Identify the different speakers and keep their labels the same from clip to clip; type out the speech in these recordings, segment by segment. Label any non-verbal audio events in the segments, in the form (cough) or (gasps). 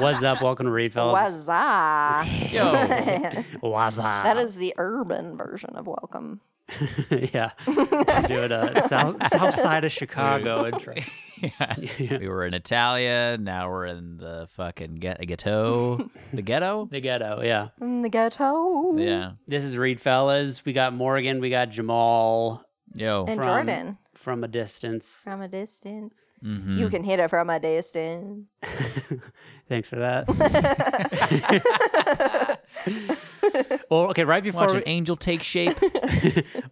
Speaker 1: What's up? Welcome to Refills. (laughs)
Speaker 2: Waza.
Speaker 1: Yo. Waza.
Speaker 2: That is the urban version of welcome.
Speaker 1: (laughs) yeah. Let's do it uh, south, south side of Chicago intro.
Speaker 3: (laughs) yeah. We were in Italia. Now we're in the fucking get- ghetto.
Speaker 1: (laughs)
Speaker 3: the ghetto?
Speaker 1: The ghetto, yeah.
Speaker 2: In the ghetto.
Speaker 3: Yeah.
Speaker 1: This is Reed Fellas. We got Morgan. We got Jamal
Speaker 3: Yo.
Speaker 2: And
Speaker 1: From-
Speaker 2: Jordan
Speaker 1: from a distance.
Speaker 2: from a distance.
Speaker 1: Mm-hmm.
Speaker 3: Mhm.
Speaker 2: You can hit it from a distance.
Speaker 1: Thanks for that. well, okay, right before
Speaker 3: Watch an
Speaker 1: we-
Speaker 3: angel
Speaker 1: (laughs)
Speaker 3: take shape.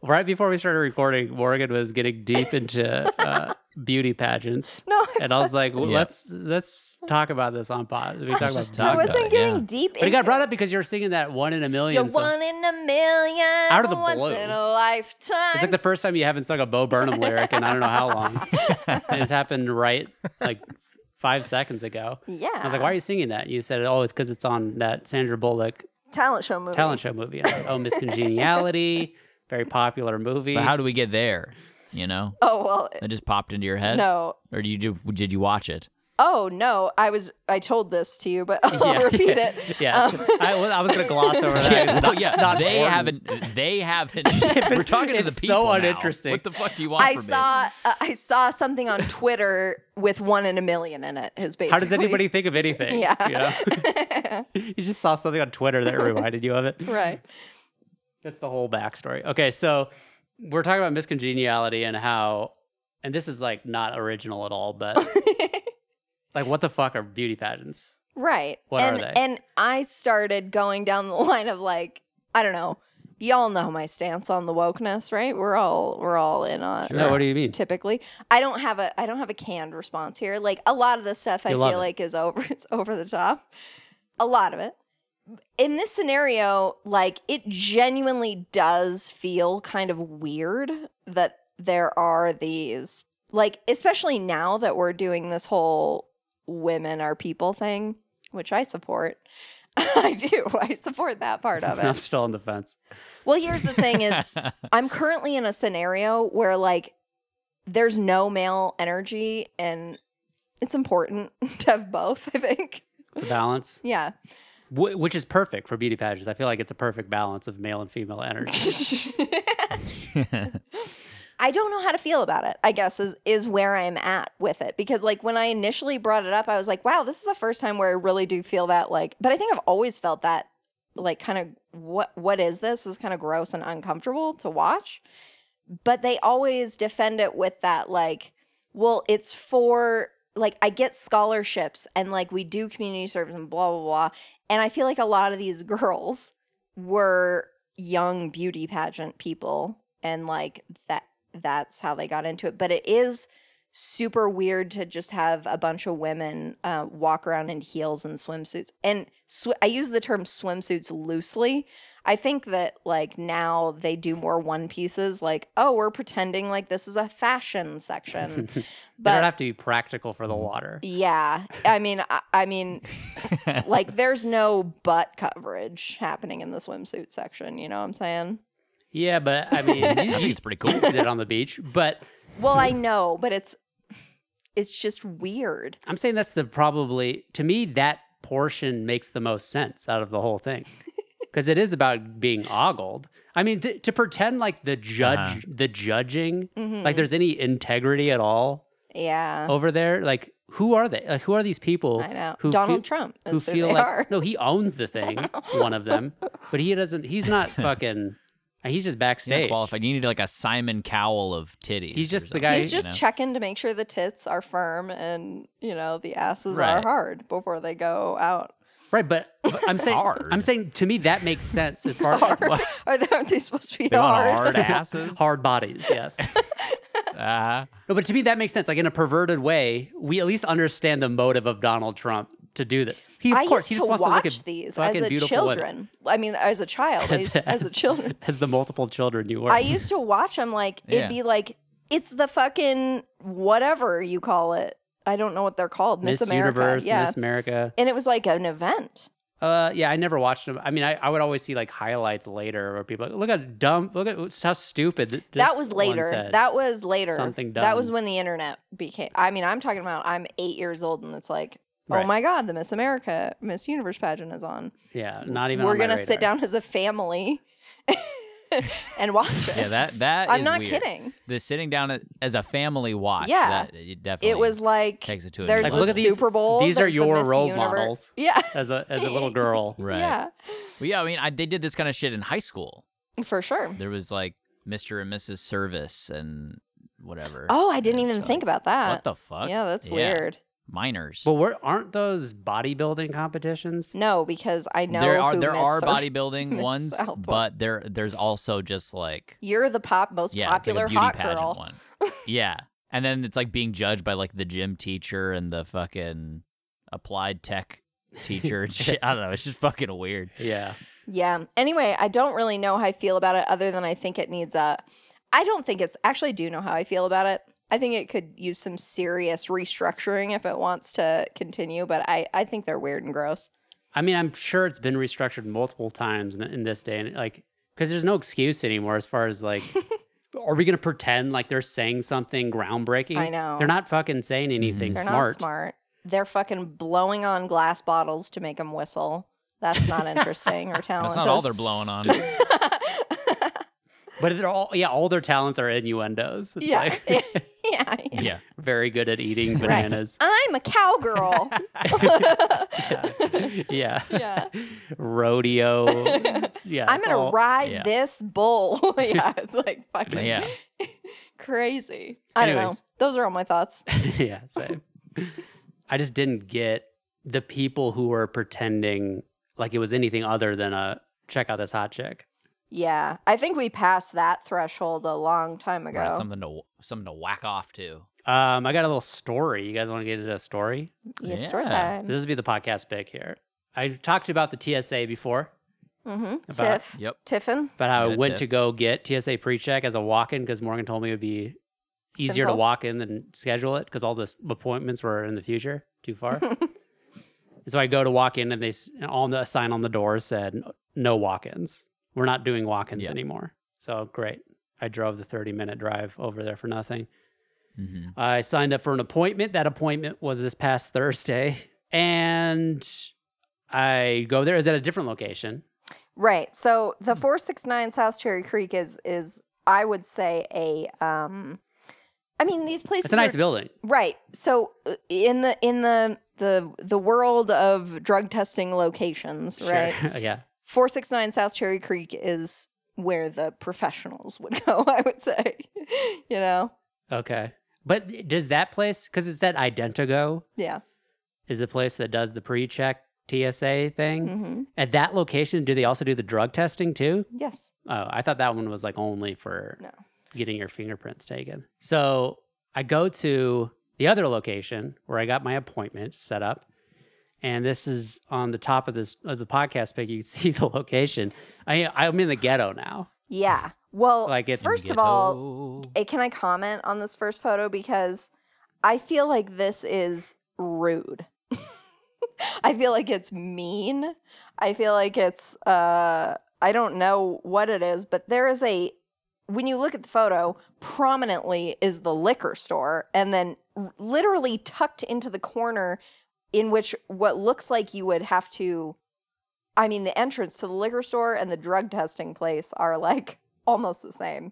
Speaker 1: right before we started recording, Morgan was getting deep into uh, beauty pageants.
Speaker 2: No,
Speaker 1: And I was like, well,
Speaker 3: Yeah.
Speaker 1: let's let's talk about this on pause. We talk about
Speaker 3: just
Speaker 2: I
Speaker 3: talk
Speaker 1: beauty.
Speaker 3: about
Speaker 2: wasn't
Speaker 3: it,
Speaker 2: getting
Speaker 3: yeah.
Speaker 2: deep
Speaker 1: But
Speaker 2: into
Speaker 1: it got brought up because you were singing that one in a
Speaker 2: You're
Speaker 1: million. song.
Speaker 2: one in a million.
Speaker 1: Out of the
Speaker 2: once
Speaker 1: blue.
Speaker 2: in a lifetime.
Speaker 1: It's like the first time you haven't sung a Bo Burnham lyric in I don't know how long.
Speaker 3: (laughs)
Speaker 1: and it's happened right like five seconds ago.
Speaker 2: yeah.
Speaker 1: I was like, why are you singing that? You said, oh, it's because it's on that Sandra Bullock
Speaker 2: Talent show movie.
Speaker 1: talent show movie. I said, oh, Miss Congeniality, very popular movie.
Speaker 3: but how do we get there? You know?
Speaker 2: Oh, well,
Speaker 3: That just popped into your head?
Speaker 2: no.
Speaker 3: Or did you, do- did you watch it?
Speaker 2: Oh, no. I was, I told this to you, but (laughs) (laughs) I'll
Speaker 1: Yeah, (laughs)
Speaker 2: repeat
Speaker 1: yeah,
Speaker 2: it. Um,
Speaker 1: Yeah, I, was- I was gonna gloss over that. (laughs) It's
Speaker 3: no,
Speaker 1: not-
Speaker 3: (laughs) Oh, yeah.
Speaker 1: it's not
Speaker 3: they
Speaker 1: important.
Speaker 3: haven't.
Speaker 1: (laughs)
Speaker 3: They haven't. We're talking to the
Speaker 1: it's so
Speaker 3: people. now.
Speaker 1: uninteresting.
Speaker 3: What the fuck do you want
Speaker 2: I
Speaker 3: from (laughs)
Speaker 2: saw uh, I saw something on Twitter with one in a million in it. Is basically
Speaker 1: How does anybody
Speaker 2: (laughs)
Speaker 1: think of anything?
Speaker 2: Yeah.
Speaker 1: (laughs) You, know? You just saw something on Twitter that reminded you of it. (laughs)
Speaker 2: (laughs) right?
Speaker 1: That's the whole backstory. Okay, so we're talking about miscongeniality and how, and this is like not original at all,
Speaker 2: (laughs)
Speaker 1: but like what the fuck are beauty pageants?
Speaker 2: Right.
Speaker 1: What are
Speaker 2: and,
Speaker 1: they?
Speaker 2: And I started going down the (laughs) line of like I don't know. Y'all know my stance on the wokeness, right? We're all we're all in on it,
Speaker 3: Sure.
Speaker 1: No, what do you mean?
Speaker 2: typically. I don't have a I don't have a canned response here. Like a lot of the stuff I
Speaker 1: You love
Speaker 2: feel
Speaker 1: it.
Speaker 2: like is over (laughs) it's over the top. A lot of it. In this scenario, like it genuinely does feel kind of weird that there are these like especially now that we're doing this whole women are people thing, which I support. (laughs) I do. I support that
Speaker 1: (laughs)
Speaker 2: part of
Speaker 1: I'm
Speaker 2: it.
Speaker 1: still on the fence.
Speaker 2: Well, here's the thing is
Speaker 3: me?
Speaker 2: I'm currently in a scenario where like there's no male energy and it's important (laughs) to have both, I think.
Speaker 1: It's a balance,
Speaker 2: Yeah.
Speaker 1: Wh- which is perfect for beauty pageants. I feel like it's a perfect balance of male and female energy.
Speaker 2: (laughs) I don't know how to feel about it, I guess is is where I'm at with it because like when I initially brought it up, I was like, wow, this is the first time where I really do feel that like but I think I've always felt that like kind of what what is this? This is kind of gross and uncomfortable to watch. But they always defend it with that like well, it's for like I get scholarships and like we do community service and blah blah blah. And I feel like a lot of these (laughs) girls were young beauty pageant people and like that that's how they got into it. But it is super weird to just have a bunch of women uh, walk around in heels and swimsuits. And sw- I use the term swimsuits loosely. I think that like now they do more one pieces, like, oh, we're pretending like this is a fashion section.
Speaker 1: they don't
Speaker 2: but Mm.
Speaker 1: have to be practical for the water.
Speaker 2: yeah, I mean, I, I mean, like there's no butt coverage happening in the swimsuit section. You know what I'm saying?
Speaker 1: Yeah, but
Speaker 2: (laughs)
Speaker 1: I mean,
Speaker 3: I think it's
Speaker 1: (laughs)
Speaker 3: pretty cool.
Speaker 1: you did it on the beach, but
Speaker 2: Well, I know, but it's it's just weird.
Speaker 1: I'm saying that's the probably to me that portion makes the most sense out of the whole
Speaker 2: (laughs)
Speaker 1: thing because it is about being ogled. I mean, to, to pretend like the judge,
Speaker 3: Uh-huh.
Speaker 1: the judging,
Speaker 2: Mhm.
Speaker 1: like there's any integrity at all
Speaker 2: yeah,
Speaker 1: over there. Like, who are they? Like, who are these people?
Speaker 2: I know.
Speaker 1: Who
Speaker 2: Donald
Speaker 1: feel-
Speaker 2: Trump is
Speaker 1: who
Speaker 2: who,
Speaker 1: feel
Speaker 2: they
Speaker 1: like
Speaker 2: are.
Speaker 1: no, he owns the thing,
Speaker 2: (laughs)
Speaker 1: one of them, but he doesn't. He's not fucking. He's just
Speaker 3: You're not
Speaker 1: backstage.
Speaker 3: qualified. You need like a Simon Cowell of titties.
Speaker 1: He's
Speaker 3: or
Speaker 1: just the
Speaker 3: something,
Speaker 1: guy-
Speaker 2: He's
Speaker 1: you
Speaker 2: just
Speaker 3: know?
Speaker 2: checking to make sure the tits are firm and you know the asses are
Speaker 3: Right.
Speaker 2: hard before they go out. (laughs)
Speaker 1: right, but, but I'm saying,
Speaker 3: Hard.
Speaker 1: I'm saying to me that makes sense as far as
Speaker 2: (laughs) Hard. Are they, aren't they supposed to be
Speaker 1: (laughs)
Speaker 3: They want
Speaker 2: hard?
Speaker 3: hard asses.
Speaker 1: hard bodies. Yes.
Speaker 3: Uh-huh.
Speaker 1: No, but to me that makes sense. Like in a perverted way, we at least understand the motive of Donald Trump to do that. He of
Speaker 2: I
Speaker 1: course
Speaker 2: used
Speaker 1: he just
Speaker 2: to
Speaker 1: wants
Speaker 2: watch
Speaker 1: to look at
Speaker 2: these as
Speaker 1: fucking
Speaker 2: a
Speaker 1: beautiful women.
Speaker 2: children. I mean, as a child, as, as, a children.
Speaker 1: as the multiple children you were.
Speaker 2: I used to watch them like
Speaker 3: Yeah.
Speaker 2: it'd be like it's the fucking whatever you call it. I don't know what they're called. Miss,
Speaker 1: Miss
Speaker 2: America.
Speaker 1: Universe,
Speaker 2: yeah.
Speaker 1: Miss America.
Speaker 2: and it was like an event.
Speaker 1: Uh, yeah, I never watched them. I mean, I, I would always see like highlights later where people like, look at dumb, look at how stupid. th-
Speaker 2: that
Speaker 1: this
Speaker 2: was
Speaker 1: one
Speaker 2: later.
Speaker 1: said."
Speaker 2: That was later.
Speaker 1: Something
Speaker 2: That was
Speaker 1: dumb.
Speaker 2: when the internet became. I mean, I'm talking about. I'm eight years old, and it's like, oh
Speaker 1: Right.
Speaker 2: my god, the Miss America, Miss Universe pageant is on.
Speaker 1: yeah, not even.
Speaker 2: We're
Speaker 1: on my
Speaker 2: gonna sit
Speaker 1: radar.
Speaker 2: down as a family (laughs) and watch it.
Speaker 3: Yeah, that that
Speaker 2: I'm
Speaker 3: is
Speaker 2: not
Speaker 3: weird.
Speaker 2: kidding.
Speaker 3: The sitting down a- as a family watch.
Speaker 2: Yeah.
Speaker 3: that, it definitely.
Speaker 2: It was like
Speaker 3: takes it to a new
Speaker 2: there's
Speaker 1: Like,
Speaker 2: the
Speaker 3: level.
Speaker 1: look at these-
Speaker 2: Super Bowl.
Speaker 1: these are
Speaker 2: there's the
Speaker 1: your
Speaker 2: Miss
Speaker 1: role
Speaker 2: Universe-
Speaker 1: models.
Speaker 2: Yeah.
Speaker 1: as a as a
Speaker 2: (laughs)
Speaker 1: little girl.
Speaker 3: right.
Speaker 2: Yeah.
Speaker 3: Well, yeah, I mean, I, they did this kind of shit in high school.
Speaker 2: For sure.
Speaker 3: There was like Mr. and Mrs. Service and whatever.
Speaker 2: Oh, I didn't
Speaker 3: Yeah,
Speaker 2: even
Speaker 3: so,
Speaker 2: think about that.
Speaker 3: What the fuck?
Speaker 2: Yeah, that's
Speaker 3: Yeah.
Speaker 2: weird.
Speaker 3: Minors.
Speaker 1: Well, we're, aren't those bodybuilding competitions?
Speaker 2: No, because I know
Speaker 3: there are
Speaker 2: who
Speaker 3: there
Speaker 2: Miss
Speaker 3: are
Speaker 2: Sur-
Speaker 3: bodybuilding
Speaker 2: Miss
Speaker 3: ones,
Speaker 2: Southwood.
Speaker 3: but there there's also just like
Speaker 2: (laughs) You're the pop most
Speaker 3: yeah, it's
Speaker 2: popular
Speaker 3: like a beauty
Speaker 2: hot
Speaker 3: pageant
Speaker 2: girl. (laughs)
Speaker 3: one. yeah, and then it's like being judged by like the gym teacher and the fucking applied tech teacher. and shit. I don't know. It's just fucking
Speaker 2: (laughs)
Speaker 3: weird.
Speaker 1: Yeah.
Speaker 2: Yeah. Anyway, I don't really know how I feel about it other than I think it needs a I don't think it's actually I do know how I feel about it. I think it could use some serious restructuring if it wants to continue, but I, I think they're weird and gross.
Speaker 1: I mean, I'm sure it's been restructured multiple times in, in this day and like because there's no excuse anymore as far as
Speaker 2: (laughs)
Speaker 1: like, are we gonna pretend like they're saying something groundbreaking?
Speaker 2: I know.
Speaker 1: They're not fucking saying anything
Speaker 2: They're
Speaker 1: smart.
Speaker 2: not smart. They're fucking blowing on glass bottles to make them whistle. That's
Speaker 3: (laughs)
Speaker 2: not interesting or
Speaker 3: That's
Speaker 2: talented.
Speaker 3: not all they're
Speaker 2: (laughs)
Speaker 3: blowing on.
Speaker 1: But they're all yeah, all their talents are innuendos. It's
Speaker 2: (laughs) yeah.
Speaker 1: like
Speaker 3: (laughs)
Speaker 2: yeah. yeah.
Speaker 3: yeah,
Speaker 1: (laughs) very good at eating bananas.
Speaker 2: I'm a cowgirl.
Speaker 1: (laughs) yeah.
Speaker 2: (laughs) yeah.
Speaker 1: Rodeo. Yeah.
Speaker 2: (laughs) I'm
Speaker 1: it's
Speaker 2: gonna
Speaker 1: all-
Speaker 2: ride
Speaker 3: yeah.
Speaker 2: this
Speaker 1: (laughs)
Speaker 2: bull. (laughs) yeah, it's like fucking
Speaker 3: yeah.
Speaker 2: crazy. I don't know.
Speaker 1: Anyways.
Speaker 2: Those are all my thoughts.
Speaker 1: (laughs) yeah, same. I just didn't get the people who were pretending like it was anything other than a check out this hot chick.
Speaker 2: Yeah, I think we passed that threshold a long time ago.
Speaker 3: Right, something to something to whack off to.
Speaker 1: Um, I got a little story. You guys want to get into a story?
Speaker 2: yeah, it's story
Speaker 3: Yeah.
Speaker 1: So
Speaker 2: time.
Speaker 1: this would be the podcast pick here. I talked to you about the TSA before,
Speaker 2: Mm-hmm.
Speaker 1: About-
Speaker 2: Tiff,
Speaker 3: Yep.
Speaker 2: Tiffin.
Speaker 1: about how I
Speaker 3: Yeah,
Speaker 1: went to
Speaker 3: Tiff.
Speaker 1: go get TSA pre-check as a walk-in because Morgan told me it would be easier to
Speaker 2: Simple.
Speaker 1: walk in than schedule it because all the s- appointments were in the future, too far. and so I go to walk in, and they s- and all the sign on the door said no walk-ins. We're not doing walk-ins
Speaker 3: Yeah.
Speaker 1: anymore. So great, I drove the thirty-minute drive over there for nothing.
Speaker 3: hmm
Speaker 1: I signed up for an appointment. That appointment was this past (laughs) Thursday, and I go there. Is at a different location.
Speaker 2: Right. So the
Speaker 1: Hmm.
Speaker 2: four six nine South Cherry Creek is is I would say a um. I mean these places.
Speaker 1: It's a nice
Speaker 2: are-
Speaker 1: building.
Speaker 2: Right. So uh, in the in the the the world of drug testing locations, right?
Speaker 1: Sure. (laughs) yeah.
Speaker 2: 469 South Cherry Creek is where the professionals would (laughs) go, I would say. you know?
Speaker 1: Okay. But does that place, because it's that Identigo,
Speaker 2: Yeah.
Speaker 1: is the place that does the pre check TSA thing.
Speaker 2: hmm
Speaker 1: At that location, do they also do the drug testing too?
Speaker 2: Yes.
Speaker 1: Oh, I thought that one was like only for
Speaker 2: No.
Speaker 1: getting your fingerprints taken. So I go to the other location where I got my appointment set up. And this is on the top of this of the podcast pic. You can (laughs) see the location. I I'm in the ghetto now.
Speaker 2: Yeah. Well,
Speaker 1: Like it's
Speaker 2: first of
Speaker 3: Ghetto.
Speaker 2: all, eh, can I comment on this first photo? Because I feel like this is rude. (laughs) I feel like it's mean. I feel like it's, uh, I don't know what it is, but there is a, when you look at the photo, prominently is the liquor store, and then r- literally tucked into the corner in which what looks like you would have to, I mean, the entrance to the liquor store and the drug testing place are like almost the same.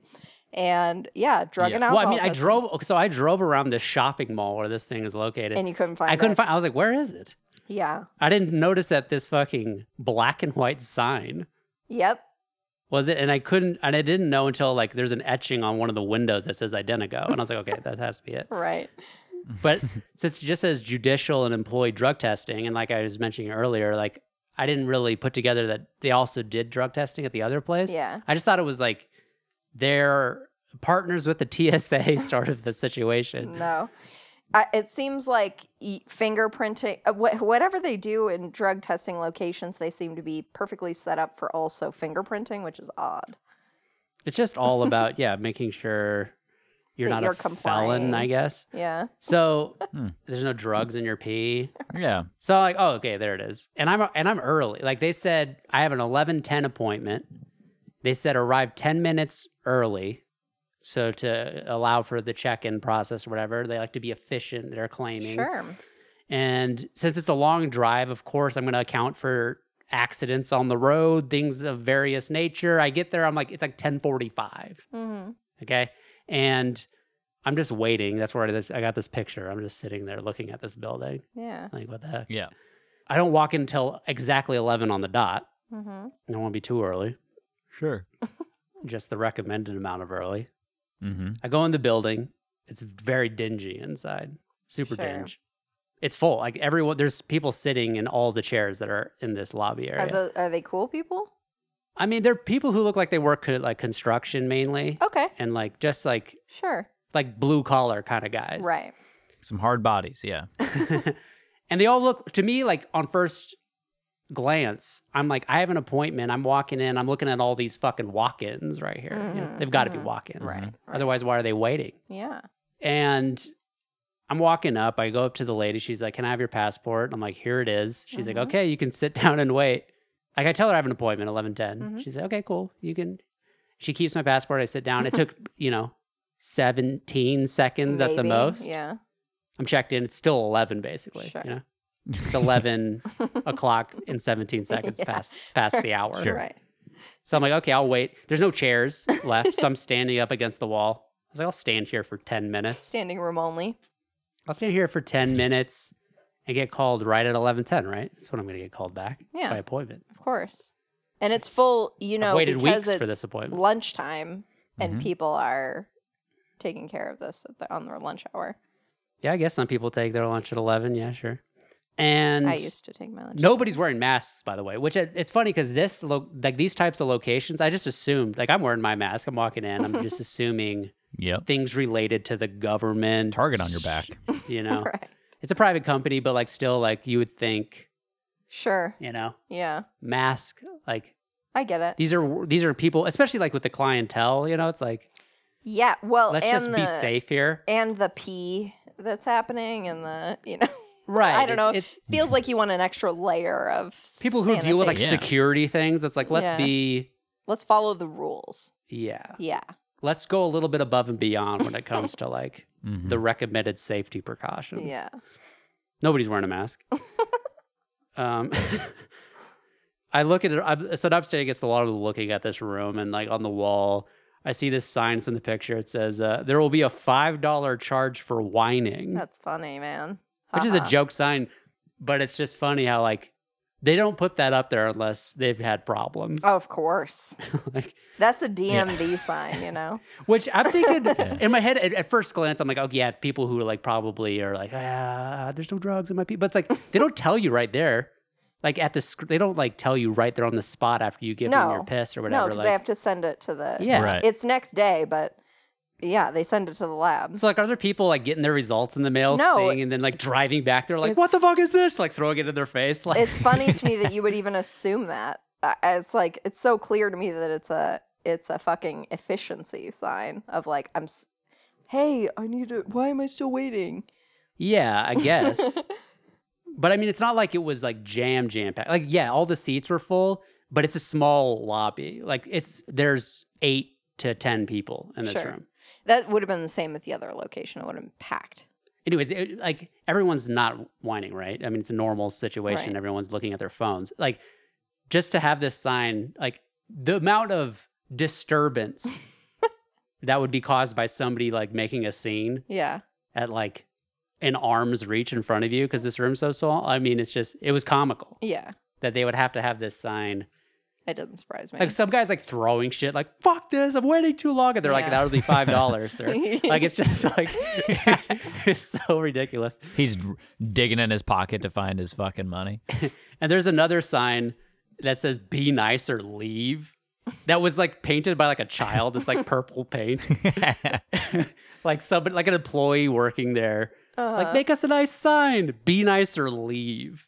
Speaker 2: And yeah, drug
Speaker 3: Yeah.
Speaker 2: and
Speaker 1: Well,
Speaker 2: alcohol.
Speaker 1: I mean, I
Speaker 2: testing.
Speaker 1: drove so I drove around this shopping mall where this thing is located.
Speaker 2: and you couldn't find.
Speaker 1: I couldn't
Speaker 2: it.
Speaker 1: find. I was like, "Where is it?"
Speaker 2: Yeah.
Speaker 1: I didn't notice that this fucking black and white sign
Speaker 2: Yep.
Speaker 1: was it, and I couldn't, and I didn't know until like there's an etching on one of the windows that says Identigo, and I was like, "Okay, that has to be
Speaker 2: (laughs)
Speaker 1: it."
Speaker 2: Right.
Speaker 1: But since it just says judicial and employee drug testing, and like I was mentioning earlier, like I didn't really put together that they also did drug testing at the other place.
Speaker 2: Yeah.
Speaker 1: I just thought it was like their partners with the TSA (laughs) sort of the situation.
Speaker 2: No. I, it seems like e- fingerprinting, uh, wh- whatever they do in drug testing locations, they seem to be perfectly set up for also fingerprinting, which is odd.
Speaker 1: It's just all about yeah, making sure you're not
Speaker 2: That you're
Speaker 1: a felon, I
Speaker 2: complying.
Speaker 1: guess.
Speaker 2: Yeah.
Speaker 1: So
Speaker 3: Hmm.
Speaker 1: there's no drugs in your pee.
Speaker 3: Yeah.
Speaker 1: So I'm like, oh, okay, there it is. And I'm and I'm early. Like they said, I have an 11:10 appointment. They said arrive 10 minutes early, so to allow for the check-in process or whatever. They like to be efficient. They're claiming.
Speaker 2: Sure.
Speaker 1: And since it's a long drive, of course, I'm going to account for accidents on the road, things of various nature. I get there, I'm like, it's like 10:45.
Speaker 2: hmm
Speaker 1: Okay. And I'm just waiting. That's where this, I got this picture. I'm just sitting there looking at this building.
Speaker 2: Yeah.
Speaker 1: Like, what the heck?
Speaker 3: Yeah.
Speaker 1: I don't walk in until exactly 11 on the dot.
Speaker 2: hmm
Speaker 1: I don't want to be too early,
Speaker 3: Sure.
Speaker 1: just the recommended amount of early.
Speaker 3: Mm-hmm.
Speaker 1: I go in the building. It's very dingy inside, super
Speaker 2: Sure.
Speaker 1: dingy. It's full. Like everyone, there's people sitting in all the chairs that are in this lobby
Speaker 2: Are,
Speaker 1: area.
Speaker 2: the, are they cool people?
Speaker 1: I mean, there are people who look like they work at like construction mainly,
Speaker 2: Okay.
Speaker 1: and like just like
Speaker 2: Sure.
Speaker 1: like blue collar kind of guys,
Speaker 2: Right.
Speaker 3: Some hard bodies. Yeah.
Speaker 1: (laughs) and they all look to me like on first glance, I'm like, I have an appointment. I'm walking in. I'm looking at all these fucking walk-ins right here. You know,
Speaker 2: Mhm,
Speaker 1: they've got to
Speaker 2: mhm.
Speaker 1: be walk-ins,
Speaker 3: Right,
Speaker 2: right.
Speaker 1: Otherwise, why are they waiting?
Speaker 2: Yeah.
Speaker 1: And I'm walking up. I go up to the lady. She's like, "Can I have your passport?" I'm like, "Here it is." She's
Speaker 2: Mhm.
Speaker 1: like, "Okay, you can sit (laughs) down and wait." Like I tell her I have an appointment, eleven
Speaker 2: Mhm.
Speaker 1: She's like, "Okay, cool. You can." She keeps my passport. I sit down. It took
Speaker 2: (laughs)
Speaker 1: you know seventeen seconds at the
Speaker 2: Maybe.
Speaker 1: most.
Speaker 2: Yeah.
Speaker 1: I'm checked in. It's still eleven basically.
Speaker 2: Sure.
Speaker 1: You know, it's eleven (laughs) o'clock and seventeen seconds
Speaker 2: (laughs) Yeah.
Speaker 1: past past the hour.
Speaker 3: Sure.
Speaker 2: Right.
Speaker 1: So I'm like, okay, I'll wait. There's no chairs left, so
Speaker 2: (laughs)
Speaker 1: I'm standing up against the wall. I was like, I'll stand here for ten minutes.
Speaker 2: Standing room only.
Speaker 1: I'll stand here for 10 minutes and get called right at 11:10, right? That's when I'm going to get called back. It's
Speaker 2: Yeah.
Speaker 1: by appointment.
Speaker 2: Of course. And it's full, you know,
Speaker 1: I've waited
Speaker 2: because
Speaker 1: weeks for
Speaker 2: it's
Speaker 1: this appointment.
Speaker 2: lunchtime and
Speaker 1: Mm-hmm.
Speaker 3: Mhm.
Speaker 2: people are taking care of this at the, on their lunch hour.
Speaker 1: Yeah, I guess some people take their lunch at 11. Yeah, sure. And
Speaker 2: I used to take my lunch. (laughs)
Speaker 1: nobody's wearing masks, by the way, which it- it's funny because this, lo- like these types of locations, I just assumed, like I'm wearing my mask, I'm walking in, I'm
Speaker 2: (laughs)
Speaker 1: just assuming
Speaker 3: Yep.
Speaker 1: things related to the government.
Speaker 3: Target on
Speaker 2: (laughs)
Speaker 3: your back.
Speaker 1: You know,
Speaker 2: Right.
Speaker 1: it's a private company, but like still, like you would think,
Speaker 2: Sure.
Speaker 1: you know,
Speaker 2: Yeah.
Speaker 1: mask, like
Speaker 2: I get it.
Speaker 1: these are these are people, especially like with the clientele, you know, it's like
Speaker 2: Yeah. Well,
Speaker 1: let's
Speaker 2: and
Speaker 1: just
Speaker 2: the,
Speaker 1: be safe here.
Speaker 2: And the pee that's happening and the, you know, (laughs)
Speaker 1: Right.
Speaker 2: I don't
Speaker 1: it's-
Speaker 2: know.
Speaker 1: It's
Speaker 2: feels like you want an extra layer of
Speaker 1: people who deal with like
Speaker 3: Yeah.
Speaker 2: sanitation.
Speaker 1: security things. It's like, let's
Speaker 2: Yeah.
Speaker 1: be,
Speaker 2: Let's follow the rules.
Speaker 1: yeah,
Speaker 2: Yeah.
Speaker 1: let's go a little bit above and beyond when it comes to like
Speaker 3: Mhm.
Speaker 1: the recommended safety precautions.
Speaker 2: Yeah.
Speaker 1: Nobody's wearing a
Speaker 2: (laughs)
Speaker 1: mask. um, (laughs) I look at it. I'm, so I'm standing against the wall, I'm looking at this room, and like on the wall, I see this sign. It's in the picture. It says, uh, "There will be a five dollar charge for whining,"
Speaker 2: That's funny, man.
Speaker 1: Mm.
Speaker 2: Uh-uh.
Speaker 1: which is a
Speaker 2: Haha.
Speaker 1: joke sign, but it's just funny how like they don't put that up there unless they've had problems.
Speaker 2: Oh, of course.
Speaker 1: (laughs) like,
Speaker 2: That's
Speaker 1: (laughs)
Speaker 2: a DMV sign, you know?
Speaker 1: Which I'm thinking
Speaker 3: (laughs) Yeah.
Speaker 1: in my head at, at first glance, I'm like, oh yeah, people who are like probably are like, ah, there's no drugs in my pee. But it's like they don't tell you right there, like at the sc- they don't like tell you right there on the spot after you give them your
Speaker 2: No.
Speaker 1: piss or
Speaker 2: No,
Speaker 1: whatever.
Speaker 2: because
Speaker 1: like,
Speaker 2: they have to send it to the.
Speaker 1: yeah.
Speaker 3: Right.
Speaker 2: It's next day, but yeah, they send it to the lab.
Speaker 1: So like, are there people like getting their results in the mail
Speaker 2: No.
Speaker 1: thing and then like driving back? They're like,
Speaker 2: It's-
Speaker 1: what the fuck is this? Like throwing it in their face. (laughs) Like
Speaker 2: It's funny to me that you would even assume that. Uh, It's like it's so clear to me that it's a it's a fucking efficiency sign of like I'm. s- Hey, I need to. Why am I still waiting?
Speaker 1: yeah, I
Speaker 2: (laughs)
Speaker 1: guess. but I mean, it's not like it was like jam jam packed. Like yeah, all the seats were full, but it's a small lobby. Like it's there's eight to ten people in this
Speaker 2: Sure.
Speaker 1: room.
Speaker 2: That would have been the same at the other location. It would have been packed.
Speaker 1: anyways it, like everyone's not whining right i mean it's a normal situation
Speaker 2: Right.
Speaker 1: everyone's looking at their phones like just to have this sign like the amount of
Speaker 2: (laughs)
Speaker 1: disturbance that would be caused by somebody like making a scene
Speaker 2: Yeah.
Speaker 1: at like an arm's reach in front of you because this room's so small i mean it's just it was comical
Speaker 2: Yeah.
Speaker 1: that they would have to have this sign
Speaker 2: It doesn't surprise me.
Speaker 1: like some guys like throwing shit like fuck this i'm waiting too long and they're like
Speaker 2: Yeah.
Speaker 1: that'll be five dollars
Speaker 2: (laughs)
Speaker 1: sir like it's just like (laughs) it's so ridiculous
Speaker 3: He's dr- digging in his pocket to find his fucking
Speaker 1: (laughs)
Speaker 3: money.
Speaker 1: And there's another sign that says "Be nice or leave." That was like painted by like a child. It's like purple paint, like somebody, like an employee working there. Like,
Speaker 2: Uh-huh.
Speaker 1: make us a nice sign. Be nice or leave.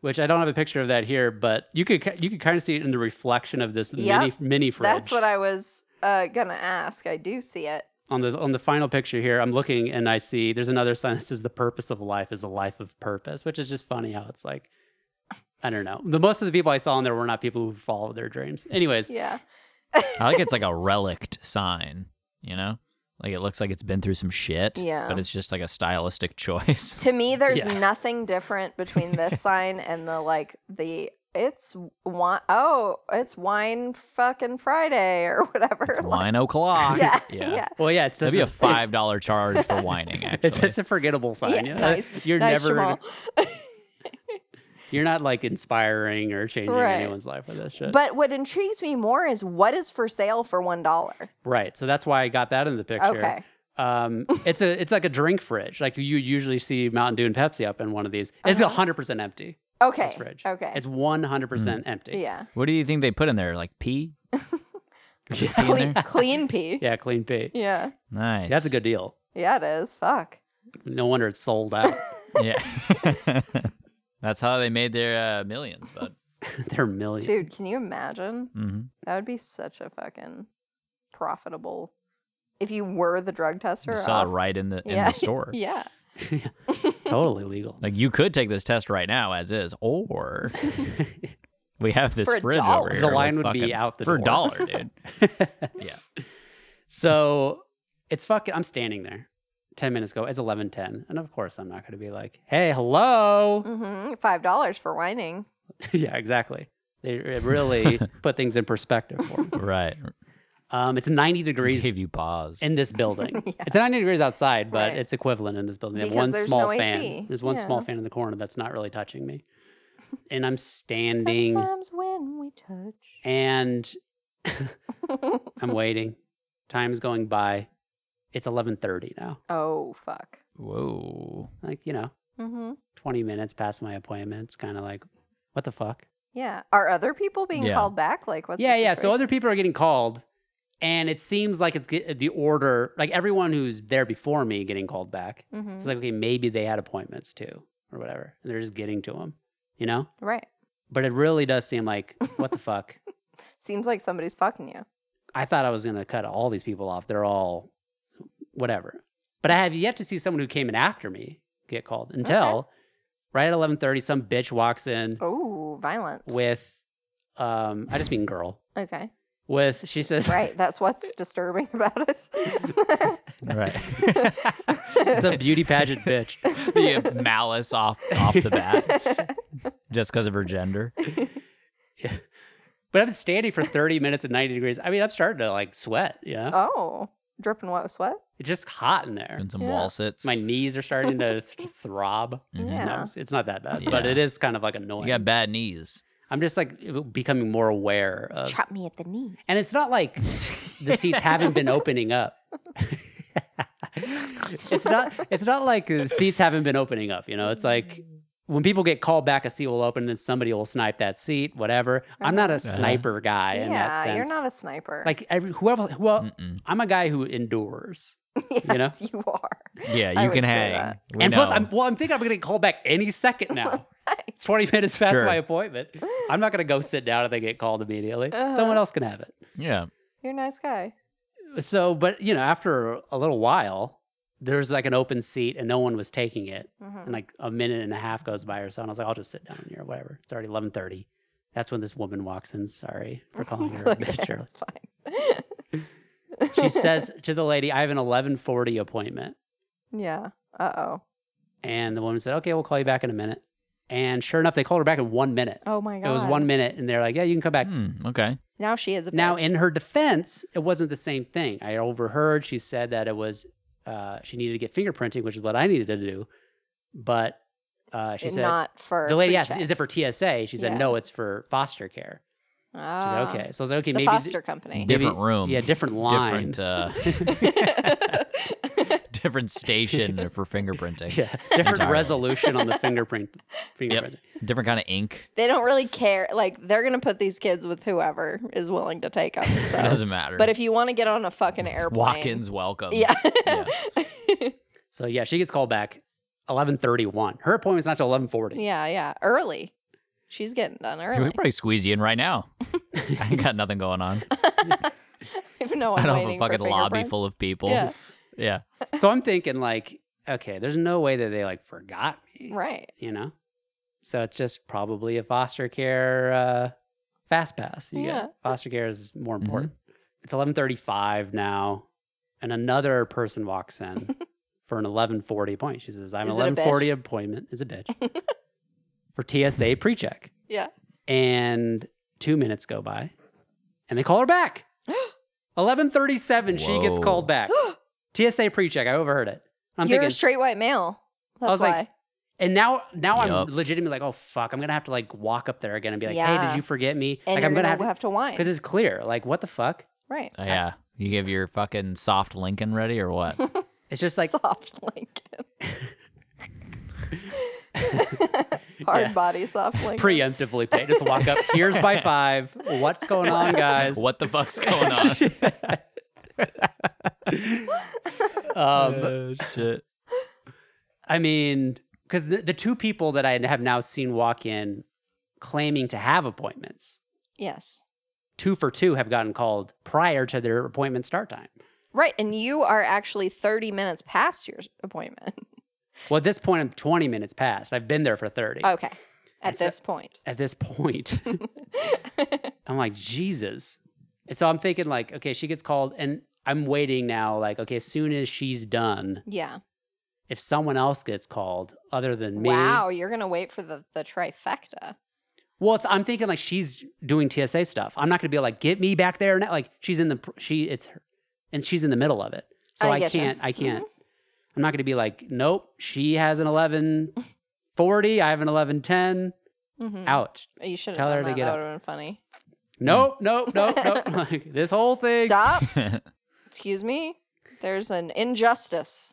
Speaker 1: Which I don't have a picture of that here, but you could ki- you could kind of see it in the reflection of this
Speaker 2: Yep.
Speaker 1: mini mini fridge.
Speaker 2: That's what I was uh, gonna ask. I do see it.
Speaker 1: on the on the final picture here, I'm looking and I see there's another sign that says the purpose of life is a life of purpose, which is just funny how it's like I don't know. The most of the people I saw in there were not people who follow their dreams. Anyways,
Speaker 2: Yeah.
Speaker 3: I like it's like a relict sign, you know? Like it looks like it's been through some shit.
Speaker 2: Yeah.
Speaker 3: But it's just like a stylistic
Speaker 2: (laughs)
Speaker 3: (laughs) choice.
Speaker 2: To me, there's
Speaker 1: Yeah.
Speaker 2: nothing different between this sign and the like the it's wine. Oh, it's wine fucking Friday or whatever.
Speaker 3: It's
Speaker 2: (laughs) Like,
Speaker 3: wine o'clock.
Speaker 2: yeah, yeah,
Speaker 3: yeah.
Speaker 1: well, yeah, it's such
Speaker 3: That'd be a
Speaker 1: it's-
Speaker 3: five dollar charge
Speaker 2: (laughs)
Speaker 3: for whining,
Speaker 1: (laughs)
Speaker 3: actually.
Speaker 1: It's such a forgettable sign.
Speaker 2: Yeah,
Speaker 1: you know?
Speaker 2: nice.
Speaker 1: You're
Speaker 2: Nice,
Speaker 1: never
Speaker 2: Jamal.
Speaker 1: you're not like inspiring or changing
Speaker 2: Right.
Speaker 1: anyone's life with this shit.
Speaker 2: But what intrigues me more is what is for sale for one dollar.
Speaker 1: right. So that's why I got that in the picture.
Speaker 2: Okay, (laughs)
Speaker 1: Um, it's a it's like a drink fridge. Like you usually see Mountain Dew and Pepsi up in one of these. It's
Speaker 2: Uh-huh.
Speaker 1: 100% empty.
Speaker 2: okay,
Speaker 1: This fridge.
Speaker 2: okay,
Speaker 1: It's 100% empty.
Speaker 2: Mm. yeah,
Speaker 3: what do you think they put in there? Like pee? Is
Speaker 2: (laughs)
Speaker 3: there pee in
Speaker 2: clean,
Speaker 3: there?
Speaker 2: clean pee. Yeah.
Speaker 1: Yeah, clean pee.
Speaker 2: yeah,
Speaker 3: Nice.
Speaker 1: That's a good deal.
Speaker 2: it is. Fuck.
Speaker 1: No wonder it's sold
Speaker 2: (laughs)
Speaker 1: out. (laughs)
Speaker 3: Yeah. (laughs) That's how they made their uh, millions, but
Speaker 1: They're millions.
Speaker 2: Dude, can you imagine?
Speaker 3: hmm
Speaker 2: That would be such a fucking profitable. If you were the drug tester,
Speaker 3: you saw it
Speaker 2: off-
Speaker 3: right in the in
Speaker 2: Yeah.
Speaker 3: the
Speaker 1: (laughs)
Speaker 3: store.
Speaker 2: yeah,
Speaker 1: totally legal.
Speaker 3: Like you could take this test right now as is,
Speaker 1: (laughs)
Speaker 3: or we have this
Speaker 2: For a
Speaker 3: fridge
Speaker 2: dollar.
Speaker 3: over
Speaker 2: The
Speaker 3: here.
Speaker 1: line
Speaker 3: with
Speaker 1: would be
Speaker 3: fucking-
Speaker 1: out the
Speaker 3: for a
Speaker 1: door. (laughs)
Speaker 3: dollar, dude. yeah.
Speaker 1: so it's fucking. I'm standing there. Ten minutes ago, it's eleven ten, and of course I'm not going to be like, "Hey, hello." (laughs)
Speaker 2: hmm five dollars for whining.
Speaker 1: yeah, exactly. They it
Speaker 3: (laughs)
Speaker 1: really put things in perspective for me.
Speaker 3: Right.
Speaker 1: Um, it's 90 degrees
Speaker 3: Give you pause.
Speaker 1: in this building.
Speaker 2: (laughs) Yeah.
Speaker 1: It's 90 degrees outside, but
Speaker 2: Right.
Speaker 1: it's equivalent in this building. They have
Speaker 2: Because
Speaker 1: one
Speaker 2: there's
Speaker 1: small
Speaker 2: no
Speaker 1: fan.
Speaker 2: AC.
Speaker 1: There's one
Speaker 2: Yeah.
Speaker 1: small fan in the corner that's not really touching
Speaker 2: (laughs)
Speaker 1: me, and I'm standing
Speaker 2: Sometimes when we touch.
Speaker 1: and I'm waiting. Time's going by. It's 11:30 now.
Speaker 2: (laughs) oh fuck.
Speaker 1: (laughs)
Speaker 3: Whoa.
Speaker 1: Like you know,
Speaker 2: Mm-hmm.
Speaker 1: 20 minutes past my appointment. It's kind of like, what the fuck?
Speaker 2: Yeah. Are other people being
Speaker 3: Yeah.
Speaker 2: called back? Like what's?
Speaker 1: yeah,
Speaker 2: the
Speaker 1: yeah. So
Speaker 2: situation?
Speaker 1: other people are getting called, and it seems like it's get, the order. Like everyone who's there before me getting called back.
Speaker 2: Mhm.
Speaker 1: It's like okay, maybe they had appointments too, or whatever. And they're just getting to them, you know.
Speaker 2: Mm-hmm, Right.
Speaker 1: But it really does seem like
Speaker 2: (laughs)
Speaker 1: what the fuck.
Speaker 2: Seems like somebody's fucking you.
Speaker 1: I thought I was going to cut all these people off. They're all whatever. But I have yet to see someone who came in after me get called until right at 11:30 some bitch walks in
Speaker 2: Oh, violent.
Speaker 1: with um I just mean girl.
Speaker 2: okay.
Speaker 1: With she says
Speaker 2: Right. That's what's disturbing about it.
Speaker 1: (laughs) (laughs)
Speaker 3: Right.
Speaker 1: some
Speaker 2: (laughs)
Speaker 1: beauty pageant bitch.
Speaker 3: the uh, malice off off
Speaker 1: (laughs)
Speaker 3: the bat just because of her gender.
Speaker 1: But I'm standing for 30 minutes at 90 degrees. I mean, I'm starting to like sweat, you know?
Speaker 2: (laughs) oh, dripping wet with sweat.
Speaker 1: It's just hot in there.
Speaker 3: And some
Speaker 2: Yeah.
Speaker 3: wall sits.
Speaker 1: My knees are starting to th- throb.
Speaker 3: Mhm.
Speaker 1: No,
Speaker 2: Yeah.
Speaker 1: it's- it's not that bad, but
Speaker 3: Yeah.
Speaker 1: it is kind of like annoying.
Speaker 3: You got bad knees.
Speaker 1: I'm just like becoming more aware of
Speaker 2: Chop me at the knee.
Speaker 1: And it's not like the seats haven't been opening
Speaker 2: (laughs)
Speaker 1: up. it's not it's not like the seats haven't been opening up, you know. It's like
Speaker 2: Mm-hmm.
Speaker 1: when people get called back a seat will open and then somebody will snipe that seat, whatever. I'm not a
Speaker 2: Uh-huh.
Speaker 1: sniper guy in that
Speaker 2: yeah,
Speaker 1: sense.
Speaker 2: you're not a sniper. (laughs)
Speaker 1: like every whoever well
Speaker 3: Mm-mm.
Speaker 1: I'm a guy who endures. know?
Speaker 2: yes, you, are.
Speaker 3: Yeah,
Speaker 2: I
Speaker 3: you
Speaker 2: would
Speaker 3: can
Speaker 2: say
Speaker 3: hang.
Speaker 2: that.
Speaker 3: We
Speaker 1: and plus
Speaker 3: know.
Speaker 1: I'm well I'm thinking I'm going to get called back any second
Speaker 2: (laughs)
Speaker 1: now. It's 20 minutes past
Speaker 3: Sure.
Speaker 1: my appointment. I'm not going to go sit down if they get called immediately.
Speaker 2: Uh-huh.
Speaker 1: Someone else can have it.
Speaker 3: yeah.
Speaker 2: You're a nice guy.
Speaker 1: so but you know after a little while there's like an open seat and no one was taking it
Speaker 2: Mhm.
Speaker 1: and like a minute and a half goes by or so and i was like i'll just sit down here whatever it's already 11.30 that's when this woman walks in sorry
Speaker 2: (laughs)
Speaker 1: for calling her a
Speaker 2: Like,
Speaker 1: bitch earlier.
Speaker 2: it's fine. (laughs)
Speaker 1: she says to the lady i have an 11.40 appointment
Speaker 2: yeah. Uh oh.
Speaker 1: and the woman said okay we'll call you back in a minute and sure enough they called her back in one minute
Speaker 2: Oh my god.
Speaker 1: it was one minute and they're like yeah you can come back
Speaker 3: Hmm, okay.
Speaker 2: Now she is a
Speaker 1: Now,
Speaker 2: bitch.
Speaker 1: in her defense, it wasn't the same thing. I overheard she said that it was uh, she needed to get fingerprinting, which is what I needed to do. But uh, she
Speaker 2: It-
Speaker 1: said
Speaker 2: not for
Speaker 1: the lady asked,
Speaker 2: pre-check.
Speaker 1: "Is it for TSA?" She said,
Speaker 2: Yeah.
Speaker 1: "No, it's for foster care." She said,
Speaker 2: Ah,
Speaker 1: "Okay." So I was like, "Okay,
Speaker 2: The
Speaker 1: maybe th-
Speaker 2: foster
Speaker 1: (laughs)
Speaker 2: company. (laughs)
Speaker 1: Maybe-
Speaker 3: Different room.
Speaker 1: yeah, different line,
Speaker 3: Different uh,
Speaker 2: (laughs)
Speaker 3: different station for (laughs)
Speaker 1: (laughs)
Speaker 3: fingerprinting.
Speaker 1: yeah, different
Speaker 3: Entirely.
Speaker 1: resolution on the fingerprint, fingerprint."
Speaker 3: Different kind of ink.
Speaker 2: they don't really care. Like they're gonna put these kids with whoever is willing to take them.
Speaker 3: It
Speaker 2: So.
Speaker 1: (laughs)
Speaker 3: doesn't matter.
Speaker 2: but if you want to get on a fucking airplane,
Speaker 3: walk-ins welcome.
Speaker 2: (laughs) Yeah.
Speaker 3: Yeah.
Speaker 1: So yeah, she gets called back eleven thirty one. Her appointment's not till eleven forty.
Speaker 2: (laughs) yeah, yeah. Early. She's getting done
Speaker 3: We
Speaker 2: early. (laughs)
Speaker 3: could probably squeeze you in right now. I ain't got nothing going on.
Speaker 2: Even though
Speaker 3: I
Speaker 2: I'm
Speaker 3: don't have a
Speaker 2: waiting for
Speaker 3: fucking lobby
Speaker 2: fingerprints.
Speaker 3: full of people.
Speaker 2: Yeah.
Speaker 3: Yeah.
Speaker 1: So I'm thinking like, okay, there's no way that they like forgot me,
Speaker 2: Right.
Speaker 1: you know? So it's just probably a foster care uh, fast pass. You
Speaker 2: Yeah.
Speaker 1: get foster care is more important. It's 11:35 now, and another person walks
Speaker 2: (laughs)
Speaker 1: in for an 11:40 appointment. She says, "I'm
Speaker 2: Is it a bitch?
Speaker 1: 11:40 appointment is a bitch
Speaker 2: (laughs)
Speaker 1: for TSA pre-check."
Speaker 2: Yeah.
Speaker 1: And two minutes go by, and they call her
Speaker 2: (gasps)
Speaker 1: back. 11:37, she gets
Speaker 3: Whoa.
Speaker 1: called back. TSA pre-check. I overheard it. I'm
Speaker 2: You're a
Speaker 1: thinking,
Speaker 2: straight white male. That's
Speaker 1: was
Speaker 2: why.
Speaker 1: like, and now now
Speaker 3: Yup.
Speaker 1: I'm legitimately like, oh fuck, I'm gonna have to like walk up there again and be like, hey,
Speaker 2: Yeah.
Speaker 1: did you forget me?
Speaker 2: and
Speaker 1: like
Speaker 2: you're
Speaker 1: I'm
Speaker 2: gonna,
Speaker 1: have to
Speaker 2: have to whine.
Speaker 1: because it's clear. Like what the fuck?
Speaker 2: right.
Speaker 3: Oh, yeah. You give your fucking soft Lincoln ready or
Speaker 2: (laughs)
Speaker 3: what?
Speaker 1: It's just like
Speaker 2: soft
Speaker 1: (laughs)
Speaker 2: Lincoln. Hard
Speaker 1: Yeah.
Speaker 2: body, soft Lincoln.
Speaker 1: preemptively pay. Just walk
Speaker 2: (laughs)
Speaker 1: up. Here's my five. What's going on, guys?
Speaker 3: what the fuck's going
Speaker 2: (laughs)
Speaker 3: on?
Speaker 1: (laughs) um,
Speaker 3: (laughs) shit.
Speaker 1: I mean, because the, the two people that I have now seen walk in claiming to have appointments,
Speaker 2: yes.
Speaker 1: two for two have gotten called prior to their appointment start time.
Speaker 2: Right. And you are actually 30 minutes past your appointment.
Speaker 1: (laughs) Well, at this point, I'm 20 minutes past. I've been there for 30.
Speaker 2: Okay. At
Speaker 1: So-
Speaker 2: this point. (laughs)
Speaker 1: At this point, (laughs) I'm like, Jesus. And so I'm thinking, like, okay, she gets called, and I'm waiting now. Like, okay, as soon as she's done,
Speaker 2: yeah.
Speaker 1: if someone else gets called other than me,
Speaker 2: Wow. You're going to wait for the, the trifecta.
Speaker 1: Well, it's, I'm thinking like she's doing TSA stuff. I'm not gonna be like, get me back there now. Like she's in the pr- she it's her, and she's in the middle of it. So
Speaker 2: I
Speaker 1: I,
Speaker 2: getcha. Mm-hmm.
Speaker 1: can't I can't. I'm not gonna be like, nope. She has an 11:40. I have an 11:10.
Speaker 2: Mhm.
Speaker 1: Out.
Speaker 2: You should have
Speaker 1: Tell
Speaker 2: done
Speaker 1: her to
Speaker 2: that.
Speaker 1: get
Speaker 2: that
Speaker 1: up.
Speaker 2: would have been funny.
Speaker 1: Nope. Nope. Nope. nope. (laughs) Like this whole thing.
Speaker 2: Stop. Excuse me. There's an
Speaker 1: (laughs)
Speaker 2: injustice.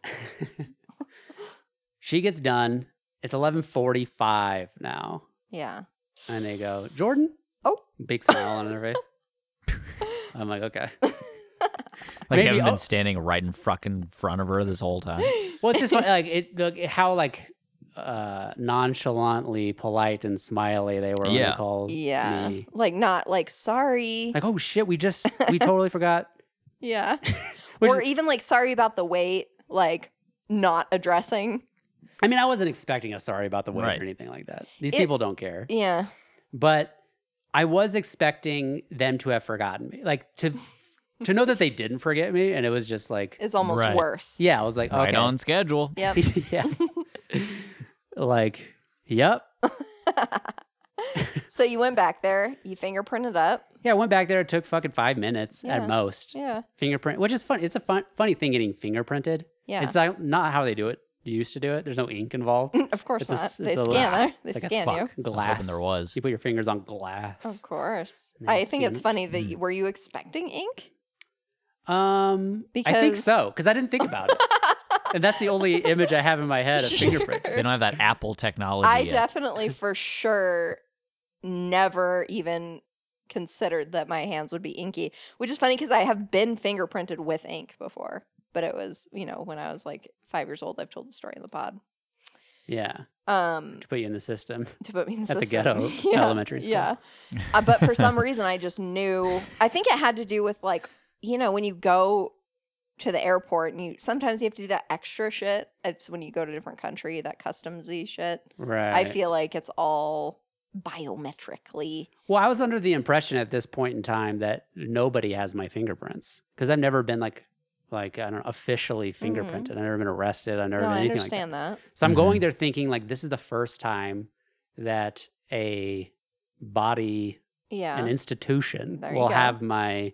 Speaker 1: She gets done. It's 11:45 now,
Speaker 2: Yeah.
Speaker 1: and they go, Jordan.
Speaker 2: Oh.
Speaker 1: Big smile on their face.
Speaker 2: (laughs)
Speaker 1: I'm like, okay.
Speaker 3: Like,
Speaker 1: Maybe-
Speaker 3: haven't
Speaker 1: oh.
Speaker 3: been standing right in fucking front of her this
Speaker 2: (laughs)
Speaker 3: whole time.
Speaker 1: Well, it's just like, like it, the, how like uh nonchalantly polite and smiley they were when
Speaker 3: Yeah.
Speaker 1: they called
Speaker 2: yeah.
Speaker 1: me.
Speaker 2: Like, not like, sorry.
Speaker 1: Like, oh shit, we just we
Speaker 2: (laughs)
Speaker 1: totally forgot.
Speaker 2: yeah.
Speaker 1: (laughs) Which
Speaker 2: or e
Speaker 1: is-
Speaker 2: even like sorry about the wait, like not addressing.
Speaker 1: I mean, I wasn't expecting a sorry about the wait
Speaker 3: Right.
Speaker 1: or anything like that. These
Speaker 2: It-
Speaker 1: people don't care.
Speaker 2: Yeah.
Speaker 1: But I was expecting them to have forgotten me. Like to to know that they didn't forget me and it was just like
Speaker 2: It's almost
Speaker 3: Right.
Speaker 2: worse.
Speaker 1: yeah, I was like,
Speaker 3: Right
Speaker 1: okay.
Speaker 3: on schedule.
Speaker 2: Yep.
Speaker 1: (laughs) yeah. like, yep.
Speaker 2: so you went back there, you fingerprinted up.
Speaker 1: Yeah, I went back there. It took fucking five minutes
Speaker 2: Yeah.
Speaker 1: at most.
Speaker 2: Yeah.
Speaker 1: fingerprint, which is fun. It's a fun, funny thing getting fingerprinted.
Speaker 2: Yeah.
Speaker 1: It's like not how they do it. You used to do it. There's no ink involved.
Speaker 2: (laughs) of course
Speaker 1: it's a
Speaker 2: not.
Speaker 1: s-
Speaker 2: they
Speaker 1: it's a
Speaker 2: scan
Speaker 1: lie.
Speaker 2: her. They
Speaker 1: It's like a
Speaker 2: scan you. Oh,
Speaker 3: fuck. I
Speaker 1: Glass.
Speaker 3: was hoping there was.
Speaker 1: You put your fingers on glass.
Speaker 2: Of course.
Speaker 1: They
Speaker 2: I think it's
Speaker 1: scan- hmm.
Speaker 2: funny that you, were you expecting ink?
Speaker 1: Um, I think
Speaker 2: Because-
Speaker 1: so because I didn't think about
Speaker 2: (laughs)
Speaker 1: it, and that's the only image I have in my head of fingerprint.
Speaker 3: They don't have that Apple technology.
Speaker 2: I
Speaker 1: (laughs)
Speaker 3: yet.
Speaker 2: definitely for sure never even considered that my hands would be inky, which is funny because I have been fingerprinted with ink before, but it was, you know, when I was like five years old. I've told the story in the pod.
Speaker 1: Yeah,
Speaker 2: Um,
Speaker 1: to put you in the system.
Speaker 2: to put me in the
Speaker 1: At the
Speaker 2: system.
Speaker 1: ghetto
Speaker 2: (laughs) yeah.
Speaker 1: elementary school.
Speaker 2: Yeah. Uh, but
Speaker 1: (laughs)
Speaker 2: for some reason, I just knew. I think it had to do with like, you know, when you go to the airport and you sometimes you have to do that extra shit. It's when you go to a different country, that customsy shit.
Speaker 1: Right.
Speaker 2: I feel like it's all biometrically.
Speaker 1: Well, I was under the impression at this point in time that nobody has my fingerprints because I've never been like, like I don't know, officially fingerprinted. I've never been arrested. I've never
Speaker 2: Mm-hmm.
Speaker 1: done
Speaker 2: No, I
Speaker 1: anything like that.
Speaker 2: understand that.
Speaker 1: So I'm
Speaker 3: Mhm.
Speaker 1: going there thinking like this is the first time that a body,
Speaker 2: Yeah.
Speaker 1: an institution,
Speaker 2: There you
Speaker 1: will
Speaker 2: go.
Speaker 1: have my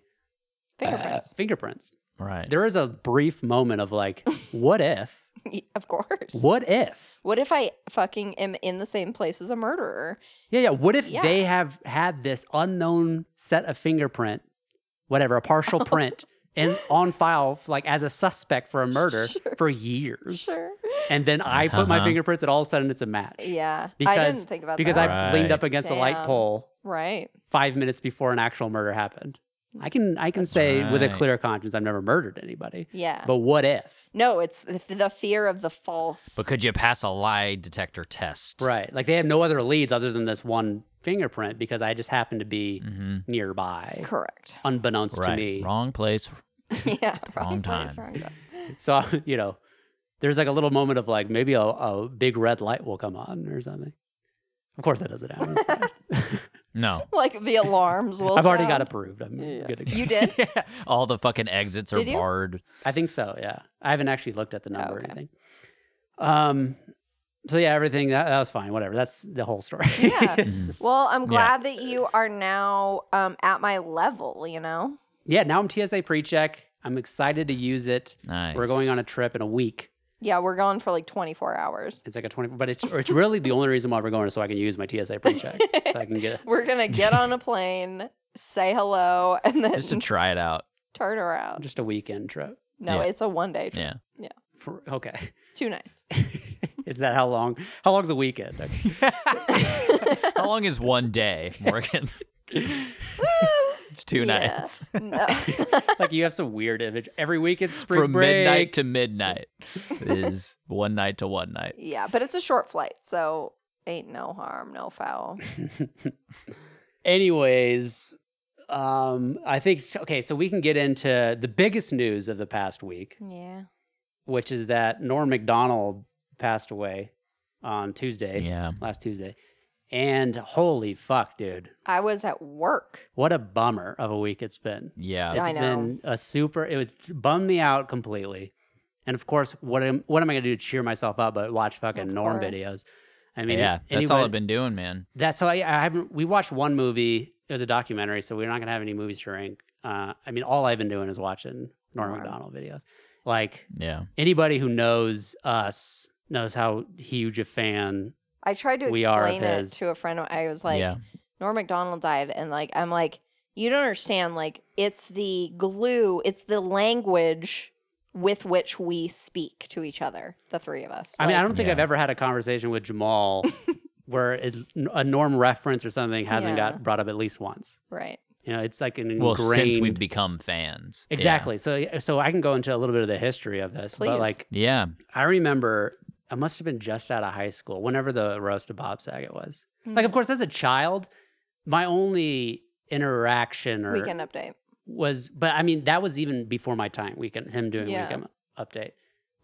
Speaker 1: uh,
Speaker 2: Fingerprints.
Speaker 1: fingerprints.
Speaker 3: right.
Speaker 1: There is a brief moment of like, what
Speaker 2: (laughs)
Speaker 1: if?
Speaker 2: (laughs) Y- of course. What?
Speaker 1: What if?
Speaker 2: if I fucking am in the same place as a murderer?
Speaker 1: Yeah, yeah. What if
Speaker 2: Yeah.
Speaker 1: they have had this unknown set of fingerprint, whatever, a partial
Speaker 2: (laughs)
Speaker 1: print, and on file like as a suspect for a murder
Speaker 2: (laughs) Sure.
Speaker 1: for years,
Speaker 2: Sure.
Speaker 1: and then I put my
Speaker 3: Uh-huh.
Speaker 1: fingerprints, and all of a sudden it's a match
Speaker 2: (laughs) Yeah. I
Speaker 1: Because-
Speaker 2: didn't think about
Speaker 1: because
Speaker 2: that.
Speaker 1: I leaned
Speaker 3: Right.
Speaker 1: up against a light
Speaker 2: Damn.
Speaker 1: pole
Speaker 2: Right.
Speaker 1: five minutes before an actual murder happened. I can I can say with a
Speaker 3: right.
Speaker 1: clear conscience I've never murdered anybody.
Speaker 2: Yeah.
Speaker 1: But what if?
Speaker 2: no, it's the, the fear of the false.
Speaker 3: But could you pass a lie detector test?
Speaker 1: Right. Like they had no other leads other than this one fingerprint because I just happened to be
Speaker 3: Mm-hmm.
Speaker 1: nearby, (laughs)
Speaker 2: Correct. (laughs)
Speaker 1: unbeknownst to
Speaker 3: Right.
Speaker 1: me.
Speaker 3: Wrong place.
Speaker 2: yeah.
Speaker 3: Wrong
Speaker 2: place,
Speaker 3: time.
Speaker 2: wrong time.
Speaker 1: So (laughs) you know, there's like a little moment of like maybe a, a big red light will come on or something. Of course that doesn't
Speaker 2: (laughs)
Speaker 1: happen. It's fine. (laughs)
Speaker 3: No.
Speaker 2: Like the alarms will.
Speaker 1: I've already got
Speaker 2: sound.
Speaker 1: approved. I'm
Speaker 3: Yeah.
Speaker 1: good to (laughs) go.
Speaker 2: You did?
Speaker 3: All the fucking exits are
Speaker 2: Did you?
Speaker 3: barred.
Speaker 1: I think so. Yeah, I haven't actually looked at the number or
Speaker 2: Oh, okay.
Speaker 1: anything. Um. So yeah, everything that, that was fine. Whatever. That's the whole story.
Speaker 2: Yeah.
Speaker 1: (laughs) It's just-
Speaker 2: Well, I'm
Speaker 3: Yeah.
Speaker 2: glad that you are now um, at my level, you know?
Speaker 1: yeah. Now I'm TSA pre-check. I'm excited to use it.
Speaker 3: Nice.
Speaker 1: We're going on a trip in a week.
Speaker 2: Yeah, we're gone for like 24 hours.
Speaker 1: It's like a twenty, but it's it's really the only reason why we're going is so I can use my TSA
Speaker 2: (laughs)
Speaker 1: pre-check, so I can get
Speaker 2: We're going to get
Speaker 1: (laughs)
Speaker 2: on a plane, say hello, and then
Speaker 3: (laughs) just to try
Speaker 1: (laughs)
Speaker 3: it out.
Speaker 2: (laughs) turn around.
Speaker 1: just a weekend trip.
Speaker 2: No,
Speaker 3: Yeah.
Speaker 2: it's a one day trip.
Speaker 3: Yeah.
Speaker 1: For, okay,
Speaker 2: Two nights.
Speaker 1: (laughs)
Speaker 2: (laughs)
Speaker 1: is that how long? How long's a weekend? Okay.
Speaker 3: How long is one day, Morgan? (laughs) it's two
Speaker 2: Yeah.
Speaker 3: nights.
Speaker 2: no.
Speaker 1: like you have some weird image every week. It's spring
Speaker 3: From
Speaker 1: break.
Speaker 3: midnight to midnight
Speaker 1: (laughs)
Speaker 3: is one night to one night.
Speaker 2: yeah, but it's a short flight, so ain't no harm, no foul.
Speaker 1: (laughs) Anyways, um, I think so- okay, so we can get into the biggest news of the past week,
Speaker 2: Yeah.
Speaker 1: which is that Norm McDonald passed away on Tuesday,
Speaker 3: Yeah.
Speaker 1: last Tuesday, and holy fuck, dude,
Speaker 2: I was at work.
Speaker 1: what a bummer of a week it's been.
Speaker 3: Yeah.
Speaker 1: It's
Speaker 2: I know.
Speaker 1: been a super. It would bum me out completely. And of course, what am what am I going to do to cheer myself up? But watch fucking
Speaker 2: Of
Speaker 1: Norm
Speaker 2: course.
Speaker 1: videos. I mean,
Speaker 3: yeah. That's all
Speaker 1: anybody-
Speaker 3: I've been doing, man.
Speaker 1: That's how I, I haven't. We watched one movie. It was a documentary, so we're not gonna have any movies to rank. Uh, I mean, all I've been doing is watching Norm
Speaker 2: Norm.
Speaker 1: Macdonald videos. Like
Speaker 3: Yeah.
Speaker 1: anybody who knows us knows how huge a fan.
Speaker 2: I tried to
Speaker 1: We are of
Speaker 2: explain it
Speaker 1: his.
Speaker 2: to a friend. of- I was like,
Speaker 3: yeah.
Speaker 2: Norm MacDonald died, and like I'm like, you don't understand. Like it's the glue, it's the language with which we speak to each other, the three of us.
Speaker 1: I mean, I
Speaker 2: Like,
Speaker 1: don't think I've
Speaker 3: Yeah.
Speaker 1: ever had a conversation with
Speaker 2: (laughs)
Speaker 1: Jamal where it, a Norm reference or something hasn't
Speaker 2: Yeah.
Speaker 1: got brought up at least once.
Speaker 2: right.
Speaker 1: You know, it's like an
Speaker 3: Well,
Speaker 1: ingrained.
Speaker 3: since we've become fans. Yeah.
Speaker 1: exactly. So, so I can go into a little bit of the history of this,
Speaker 2: Please.
Speaker 1: but like
Speaker 3: Yeah.
Speaker 1: I remember, I must have been just out of high school whenever the roast of Bob Saget was. Like, of course, as a child, my only interaction or
Speaker 2: weekend update.
Speaker 1: was, but I mean, that was even before my time. Weekend, him doing
Speaker 2: Yeah.
Speaker 1: weekend update.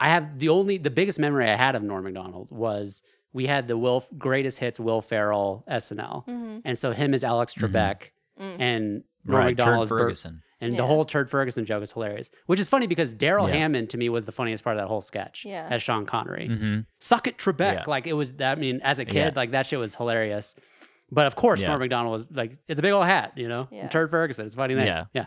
Speaker 1: I have the only, the biggest memory I had of Norm Macdonald was we had the Will greatest hits Will Ferrell SNL,
Speaker 2: Mm-hmm.
Speaker 1: and so him is Alex
Speaker 3: Mhm.
Speaker 1: Trebek and Norm
Speaker 3: Right. Turd
Speaker 1: Macdonald's Bert-
Speaker 3: Ferguson.
Speaker 1: and the
Speaker 2: Yeah.
Speaker 1: whole Turd Ferguson joke is hilarious, which is funny because Daryl
Speaker 3: Yeah.
Speaker 1: Hammond to me was the funniest part of that whole sketch
Speaker 2: Yeah.
Speaker 1: as Sean Connery
Speaker 3: Mm-hmm.
Speaker 1: suck it Trebek.
Speaker 3: Yeah.
Speaker 1: Like it was I mean, as a kid,
Speaker 3: Yeah.
Speaker 1: like that shit was hilarious. But of course,
Speaker 3: Yeah.
Speaker 1: Norm McDonald was like, it's a big old hat, you know?
Speaker 2: Yeah.
Speaker 1: Turd Ferguson. It's a funny name.
Speaker 3: Yeah.
Speaker 1: Yeah.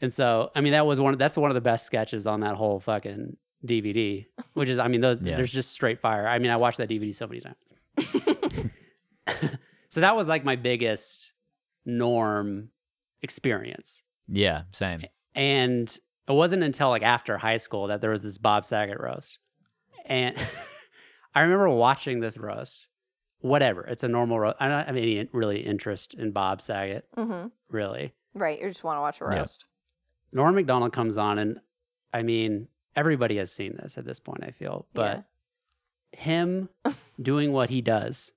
Speaker 1: And so, I mean, that was one of that's one of the best sketches on that whole fucking DVD, which is, I mean, those
Speaker 3: Yeah.
Speaker 1: there's just straight fire. I mean, I watched that DVD so many times. (laughs) so that was like my biggest norm experience.
Speaker 3: Yeah. Same.
Speaker 1: And it wasn't until like after high school that there was this Bob Saget roast. And (laughs) I remember watching this roast. Whatever, it's a normal roast. I don't have any in- really interest in Bob Saget,
Speaker 2: hmm
Speaker 1: really.
Speaker 2: Right. You just want to watch a
Speaker 3: Yeah.
Speaker 2: roast.
Speaker 1: Norm MacDonald comes on, and I mean, everybody has seen this at this point, I feel, but him doing what he does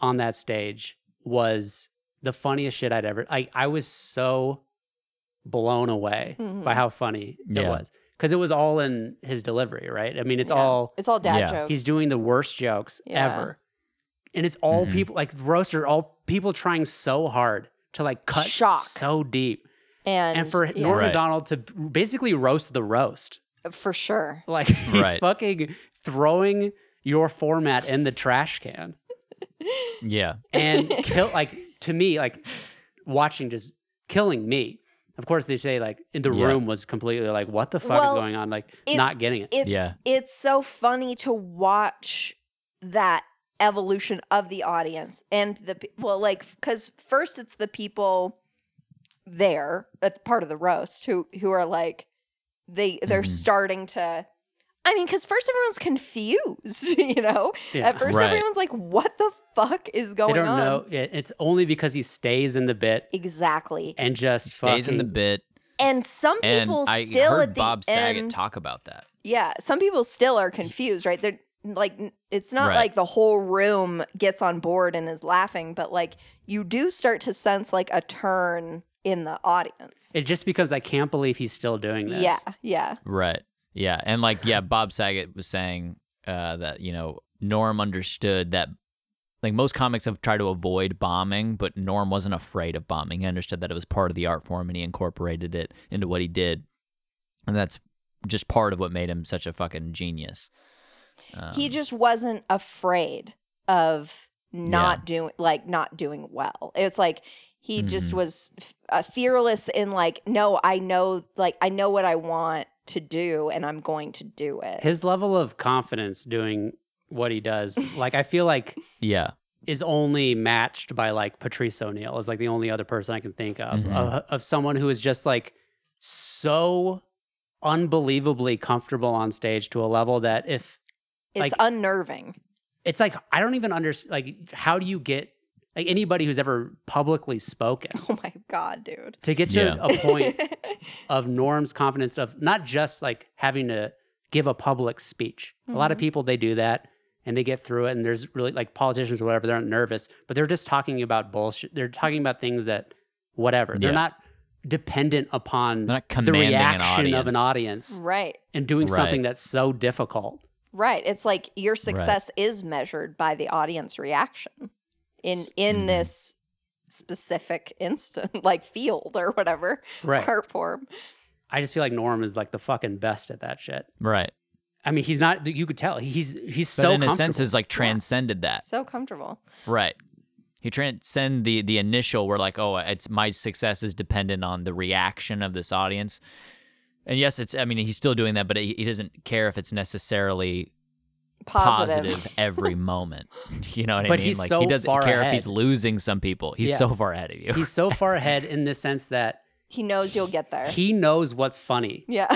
Speaker 1: on that stage was the funniest shit I'd ever. I, I was so blown away
Speaker 2: Mhm.
Speaker 1: by how funny it
Speaker 3: Yeah.
Speaker 1: was because it was all in his delivery, right? I mean, it's
Speaker 2: Yeah.
Speaker 1: all
Speaker 2: It's all dad
Speaker 3: Yeah.
Speaker 2: jokes.
Speaker 1: he's doing the worst jokes
Speaker 2: Yeah.
Speaker 1: ever, and it's all
Speaker 3: Mhm.
Speaker 1: people like roaster, all people trying so hard to like cut
Speaker 2: Shock.
Speaker 1: so deep,
Speaker 2: and,
Speaker 1: and, for
Speaker 2: yeah,
Speaker 1: Norm
Speaker 3: Right.
Speaker 1: Macdonald to basically roast the roast, (laughs)
Speaker 2: for sure.
Speaker 1: like he's
Speaker 3: Right.
Speaker 1: fucking throwing your format in the trash can
Speaker 3: Yeah.
Speaker 2: (laughs)
Speaker 1: and kill like to me like watching just killing me of course they say like in the
Speaker 3: Yeah.
Speaker 1: room was completely like what the fuck
Speaker 2: Well,
Speaker 1: is going on like
Speaker 2: it's-
Speaker 1: not getting it
Speaker 2: It's
Speaker 3: Yeah.
Speaker 2: it's so funny to watch that evolution of the audience and the pe- well like cuz first it's the people uh,
Speaker 1: Mm-hmm.
Speaker 2: there at the part of the roast who who are like they they're
Speaker 3: Mhm.
Speaker 2: starting to I mean, because first everyone's confused, (laughs) you know?
Speaker 1: Yeah.
Speaker 2: At first,
Speaker 3: Right.
Speaker 2: everyone's like, what the fuck is
Speaker 1: they
Speaker 2: going
Speaker 1: don't
Speaker 2: on?
Speaker 1: know. It, it's only because he stays in the bit
Speaker 2: Exactly.
Speaker 1: and just
Speaker 3: Stays in the
Speaker 1: fucking-
Speaker 3: bit,
Speaker 2: And some
Speaker 3: and
Speaker 2: people
Speaker 3: I
Speaker 2: still
Speaker 3: heard
Speaker 2: at the
Speaker 3: Bob
Speaker 2: end.
Speaker 3: Saget talk about that.
Speaker 2: Yeah, some people still are confused, right? They're like, n- it's not
Speaker 3: Right.
Speaker 2: like the whole room gets on board and is laughing, but like you do start to sense like a turn in the audience.
Speaker 1: It just becomes I can't believe he's still doing this.
Speaker 2: Yeah, yeah,
Speaker 3: Right. Yeah. And like, yeah, Bob Saget was saying uh, that, you know, Norm understood that, like, most comics have tried to avoid bombing, but Norm wasn't afraid of bombing. He understood that it was part of the art form and he incorporated it into what he did. And that's just part of what made him such a fucking genius. Um,
Speaker 2: he just wasn't afraid of not doing like not doing well it's like he just
Speaker 3: Mhm.
Speaker 2: was f- uh, fearless in like no i know like i know what i want to do and i'm going to do it
Speaker 1: His level of confidence doing what he
Speaker 2: (laughs)
Speaker 1: does, like I feel like
Speaker 3: yeah.
Speaker 1: is only matched by like Patrice O'Neill is like the only other person I can think of
Speaker 3: Mhm.
Speaker 1: of, of someone who is just like so unbelievably comfortable on stage to a level that if
Speaker 2: it's
Speaker 1: like-
Speaker 2: unnerving (laughs)
Speaker 1: it's like I don't even understand like how do you get like anybody who's ever publicly spoken
Speaker 2: oh my god dude
Speaker 1: to get to
Speaker 3: Yeah.
Speaker 1: a point of Norm's confidence of not just like having to give a public speech. A lot of
Speaker 2: Mhm.
Speaker 1: people they do that and they get through it and there's really like politicians or whatever, they're not nervous, but they're just talking about bullshit. They're talking about things that whatever. They're
Speaker 3: Yeah.
Speaker 1: not dependent upon
Speaker 3: They're not
Speaker 1: the
Speaker 3: commanding an
Speaker 1: reaction
Speaker 3: audience.
Speaker 1: of an audience
Speaker 2: (laughs) right
Speaker 1: and doing
Speaker 3: Right.
Speaker 1: something that's so difficult.
Speaker 2: right it's like your success is measured by the audience reaction in
Speaker 1: S- mm-hmm.
Speaker 2: in
Speaker 3: Mhm.
Speaker 2: this specific instant (laughs) like field or whatever
Speaker 1: Right.
Speaker 2: art form
Speaker 1: I just feel like Norm is like the fucking best at that shit.
Speaker 3: Right.
Speaker 1: I mean, he's not you could tell. He's he's
Speaker 3: But
Speaker 1: so
Speaker 3: in a sense,
Speaker 1: comfortable.
Speaker 3: is like transcended
Speaker 1: Uh,
Speaker 3: that.
Speaker 2: so comfortable
Speaker 3: Right. He transcend the the initial where like, oh, it's my success is dependent on the reaction of this audience. And yes, it's I mean, he's still doing that, but he, he doesn't care if it's necessarily
Speaker 2: positive,
Speaker 3: positive,
Speaker 2: (laughs)
Speaker 3: every moment. You know what
Speaker 1: But
Speaker 3: I mean?
Speaker 1: he's
Speaker 3: like
Speaker 1: so
Speaker 3: he doesn't
Speaker 1: far
Speaker 3: care
Speaker 1: ahead.
Speaker 3: if he's losing some people. He's
Speaker 1: Yeah.
Speaker 3: so far ahead of you.
Speaker 1: he's so far ahead in the sense that
Speaker 2: he knows you'll get there
Speaker 1: he knows what's funny.
Speaker 2: (laughs) yeah (laughs)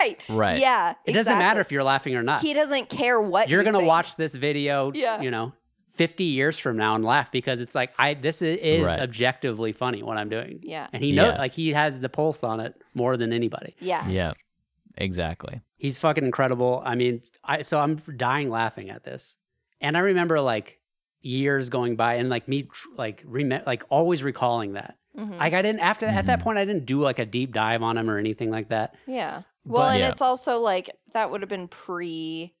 Speaker 2: right
Speaker 3: right.
Speaker 2: (laughs) yeah
Speaker 1: It doesn't matter
Speaker 2: exactly.
Speaker 1: if you're laughing or not.
Speaker 2: he doesn't care what
Speaker 1: You're
Speaker 2: you
Speaker 1: gonna
Speaker 2: think.
Speaker 1: watch this video,
Speaker 2: Yeah.
Speaker 1: you know, 50 years from now and laugh because it's like I this i- is
Speaker 3: Right.
Speaker 1: objectively funny what I'm doing,
Speaker 2: yeah
Speaker 1: and he knows
Speaker 3: Yeah.
Speaker 1: like he has the pulse on it more than anybody.
Speaker 2: yeah
Speaker 3: Yeah. Exactly.
Speaker 1: He's fucking incredible. I mean, I so I'm dying laughing at this, and I remember like years going by and like me tr- like rem- like always recalling that.
Speaker 2: Mhm.
Speaker 1: Like I didn't after at that
Speaker 3: Mhm.
Speaker 1: point I didn't do like a deep dive on him or anything like that.
Speaker 2: Yeah. Well, and
Speaker 3: Yeah.
Speaker 2: it's also like that would have been pre,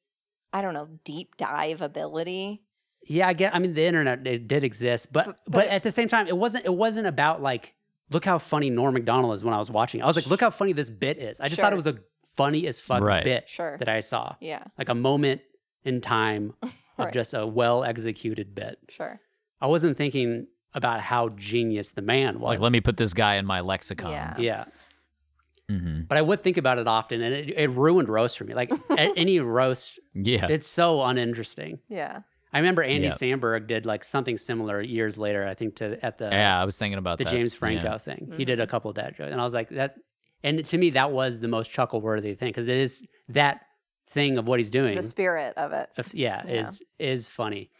Speaker 2: I don't know, deep dive ability.
Speaker 1: Yeah, I get. I mean, the internet it did exist, but
Speaker 2: But-
Speaker 1: but,
Speaker 2: but-
Speaker 1: at the same time, it wasn't. It wasn't about like, look how funny Norm Macdonald is. When I was watching, it. I was like, look how funny this bit is. I just thought
Speaker 2: Sure.
Speaker 1: it was a funny as fuck
Speaker 3: Right.
Speaker 1: bit
Speaker 2: Sure.
Speaker 1: that I saw,
Speaker 2: yeah.
Speaker 1: like a moment in
Speaker 2: (laughs)
Speaker 1: time
Speaker 2: Right.
Speaker 1: of just a well executed bit.
Speaker 2: sure.
Speaker 1: I wasn't thinking about how genius the man was.
Speaker 3: Like let me put this guy in my lexicon.
Speaker 2: Yeah.
Speaker 1: Yeah,
Speaker 3: hmm
Speaker 1: but I would think about it often, and it, it ruined roast for me. Like
Speaker 2: (laughs)
Speaker 1: at any roast,
Speaker 3: Yeah.
Speaker 1: it's so uninteresting.
Speaker 2: Yeah.
Speaker 1: I remember Andy
Speaker 3: Yeah.
Speaker 1: Samberg did like something similar years later. I think to at the
Speaker 3: yeah. I was thinking about
Speaker 1: uh, the
Speaker 3: that.
Speaker 1: James
Speaker 3: Yeah.
Speaker 1: Franco thing. He did a
Speaker 2: Mm-hmm.
Speaker 1: couple of dad jokes, and I was like that. And to me, that was the most chuckle worthy thing because it is that thing of what he's doing.
Speaker 2: The spirit of it.
Speaker 1: if- yeah,
Speaker 2: Yeah.
Speaker 1: is is funny.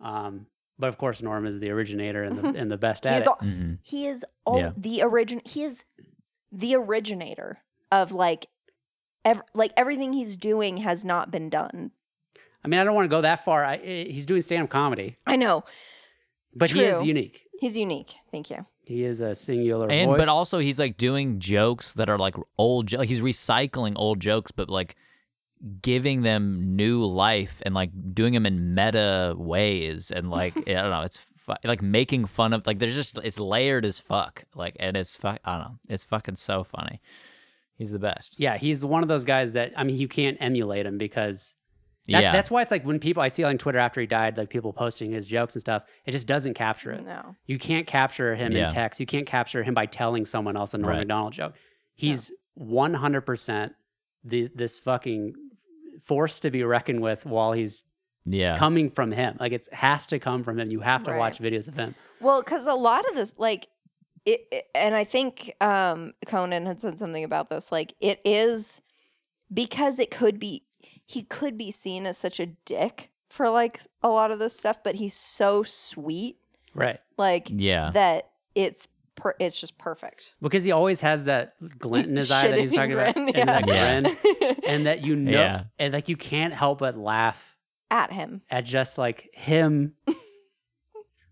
Speaker 1: Um, but of course, Norm is the originator and the and the best at
Speaker 2: Mm-hmm.
Speaker 1: it.
Speaker 2: He's all,
Speaker 3: Mhm.
Speaker 2: he is all
Speaker 3: Yeah.
Speaker 2: the origin. He is the originator of like, ev- like everything he's doing has not been done.
Speaker 1: I mean, I don't want to go that far. I, I- he's doing stand up comedy,
Speaker 2: I know
Speaker 1: but he is
Speaker 2: True.
Speaker 1: unique.
Speaker 2: he's unique. Thank you.
Speaker 1: He is a singular
Speaker 3: and
Speaker 1: voice.
Speaker 3: but also he's like doing jokes that are like old jo- like he's recycling old jokes but like giving them new life and like doing them in meta ways and
Speaker 1: (laughs)
Speaker 3: like i don't know it's fu- like making fun of like there's just it's layered as fuck like and it's fuck i don't know it's fucking so funny he's the best
Speaker 1: yeah, he's one of those guys that I mean, you can't emulate him because that,
Speaker 3: yeah
Speaker 1: that's why it's like when people I see on Twitter after he died, like people posting his jokes and stuff, it just doesn't capture it.
Speaker 2: No.
Speaker 1: You can't capture him
Speaker 3: Yeah.
Speaker 1: in text. You can't capture him by telling someone else a Norm
Speaker 3: Right.
Speaker 1: Macdonald joke. He's one hundred percent the this fucking force to be reckoned with while he's
Speaker 3: yeah
Speaker 1: coming from him. Like it's has to come from him. You have to
Speaker 2: Right.
Speaker 1: watch videos of him.
Speaker 2: Well, because a lot of this, like, it, it- and I think um, Conan had said something about this. Like, it is because it could be he could be seen as such a dick for like a lot of this stuff, but he's so sweet,
Speaker 1: Right.
Speaker 2: like
Speaker 3: Yeah.
Speaker 2: that it's per- it's just perfect.
Speaker 1: Because he always has that
Speaker 2: (laughs)
Speaker 1: glint in his eye that he's
Speaker 2: Shit-eating
Speaker 1: talking about.
Speaker 2: grin,
Speaker 1: And that
Speaker 3: yeah.
Speaker 1: grin.
Speaker 2: (laughs)
Speaker 1: And that you know
Speaker 3: Yeah.
Speaker 1: and like you can't help but laugh
Speaker 2: At him,
Speaker 1: at just like him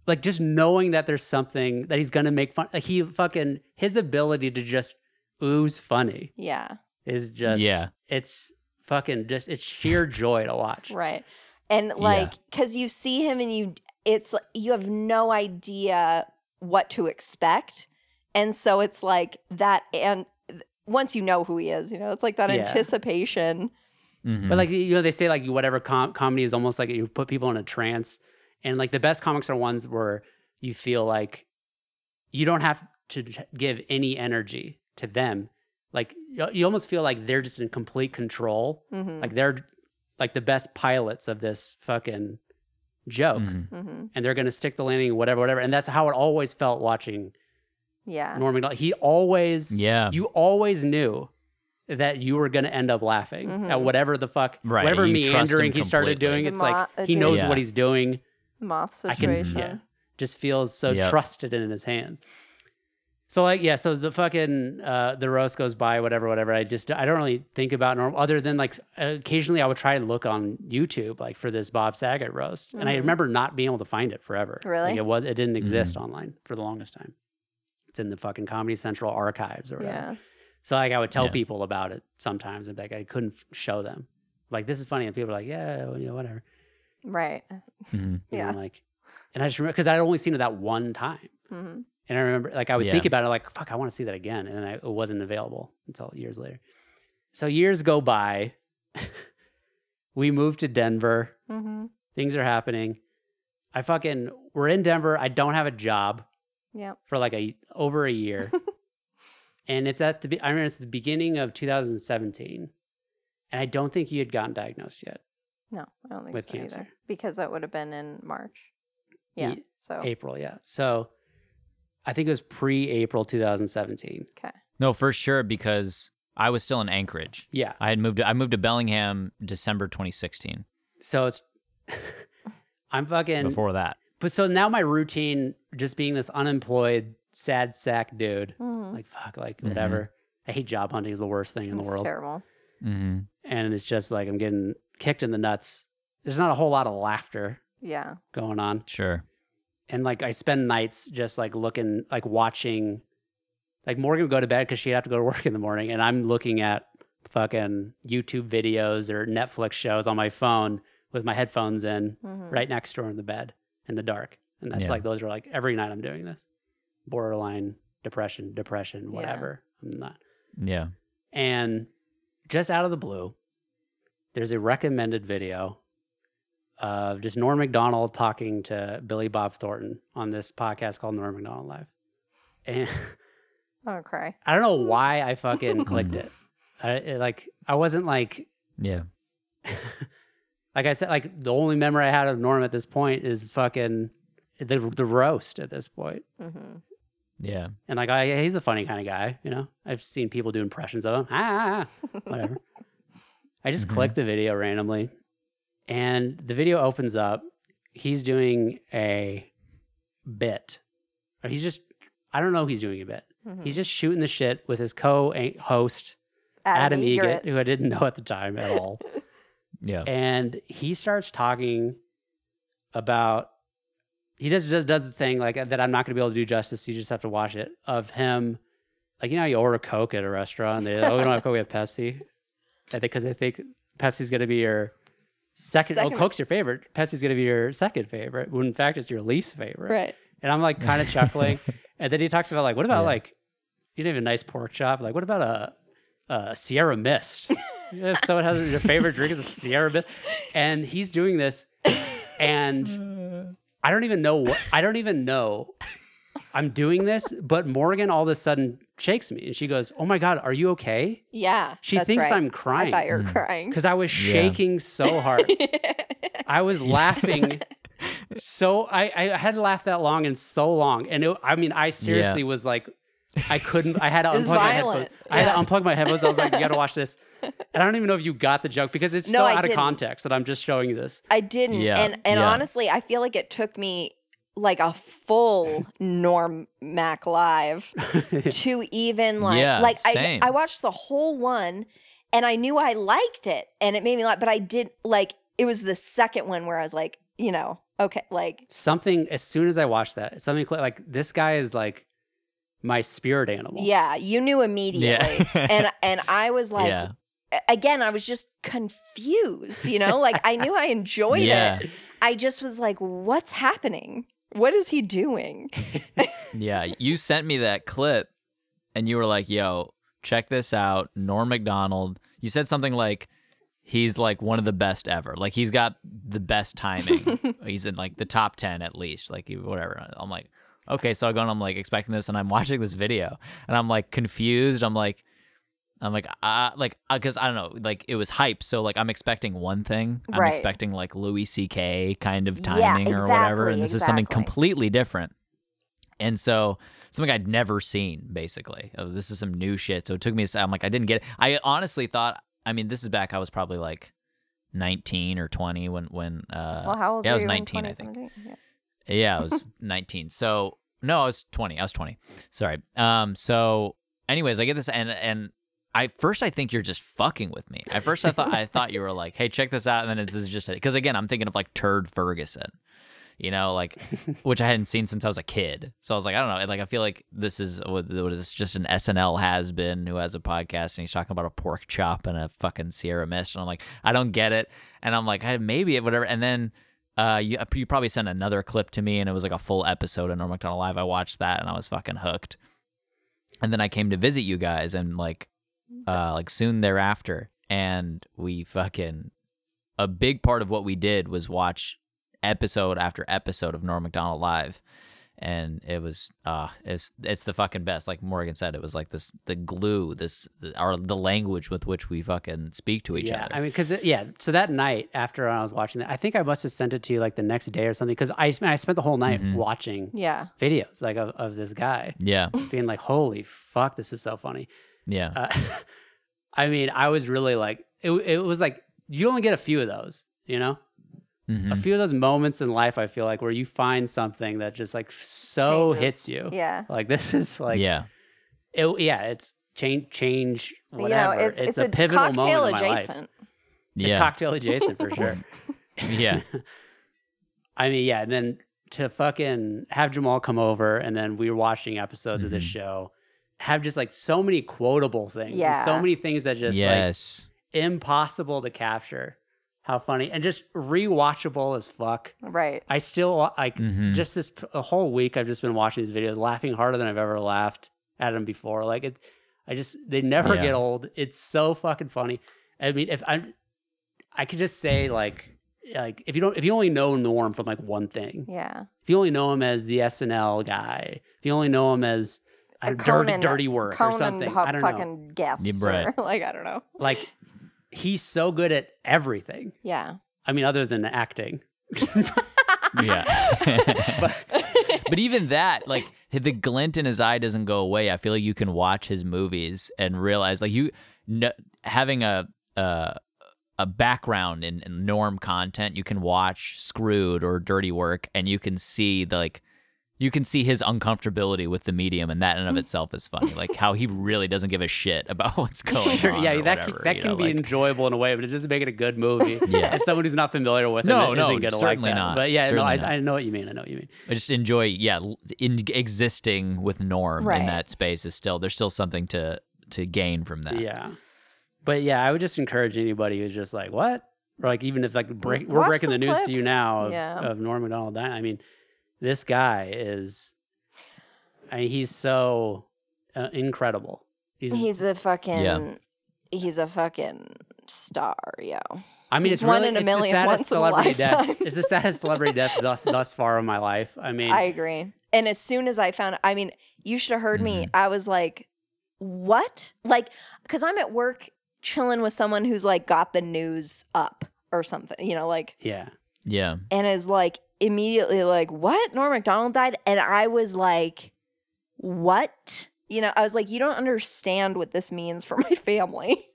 Speaker 1: like just knowing that there's something that he's gonna make fun like he fucking his ability to just ooze funny
Speaker 2: yeah,
Speaker 1: is just
Speaker 3: Yeah.
Speaker 1: it's fucking just it's sheer joy to watch.
Speaker 2: right. And like, because you see him and you, it's like you have no idea what to expect, and so it's like that. And once you know who he is, you know, it's like that
Speaker 1: Yeah.
Speaker 2: anticipation.
Speaker 1: But
Speaker 3: Mhm.
Speaker 1: like you know, they say like whatever com- comedy is almost like you put people in a trance, and like the best comics are ones where you feel like you don't have to j- give any energy to them. Like you you almost feel like they're just in complete control.
Speaker 2: hmm
Speaker 3: Mm-hmm.
Speaker 1: Like they're like the best pilots of this fucking joke,
Speaker 3: Mhm.
Speaker 2: hmm
Speaker 1: and they're gonna stick the landing, whatever, whatever. And that's how it always felt watching
Speaker 2: Yeah.
Speaker 1: Norm Macdonald. He always,
Speaker 3: Yeah.
Speaker 1: you always knew that you were going to end up laughing at
Speaker 2: Mhm.
Speaker 1: whatever the fuck,
Speaker 3: Mm-hmm. Right,
Speaker 1: whatever
Speaker 3: you trust him
Speaker 1: meandering he started
Speaker 3: completely.
Speaker 1: doing. It's
Speaker 2: The mo-
Speaker 1: like
Speaker 2: uh,
Speaker 1: he knows
Speaker 3: dude.
Speaker 1: what
Speaker 3: Yeah.
Speaker 1: he's doing.
Speaker 2: moth
Speaker 1: I can-
Speaker 2: situation.
Speaker 1: yeah. Just feels so
Speaker 3: Yep.
Speaker 1: trusted in his hands. So like yeah, so the fucking uh, the roast goes by, whatever, whatever. I just I don't really think about normal other than like occasionally I would try and look on YouTube like for this Bob Saget roast, and I
Speaker 2: Mhm.
Speaker 1: remember not being able to find it forever. Like,
Speaker 2: Really?
Speaker 1: it was it
Speaker 3: Mm-hmm.
Speaker 1: didn't exist online for the longest time. It's in the fucking Comedy Central archives or whatever.
Speaker 2: Yeah.
Speaker 1: So like I would tell
Speaker 3: Yeah.
Speaker 1: people about it sometimes, and like I couldn't f- show them. Like this is funny, and people are like, yeah, well, you know, whatever.
Speaker 2: Right.
Speaker 3: Mhm.
Speaker 1: You know,
Speaker 2: Yeah.
Speaker 1: like, and I just remember because I'd only seen it that one time,
Speaker 2: hmm
Speaker 1: and I remember like I would
Speaker 3: Yeah.
Speaker 1: think about it like, fuck, I want to see that again, and then I, it wasn't available until years later. So years go by. (laughs) we move to Denver.
Speaker 2: hmm
Speaker 1: Things are happening. I fucking we're in Denver. I don't have a job.
Speaker 2: Yep.
Speaker 1: for like a over a
Speaker 3: (laughs)
Speaker 1: year, and it's at the be- I remember it's the beginning of 2017, and I don't think he had gotten diagnosed yet.
Speaker 2: No, I don't think
Speaker 1: With
Speaker 2: so
Speaker 1: cancer.
Speaker 2: either. Because that would have been in March. Yeah.
Speaker 1: Ye-
Speaker 3: Oh.
Speaker 2: So
Speaker 1: April, yeah. So I think it was pre-April 2017.
Speaker 3: No, for sure because I was still in Anchorage.
Speaker 1: Yeah.
Speaker 3: I had moved. To, I moved to Bellingham December 2016.
Speaker 1: So it's (laughs) I'm fucking.
Speaker 3: Before that,
Speaker 1: But so now my routine, just being this unemployed sad sack dude,
Speaker 2: mhm.
Speaker 1: like fuck, like
Speaker 3: Mhm.
Speaker 1: whatever. I hate job hunting is the worst thing in the
Speaker 2: It's
Speaker 1: world.
Speaker 2: terrible.
Speaker 3: hmm
Speaker 1: And it's just like I'm getting kicked in the nuts. There's not a whole lot of laughter
Speaker 2: Yeah.
Speaker 1: going on.
Speaker 3: sure.
Speaker 1: and like I spend nights just like looking, like watching, like Morgan would go to bed because she'd have to go to work in the morning, and I'm looking at fucking YouTube videos or Netflix shows on my phone with my headphones in,
Speaker 2: Mhm.
Speaker 1: right next to her in the bed in the dark, and that's
Speaker 3: Yeah.
Speaker 1: like those are like every night I'm doing this, borderline depression, depression,
Speaker 2: Yeah.
Speaker 1: whatever. I'm not,
Speaker 3: Yeah.
Speaker 1: and just out of the blue, there's a recommended video of just Norm McDonald talking to Billy Bob Thornton on this podcast called Norm McDonald Live. And (laughs)
Speaker 2: I'll cry.
Speaker 1: I don't know why I fucking clicked it. I, it. Like I wasn't like
Speaker 3: Yeah.
Speaker 1: like I said like the only memory I had of Norm at this point is fucking the the roast at this point.
Speaker 2: hmm
Speaker 3: Yeah.
Speaker 1: And like I, he's a funny kind of guy, you know. I've seen people do impressions of him. Ah,
Speaker 2: (laughs)
Speaker 1: whatever. I just
Speaker 3: Mhm.
Speaker 1: clicked the video randomly, and the video opens up. He's doing a bit, or he's just—I don't know. He's doing a bit.
Speaker 2: mm-hmm. Hmm.
Speaker 1: He's just shooting the shit with his co-host Adam, Egett, who I didn't know at the time at all.
Speaker 3: Yeah.
Speaker 1: and he starts talking about he just does does the thing like that I'm not gonna be able to do justice. You just have to watch it of him, like you know how you order Coke at a restaurant. And they oh we don't have Coke, we have Pepsi, because they think Pepsi's gonna be your second.
Speaker 2: Second-
Speaker 1: Oh, Coke's your favorite. Pepsi's gonna be your second favorite. When in fact it's your least favorite.
Speaker 2: Right.
Speaker 1: And I'm like kind of
Speaker 3: (laughs)
Speaker 1: chuckling. And then he talks about like what about
Speaker 3: Yeah.
Speaker 1: like you didn't have a nice pork chop. Like what about a uh, Sierra
Speaker 3: (laughs)
Speaker 1: Mist. if someone has your favorite drink is a Sierra Mist, and he's doing this, and
Speaker 3: (laughs)
Speaker 1: I don't even know what I don't even know I'm doing this, but Morgan all of a sudden shakes me and she goes, "Oh my god, are you okay?"
Speaker 2: Yeah.
Speaker 1: She
Speaker 2: that's
Speaker 1: thinks
Speaker 2: right.
Speaker 1: I'm
Speaker 2: I thought
Speaker 1: crying
Speaker 2: you were
Speaker 3: Mhm.
Speaker 2: crying.
Speaker 1: because I was
Speaker 3: Yeah.
Speaker 1: shaking so hard. I
Speaker 2: (laughs)
Speaker 1: was laughing. So I, I hadn't laughed that long in so long, and it, I mean, I seriously was like I couldn't. I had to
Speaker 2: (laughs) It was
Speaker 1: unplug my headphones.
Speaker 2: violent.
Speaker 1: I had
Speaker 2: Yeah.
Speaker 1: to unplug my headphones. I was like, you got to watch
Speaker 2: (laughs)
Speaker 1: this. And I don't even know if you got the joke because it's
Speaker 2: No,
Speaker 1: so
Speaker 2: I
Speaker 1: out of
Speaker 2: didn't.
Speaker 1: context that I'm just showing you this.
Speaker 2: (laughs)
Speaker 1: (laughs)
Speaker 2: I didn't.
Speaker 3: Yeah,
Speaker 2: And and
Speaker 3: yeah.
Speaker 2: honestly, I feel like it took me like a full Norm Mac
Speaker 1: (laughs)
Speaker 2: live to even like
Speaker 3: Yeah,
Speaker 2: like
Speaker 3: same.
Speaker 2: I I watched the whole one and I knew I liked it and it made me laugh, but I did like it was the second one where I was like, you know, okay, like
Speaker 1: something as soon as I watched that, something cl- like this guy is like my spirit animal.
Speaker 2: yeah, you knew
Speaker 3: (laughs)
Speaker 2: immediately. and and I was like
Speaker 3: yeah.
Speaker 2: a- again, I was just confused, you know? Like I knew I enjoyed
Speaker 3: yeah.
Speaker 2: it. I just was like, what's happening? What is he doing?
Speaker 3: Yeah, you sent me that clip and you were like, yo, check this out. Norm MacDonald. You said something like, he's like one of the best ever. Like, he's got the best timing. he's in like the top 10 at least, like, whatever. I'm like, okay. So I go and I'm like expecting this and I'm (laughs) watching this video and I'm like confused. I'm like, I'm like, uh, like, because I don't know, like it was hype. So like, I'm expecting one thing. I'm
Speaker 2: Right.
Speaker 3: expecting like Louis C.K. kind of
Speaker 2: Yeah,
Speaker 3: timing or whatever,
Speaker 2: exactly,
Speaker 3: and this is something
Speaker 2: exactly.
Speaker 3: completely different. And so something I'd never seen, basically. Oh, this is some new shit. So it took me. a s- I'm like, I didn't get it. I honestly thought. I mean, this is back. I was probably like 19 or 20 when when. Uh,
Speaker 2: Well, how old
Speaker 3: yeah, I
Speaker 2: were
Speaker 3: was
Speaker 2: you
Speaker 3: 19,
Speaker 2: in
Speaker 3: I think.
Speaker 2: 2017? Yeah.
Speaker 3: Yeah, I was (laughs) 19. So no, I was 20. I was 20. Sorry. Um. So, anyways, I get this, and and I first I think you're just fucking with me. At first I thought I thought you were like, hey, check this out, and then it- this is just because again I'm thinking of like Turd Ferguson, you know, like which I hadn't seen since I was a kid. So I was like, I don't know, like I feel like this is what, what is this? Just an SNL has been who has a podcast and he's talking about a pork chop and a fucking Sierra Mist, and I'm like, I don't get it, and I'm like, I, maybe it whatever, and then. Uh, you, you probably sent another clip to me, and it was like a full episode of Norm Macdonald Live. I watched that, and I was fucking hooked. And then I came to visit you guys, and like, uh, like soon thereafter, and we fucking a big part of what we did was watch episode after episode of Norm Macdonald Live, and it was uh, it's it's the fucking best. Like Morgan said, it was like this the glue, this the, our the language with which we fucking speak to each
Speaker 1: yeah,
Speaker 3: other.
Speaker 1: I mean, because yeah. So that night after I was watching that, I think I must have sent it to you like the next day or something. Because I s- I spent the whole night
Speaker 2: Mm-hmm.
Speaker 3: Mhm.
Speaker 1: watching
Speaker 2: yeah.
Speaker 1: videos like of, of this guy
Speaker 3: yeah,
Speaker 1: being like, "Holy fuck, this is so funny." (laughs)
Speaker 3: yeah,
Speaker 1: Uh, I mean, I was really like, it. It was like you only get a few of those, you know.
Speaker 3: Mhm.
Speaker 1: a few of those moments in life i feel like where you find something that just like so
Speaker 2: Changes.
Speaker 1: hits you
Speaker 2: Yeah.
Speaker 1: like this is like yeah
Speaker 3: yeah.
Speaker 1: it, yeah it's change change whatever
Speaker 2: You know, it's, it's,
Speaker 1: a, pivotal
Speaker 2: cocktail
Speaker 1: moment in my life
Speaker 2: adjacent.
Speaker 1: it's
Speaker 3: yeah.
Speaker 1: cocktail adjacent for sure
Speaker 3: (laughs) yeah.
Speaker 1: i mean yeah and then to fucking have jamal come over and then we were watching episodes of this show have just like so many quotable things and so
Speaker 2: Yeah.
Speaker 1: many things that just like
Speaker 3: yes.
Speaker 1: impossible to capture how funny and just rewatchable as fuck
Speaker 2: Right.
Speaker 1: i still like
Speaker 3: Mhm.
Speaker 1: just this p- a whole week i've just been watching these videos laughing harder than i've ever laughed at them before like it i just they never
Speaker 3: Yeah.
Speaker 1: get old it's so fucking funny i mean if i i could just say like like if you don't if you only know norm from like one thing
Speaker 2: Yeah.
Speaker 1: if you only know him as the snl guy if you only know him as I
Speaker 2: A
Speaker 1: don't know, dirty
Speaker 2: Conan-
Speaker 1: dirty work
Speaker 2: Conan
Speaker 1: or something
Speaker 2: Hub
Speaker 1: i don't know
Speaker 2: fucking guest.
Speaker 3: Yeah, right.
Speaker 2: or, (laughs) like I don't know.
Speaker 1: like he's so good at everything
Speaker 2: Yeah.
Speaker 1: i mean other than acting (laughs)
Speaker 3: (laughs) yeah. but,
Speaker 1: but
Speaker 3: even that, like the glint in his eye doesn't go away. I feel like you can watch his movies and realize, like you, no, having a uh, a background in, in norm content, you can watch Screwed or Dirty Work, and you can see the like. You can see his uncomfortability with the medium, and that in and of
Speaker 1: Mm.
Speaker 3: itself is funny. Like how he really doesn't give a shit about (laughs) what's
Speaker 1: (laughs)
Speaker 3: going
Speaker 1: Sure,
Speaker 3: on.
Speaker 1: yeah,
Speaker 3: or
Speaker 1: that
Speaker 3: whatever,
Speaker 1: can, that
Speaker 3: you
Speaker 1: can
Speaker 3: know,
Speaker 1: be
Speaker 3: like-
Speaker 1: enjoyable in a way, but it doesn't make it a good movie.
Speaker 3: (laughs) Yeah.
Speaker 1: and someone who's not familiar with it
Speaker 3: No,
Speaker 1: isn't
Speaker 3: no,
Speaker 1: gonna
Speaker 3: certainly
Speaker 1: like that.
Speaker 3: not.
Speaker 1: But yeah,
Speaker 3: Certainly
Speaker 1: no,
Speaker 3: not.
Speaker 1: I, I know what you mean. I know what you mean.
Speaker 3: I just enjoy, yeah, l- in existing with Norm in
Speaker 2: Right.
Speaker 3: that space is still there's still something to to gain from that.
Speaker 1: Yeah, but yeah, I would just encourage anybody who's just like, what, or like even if like break, we're
Speaker 2: Mm, Watch
Speaker 1: breaking the
Speaker 2: some
Speaker 1: news to you
Speaker 2: clips.
Speaker 1: now of,
Speaker 2: Yeah.
Speaker 1: of Norm Macdonald dying. I mean, this guy is, I mean, he's so uh, incredible. (laughs) He's,
Speaker 2: He's a fucking he's a fucking star, yo.
Speaker 1: I mean,
Speaker 2: he's
Speaker 1: it's
Speaker 2: one
Speaker 1: really,
Speaker 2: in a
Speaker 1: it's the
Speaker 2: million
Speaker 1: saddest
Speaker 2: once in a
Speaker 1: celebrity death.
Speaker 2: lifetime.
Speaker 1: It's the saddest celebrity
Speaker 2: (laughs)
Speaker 1: death thus thus far in my life. I mean,
Speaker 2: I agree. And as soon as I found, I mean, you should have heard me.
Speaker 3: Mm-hmm.
Speaker 2: I was like, what? Like, because I'm at work chilling with someone who's like got the news up or something, you know, like,
Speaker 1: yeah.
Speaker 3: (laughs)
Speaker 1: (laughs)
Speaker 3: Yeah.
Speaker 2: and is like immediately like, what? Norm MacDonald died? And I was like, what? you know, I was like, you don't understand what this means for (laughs) my family.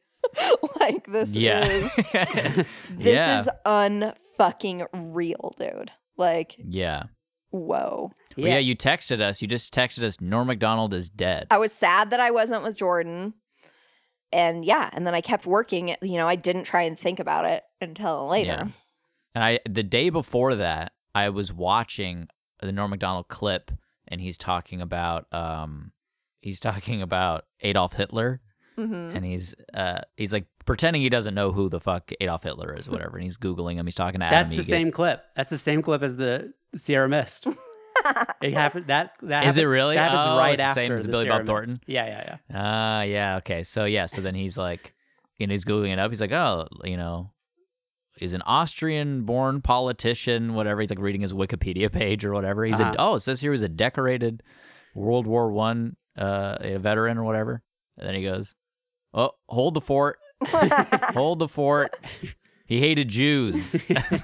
Speaker 2: like this
Speaker 3: yeah. (laughs)
Speaker 2: is this
Speaker 3: yeah.
Speaker 2: is unfucking real, dude. Like,
Speaker 3: yeah.
Speaker 2: whoa.
Speaker 3: Well, yeah, you texted us. You just texted us Norm MacDonald is dead.
Speaker 2: I was sad that I wasn't with Jordan. And yeah, and then I kept working. You know, I didn't try and think about it until later.
Speaker 3: And I the day before that, I was watching the Norm Macdonald clip, and he's talking about um, he's talking about Adolf Hitler,
Speaker 2: hmm
Speaker 3: and he's uh, he's like pretending he doesn't know who the fuck Adolf Hitler is, or whatever. And he's googling him. He's talking to
Speaker 1: That's
Speaker 3: Adam
Speaker 1: the
Speaker 3: Egge.
Speaker 1: same clip. That's the same clip as the Sierra
Speaker 3: (laughs)
Speaker 1: Mist. It happened. That that
Speaker 3: Is
Speaker 1: happen-
Speaker 3: it really?
Speaker 1: That happens
Speaker 3: Oh,
Speaker 1: right
Speaker 3: it's the
Speaker 1: after
Speaker 3: same as
Speaker 1: the
Speaker 3: Billy
Speaker 1: Sierra
Speaker 3: Bob
Speaker 1: Mist.
Speaker 3: Thornton?
Speaker 1: Yeah, yeah, yeah.
Speaker 3: Ah, yeah. Okay. So yeah. So then he's like, and he's googling it up. He's like, oh, you know, he's an Austrian-born politician, whatever. He's like reading his Wikipedia (laughs) page or whatever. He's
Speaker 1: Uh-huh.
Speaker 3: a oh, it says here he's a decorated World War One uh, a veteran or whatever. And then he goes, oh, hold the fort,
Speaker 2: Mm-hmm.
Speaker 3: (laughs) hold the fort. He
Speaker 1: (laughs)
Speaker 3: hated Jews. (laughs)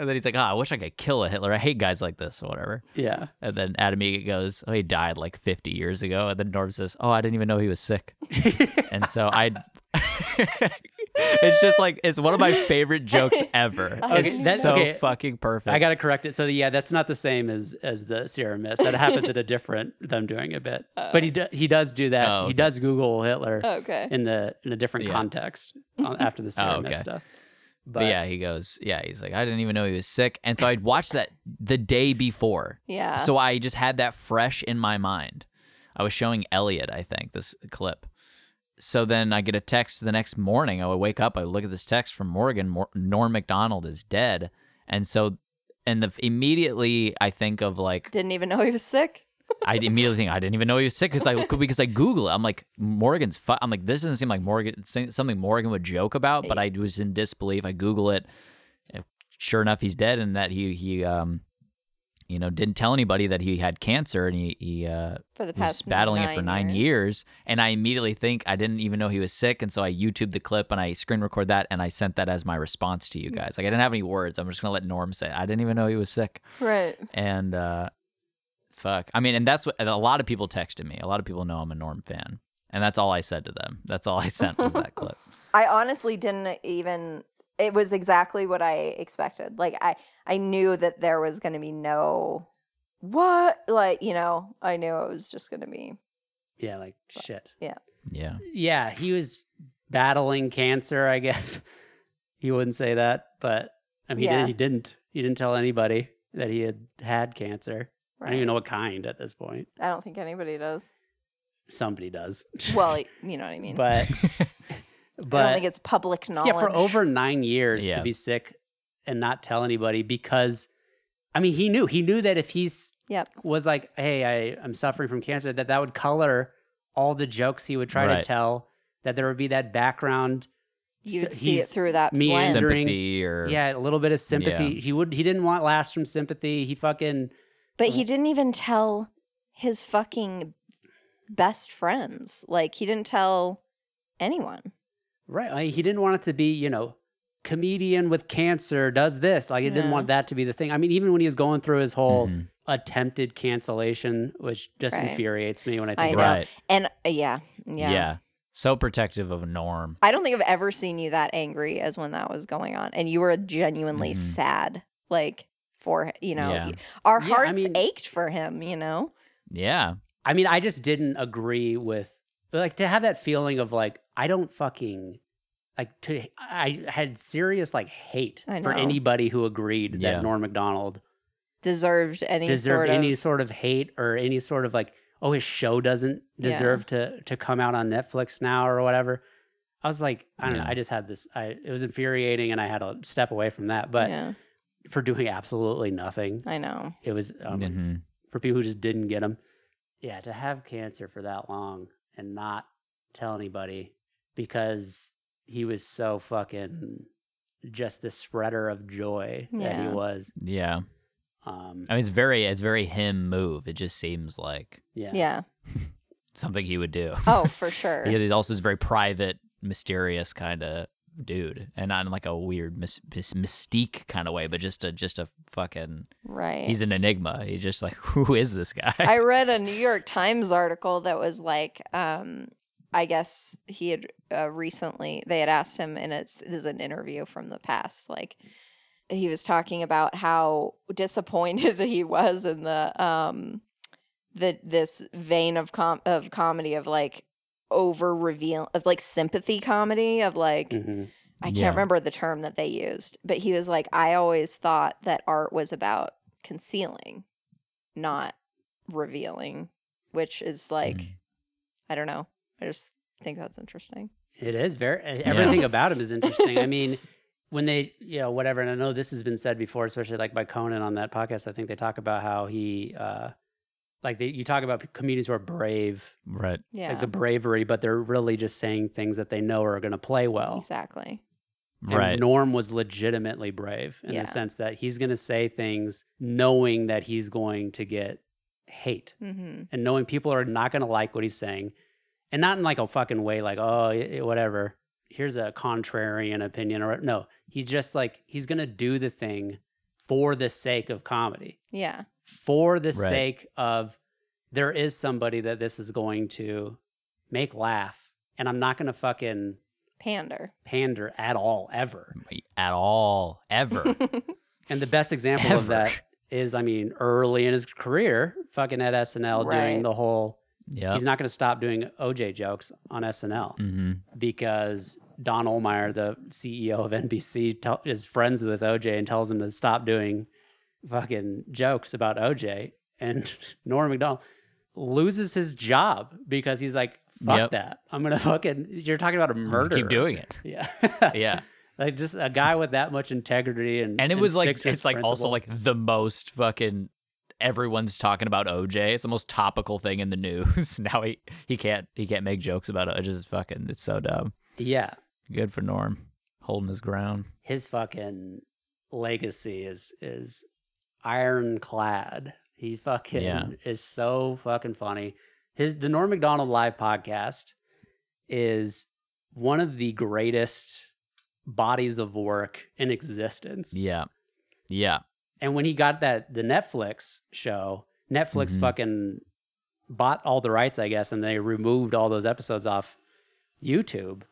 Speaker 3: And then he's like, oh, I wish I could kill a Hitler. I hate guys like this or whatever.
Speaker 1: Yeah.
Speaker 3: And then Adam Egge goes, "Oh, he died like 50 years ago." And then Norm says, "Oh, I didn't even know he
Speaker 1: (laughs)
Speaker 3: was sick." and so I, (laughs) it's just like it's one of my favorite jokes
Speaker 1: (laughs)
Speaker 3: ever.
Speaker 2: Okay,
Speaker 3: it's
Speaker 2: that-
Speaker 3: so
Speaker 1: okay.
Speaker 3: fucking perfect.
Speaker 1: I got to correct it. So yeah, that's not the same as as the Sierra Mist. That happens at a different them doing a
Speaker 3: (laughs)
Speaker 1: bit. but he do, he does do that.
Speaker 3: Oh,
Speaker 1: He
Speaker 3: okay. Oh,
Speaker 1: does Google Hitler
Speaker 2: (laughs) Okay.
Speaker 1: in the in a different
Speaker 3: Yeah.
Speaker 1: context
Speaker 3: (laughs)
Speaker 1: uh, after the Sierra
Speaker 3: Oh,
Speaker 1: Mist
Speaker 3: okay.
Speaker 1: stuff.
Speaker 3: but, yeah, he goes, "Yeah," he's like, "I didn't even know he was sick." And so I'd watched that the day before,
Speaker 2: Yeah.
Speaker 3: so I just had that fresh in my mind. I was showing Elliot, I think, this clip. So then I get a text the next morning. I would wake up, I look at this text from Morgan. Mor- Norm McDonald is dead, and so, and the immediately I think of like
Speaker 2: didn't even know he was sick.
Speaker 3: I immediately think I didn't even know he was sick because I because I Google it. I'm like Morgan's. Fu-. I'm like this doesn't seem like Morgan it's something Morgan would joke about, but I was in disbelief. I Google it. And Sure enough, he's dead, and that he he um you know didn't tell anybody that he had cancer, and he he uh,
Speaker 2: For the
Speaker 3: was
Speaker 2: past
Speaker 3: battling it for nine years. And I immediately think I didn't even know he was sick, and so I YouTube the clip and I screen record that, and I sent that as my response to you guys. Like I didn't have any words. I'm just gonna let Norm say it. I didn't even know he was sick
Speaker 2: Right.
Speaker 3: and uh fuck i mean and that's what and a lot of people texted me a lot of people know i'm a norm fan and that's all i said to them that's all i (laughs) sent was that clip
Speaker 2: I honestly didn't even it was exactly what I expected. Like I I knew that there was going to be no what like, you know, I knew it was just going to be
Speaker 1: yeah, like shit.
Speaker 3: yeah
Speaker 1: Yeah, he was battling cancer. I guess (laughs) he wouldn't say that, but I mean,
Speaker 2: Yeah.
Speaker 1: he, did, not He didn't tell anybody that he had had cancer. I
Speaker 2: right.
Speaker 1: don't even know what kind at this point.
Speaker 2: I don't think anybody
Speaker 3: (laughs)
Speaker 2: does.
Speaker 1: Somebody does. (laughs)
Speaker 2: Well, y- you know what I mean.
Speaker 3: (laughs)
Speaker 1: but
Speaker 2: I don't
Speaker 1: but
Speaker 2: think it's public knowledge.
Speaker 1: yeah, for over nine years
Speaker 3: Yeah.
Speaker 1: to be sick and not tell anybody because, I mean, he knew he knew that if he's
Speaker 2: Yep.
Speaker 1: was like, hey, I I'm suffering from cancer, that that would color all the jokes he would try to
Speaker 3: Right.
Speaker 1: tell. That there would be that background,
Speaker 2: you
Speaker 1: so
Speaker 2: see it
Speaker 1: he's
Speaker 2: through that
Speaker 1: me and-
Speaker 2: lens.
Speaker 1: Wondering-
Speaker 3: sympathy or
Speaker 1: yeah, a little bit of sympathy. He would he didn't want laughs from sympathy. He fucking
Speaker 2: But he didn't even tell his fucking best friends. Like he didn't tell anyone.
Speaker 1: right. like, he didn't want it to be you know comedian with cancer does this. Like he didn't
Speaker 2: Yeah.
Speaker 1: want that to be the thing. I mean, even when he was going through his whole.
Speaker 3: Mhm.
Speaker 1: attempted cancellation, which just
Speaker 2: Right.
Speaker 1: infuriates me when I
Speaker 2: I
Speaker 1: think
Speaker 2: know.
Speaker 1: about
Speaker 3: right
Speaker 2: And uh, yeah,
Speaker 3: yeah.
Speaker 2: yeah.
Speaker 3: so protective of norm
Speaker 2: I don't think I've ever seen you that angry as when that was going on, and you were genuinely
Speaker 3: Mhm.
Speaker 2: sad, like for you know,
Speaker 3: Yeah.
Speaker 2: our
Speaker 1: Yeah, I
Speaker 2: hearts
Speaker 1: mean-
Speaker 2: ached for him, you know.
Speaker 3: yeah
Speaker 1: I mean, I just didn't agree with like to have that feeling of like I don't fucking like to I had serious like hate
Speaker 2: I
Speaker 1: for
Speaker 2: know.
Speaker 1: anybody who agreed
Speaker 3: Yeah.
Speaker 1: that Norm Macdonald
Speaker 2: Deserved any
Speaker 1: deserved
Speaker 2: sort of
Speaker 1: any sort of hate or any sort of like oh his show doesn't
Speaker 2: Yeah.
Speaker 1: deserve to to come out on Netflix now or whatever. I was like, I don't know.
Speaker 3: Yeah.
Speaker 1: I just had this. I it was infuriating, and I had to step away from that. But
Speaker 2: yeah,
Speaker 1: for doing absolutely nothing,
Speaker 2: I know.
Speaker 1: it was um,
Speaker 3: hmm
Speaker 1: for people who just didn't get them. Yeah, to have cancer for that long and not tell anybody because he was so fucking just the spreader of joy that he
Speaker 2: Yeah.
Speaker 1: was.
Speaker 3: yeah
Speaker 1: Um,
Speaker 3: i mean it's very it's very him move it just seems like
Speaker 1: yeah.
Speaker 2: Yeah.
Speaker 1: (laughs)
Speaker 3: something he would do
Speaker 2: Oh, for sure.
Speaker 3: yeah he's also is very private mysterious kind of dude, and not in like a weird mys- mys- mystique kind of way, but just a just a fucking
Speaker 2: Right.
Speaker 3: he's an enigma. He's just like, (laughs) who is this guy? (laughs)
Speaker 2: I read a New York Times article that was like, um, I guess he had uh, recently they had asked him, and it's this is an interview from the past. Like he was talking about how disappointed (laughs) he was in the um, the this vein of com- of comedy of like over reveal of like sympathy comedy of like
Speaker 1: Mhm.
Speaker 2: I can't
Speaker 3: Yeah.
Speaker 2: remember the term that they used, but he was like, I always thought that art was about concealing, not revealing, which is like,
Speaker 3: Mhm.
Speaker 2: I don't know. I just think that's interesting.
Speaker 1: It is very e, everything about
Speaker 2: (laughs)
Speaker 1: him is interesting. I mean, when they you know whatever, and I know this has been said before, especially like by Conan on that podcast. I think they talk about how he uh like they, you talk about comedians who are brave,
Speaker 3: right.
Speaker 2: Yeah.
Speaker 1: like the bravery, but they're really just saying things that they know are going to play well.
Speaker 2: exactly.
Speaker 1: And
Speaker 3: Right.
Speaker 1: Norm was legitimately brave in
Speaker 2: Yeah.
Speaker 1: the sense that he's going to say things knowing that he's going to get hate
Speaker 2: hmm
Speaker 1: and knowing people are not going to like what he's saying and not in like a fucking way like oh y- y- whatever here's a contrarian opinion or no he's just like he's going to do the thing for the sake of comedy
Speaker 2: Yeah.
Speaker 1: for the
Speaker 3: Right.
Speaker 1: sake of there is somebody that this is going to make laugh and i'm not going to fucking
Speaker 2: Pander.
Speaker 1: pander at all ever
Speaker 3: At all, ever,
Speaker 1: And the best example
Speaker 3: ever.
Speaker 1: of that is, I mean, early in his career, fucking at SNL
Speaker 2: Right.
Speaker 1: doing the whole,
Speaker 3: Yeah.
Speaker 1: he's not going to stop doing OJ jokes on SNL
Speaker 3: hmm
Speaker 1: because Don Olmeyer, the CEO of NBC, tel- is friends with OJ and tells him to stop doing fucking jokes about OJ. And (laughs) Norm MacDonald loses his job because he's like, fuck
Speaker 3: Yep.
Speaker 1: that. I'm going to fucking, (laughs) you're talking about a murder.
Speaker 3: Mm-hmm. Keep doing it.
Speaker 1: Yeah. (laughs)
Speaker 3: Yeah.
Speaker 1: Like just a guy with that much integrity and
Speaker 3: and it was like
Speaker 1: sticks to his
Speaker 3: it's like also
Speaker 1: principles.
Speaker 3: like the most fucking everyone's talking about OJ. It's the most topical thing in the news. (laughs) now he he can't he can't make jokes about it. It's just fucking it's so dumb.
Speaker 1: yeah
Speaker 3: Good for Norm holding his ground.
Speaker 1: his fucking legacy is is ironclad. He fucking
Speaker 3: Yeah.
Speaker 1: is so fucking funny. His the Norm Macdonald live podcast is one of the greatest bodies of work in existence.
Speaker 3: Yeah. Yeah.
Speaker 1: And when he got that the Netflix show, Netflix
Speaker 3: Mhm.
Speaker 1: fucking bought all the rights, I guess, and they removed all those episodes off YouTube.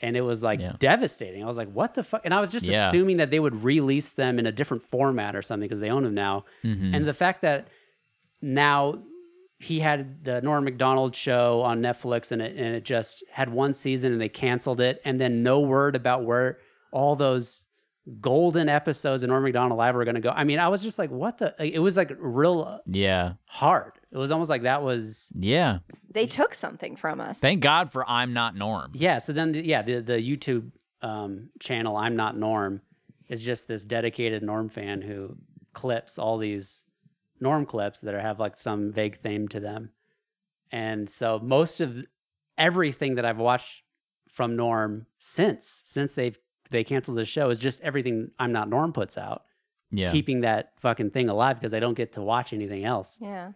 Speaker 1: And it was like
Speaker 3: Yeah.
Speaker 1: devastating. I was like, what the fuck? And I was just
Speaker 3: Yeah.
Speaker 1: assuming that they would release them in a different format or something because they own them now.
Speaker 3: Mhm.
Speaker 1: And the fact that now he had the Norm MacDonald show on Netflix and it, and it just had one season and they canceled it. And then no word about where all those golden episodes of Norm MacDonald Live were going to go. I mean, I was just like, what the? like, It was like real
Speaker 3: yeah.
Speaker 1: hard. It was almost like that was.
Speaker 3: Yeah.
Speaker 2: (laughs) They took something from us.
Speaker 3: Thank God for I'm not Norm.
Speaker 1: Yeah. So then, the, yeah, the, the YouTube um, channel, I'm Not Norm, is just this dedicated Norm fan who clips all these Norm clips that are, have like some vague theme to them. And so most of everything that I've watched from Norm since, since they've, they canceled the show is just everything I'm Not Norm puts out,
Speaker 3: Yeah.
Speaker 1: keeping that fucking thing alive because I don't get to watch anything else.
Speaker 2: yeah.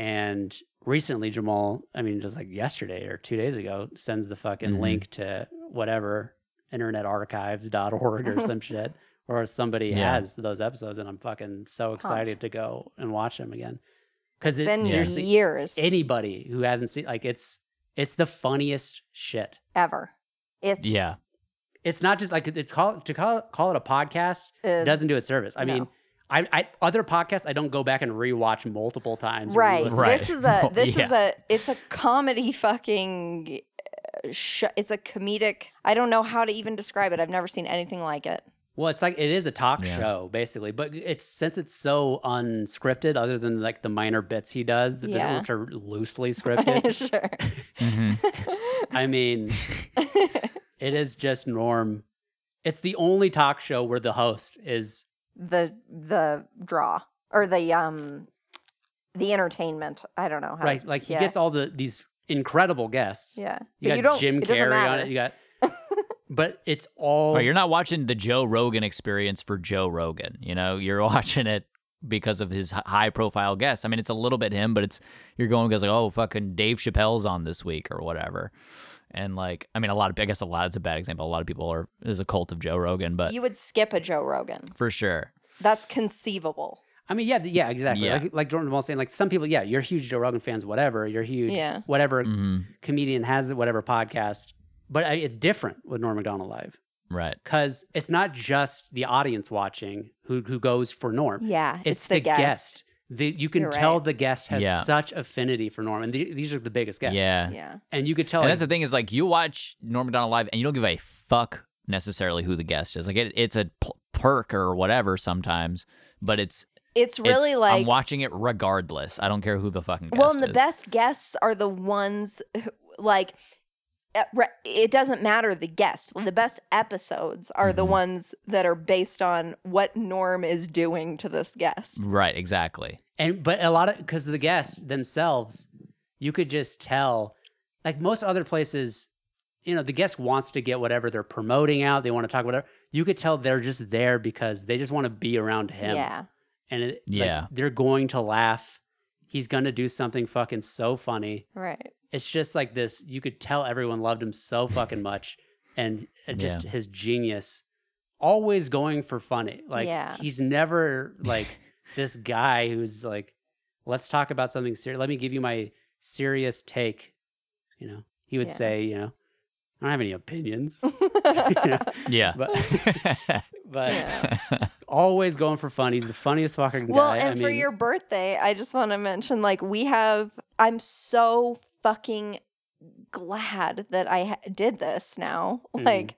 Speaker 1: And recently, Jamal, I mean, just like yesterday or two days ago, sends the fucking
Speaker 3: Mhm.
Speaker 1: link to whatever internetarchives.org or some shit, or somebody
Speaker 3: Yeah.
Speaker 1: has those episodes. And I'm fucking so excited to go and watch them again. Cause it's
Speaker 2: Been
Speaker 1: seriously
Speaker 2: years
Speaker 1: anybody who hasn't seen, like, it's, it's the funniest shit.
Speaker 2: ever. It's
Speaker 3: yeah.
Speaker 1: It's not just like it's call to call call it a podcast
Speaker 2: is-
Speaker 1: doesn't do a service. I
Speaker 2: no.
Speaker 1: mean, I, I other podcasts I don't go back and rewatch multiple times. or
Speaker 2: right.
Speaker 1: re-listen.
Speaker 3: Right.
Speaker 1: (laughs)
Speaker 2: This is a
Speaker 3: No,
Speaker 2: this
Speaker 3: yeah.
Speaker 2: is a it's a comedy fucking uh, sh- it's a comedic I don't know how to even describe it. I've never seen anything like it.
Speaker 1: Well, it's like it is a talk
Speaker 3: Yeah.
Speaker 1: show basically, but it's since it's so unscripted, other than like the minor bits he does, the bit-
Speaker 2: Yeah.
Speaker 1: which are
Speaker 2: (laughs)
Speaker 1: loosely scripted.
Speaker 2: sure.
Speaker 3: Mhm.
Speaker 1: I mean, it is just Norm. It's the only talk show where the host is
Speaker 2: the the draw or the um the entertainment. I don't know how. to
Speaker 1: right.
Speaker 2: s-
Speaker 1: Like he
Speaker 2: yeah.
Speaker 1: gets all the these incredible guests.
Speaker 2: yeah.
Speaker 1: you
Speaker 2: But
Speaker 1: got
Speaker 2: don't-
Speaker 1: Jim
Speaker 2: it doesn't
Speaker 1: Carrey on
Speaker 2: matter.
Speaker 1: it. You
Speaker 2: (laughs)
Speaker 1: got, but it's all
Speaker 3: Right, Oh, you're not watching the Joe Rogan experience for Joe Rogan. You know, you're (laughs) watching it because of his high profile guests. I mean, it's a little bit him, but it's you're going because like, oh, fucking Dave Chappelle's on this week or whatever, And like, I mean, a lot of I guess a lot. It's a bad example. A lot of people are is a cult of Joe Rogan, but
Speaker 2: you would skip a Joe Rogan.
Speaker 3: for sure,
Speaker 2: That's conceivable.
Speaker 1: I mean, yeah, th- yeah, exactly.
Speaker 3: Yeah.
Speaker 1: Like, like Jordan was saying, like some people, yeah, you're huge Joe Rogan fans, whatever. You're huge,
Speaker 2: Yeah.
Speaker 1: whatever
Speaker 3: hmm
Speaker 1: comedian has whatever podcast. But I, it's different with Norm Macdonald Live
Speaker 3: right?
Speaker 1: because it's not just the audience watching who who goes for Norm.
Speaker 2: Yeah,
Speaker 1: It's, the, guest. The, you can
Speaker 2: You're
Speaker 1: tell
Speaker 2: right.
Speaker 1: the guest has
Speaker 3: Yeah.
Speaker 1: such affinity for Norm, and the, these are the biggest guests.
Speaker 3: Yeah.
Speaker 2: Yeah.
Speaker 1: and you could tell.
Speaker 3: And
Speaker 1: like,
Speaker 3: that's the thing is like you watch Norm Macdonald live and you don't give a fuck necessarily who the guest is. Like it, it's a p- perk or whatever sometimes, but it's
Speaker 2: It's really
Speaker 3: it's-
Speaker 2: like
Speaker 3: I'm watching it regardless. I don't care who the fucking guest
Speaker 2: well, and the
Speaker 3: is.
Speaker 2: best guests are the ones who, like uh, re- it doesn't matter the guest. The best episodes are the
Speaker 3: Mhm.
Speaker 2: ones that are based on what Norm is doing to this guest.
Speaker 3: Right, exactly.
Speaker 1: And but a lot of because the guests themselves, you could just tell. Like most other places, you know, the guest wants to get whatever they're promoting out. They want to talk whatever. You could tell they're just there because they just want to be around him.
Speaker 2: Yeah.
Speaker 1: And it, like,
Speaker 3: Yeah.
Speaker 1: they're going to laugh. He's going to do something fucking so funny.
Speaker 2: Right.
Speaker 1: It's just like this. You could tell everyone loved him so fucking much, and and just his genius, always going for funny. Like
Speaker 2: Yeah.
Speaker 1: he's never like this guy who's like, let's talk about something serious. Let me give you my serious take. You know, he would
Speaker 2: Yeah.
Speaker 1: say, you know, I don't have any
Speaker 2: (laughs)
Speaker 1: opinions,
Speaker 3: (laughs) Yeah. (laughs)
Speaker 1: but but
Speaker 2: Yeah.
Speaker 1: always going for fun. He's the funniest fucking guy.
Speaker 2: Well,
Speaker 1: I
Speaker 2: and for
Speaker 1: mean,
Speaker 2: your birthday, I just want to mention like we have I'm so fucking glad that I ha- did this now. (laughs)
Speaker 1: Mm.
Speaker 2: Like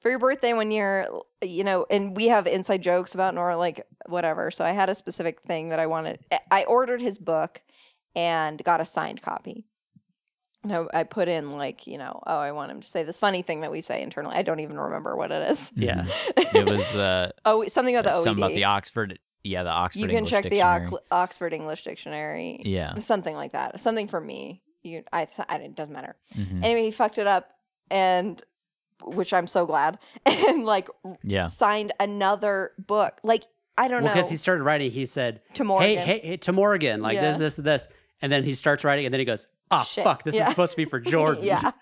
Speaker 2: for your birthday when you're you know, and we have inside jokes about Nora like whatever. So I had a specific thing that I wanted eh, I ordered his book and got a signed copy. And I, I put in like, you know, oh, I want him to say this funny thing that we say internally. I don't even remember what it is.
Speaker 1: yeah,
Speaker 3: it was uh,
Speaker 2: (laughs) oh, something about the OED.
Speaker 3: something about the Oxford. Yeah, the Oxford.
Speaker 2: you can
Speaker 3: English
Speaker 2: check
Speaker 3: Dictionary.
Speaker 2: the Oc- Oxford English Dictionary.
Speaker 3: Yeah.
Speaker 2: something like that. Something for me. You, I, I it doesn't matter.
Speaker 1: Hmm.
Speaker 3: Mhm.
Speaker 2: Anyway, he fucked it up, and which I'm so glad, (laughs) and like
Speaker 3: Yeah.
Speaker 2: signed another book. Like I don't
Speaker 1: well,
Speaker 2: know
Speaker 1: because he started writing, he said.
Speaker 2: to Morgan.
Speaker 1: hey,
Speaker 2: (laughs)
Speaker 1: hey, hey, to Morgan, like
Speaker 2: Yeah.
Speaker 1: this, this, and this. And then he starts writing, and then he goes, oh,
Speaker 2: Shit.
Speaker 1: fuck, this
Speaker 2: Yeah.
Speaker 1: is supposed to
Speaker 2: (laughs)
Speaker 1: be for Jordan.
Speaker 2: yeah,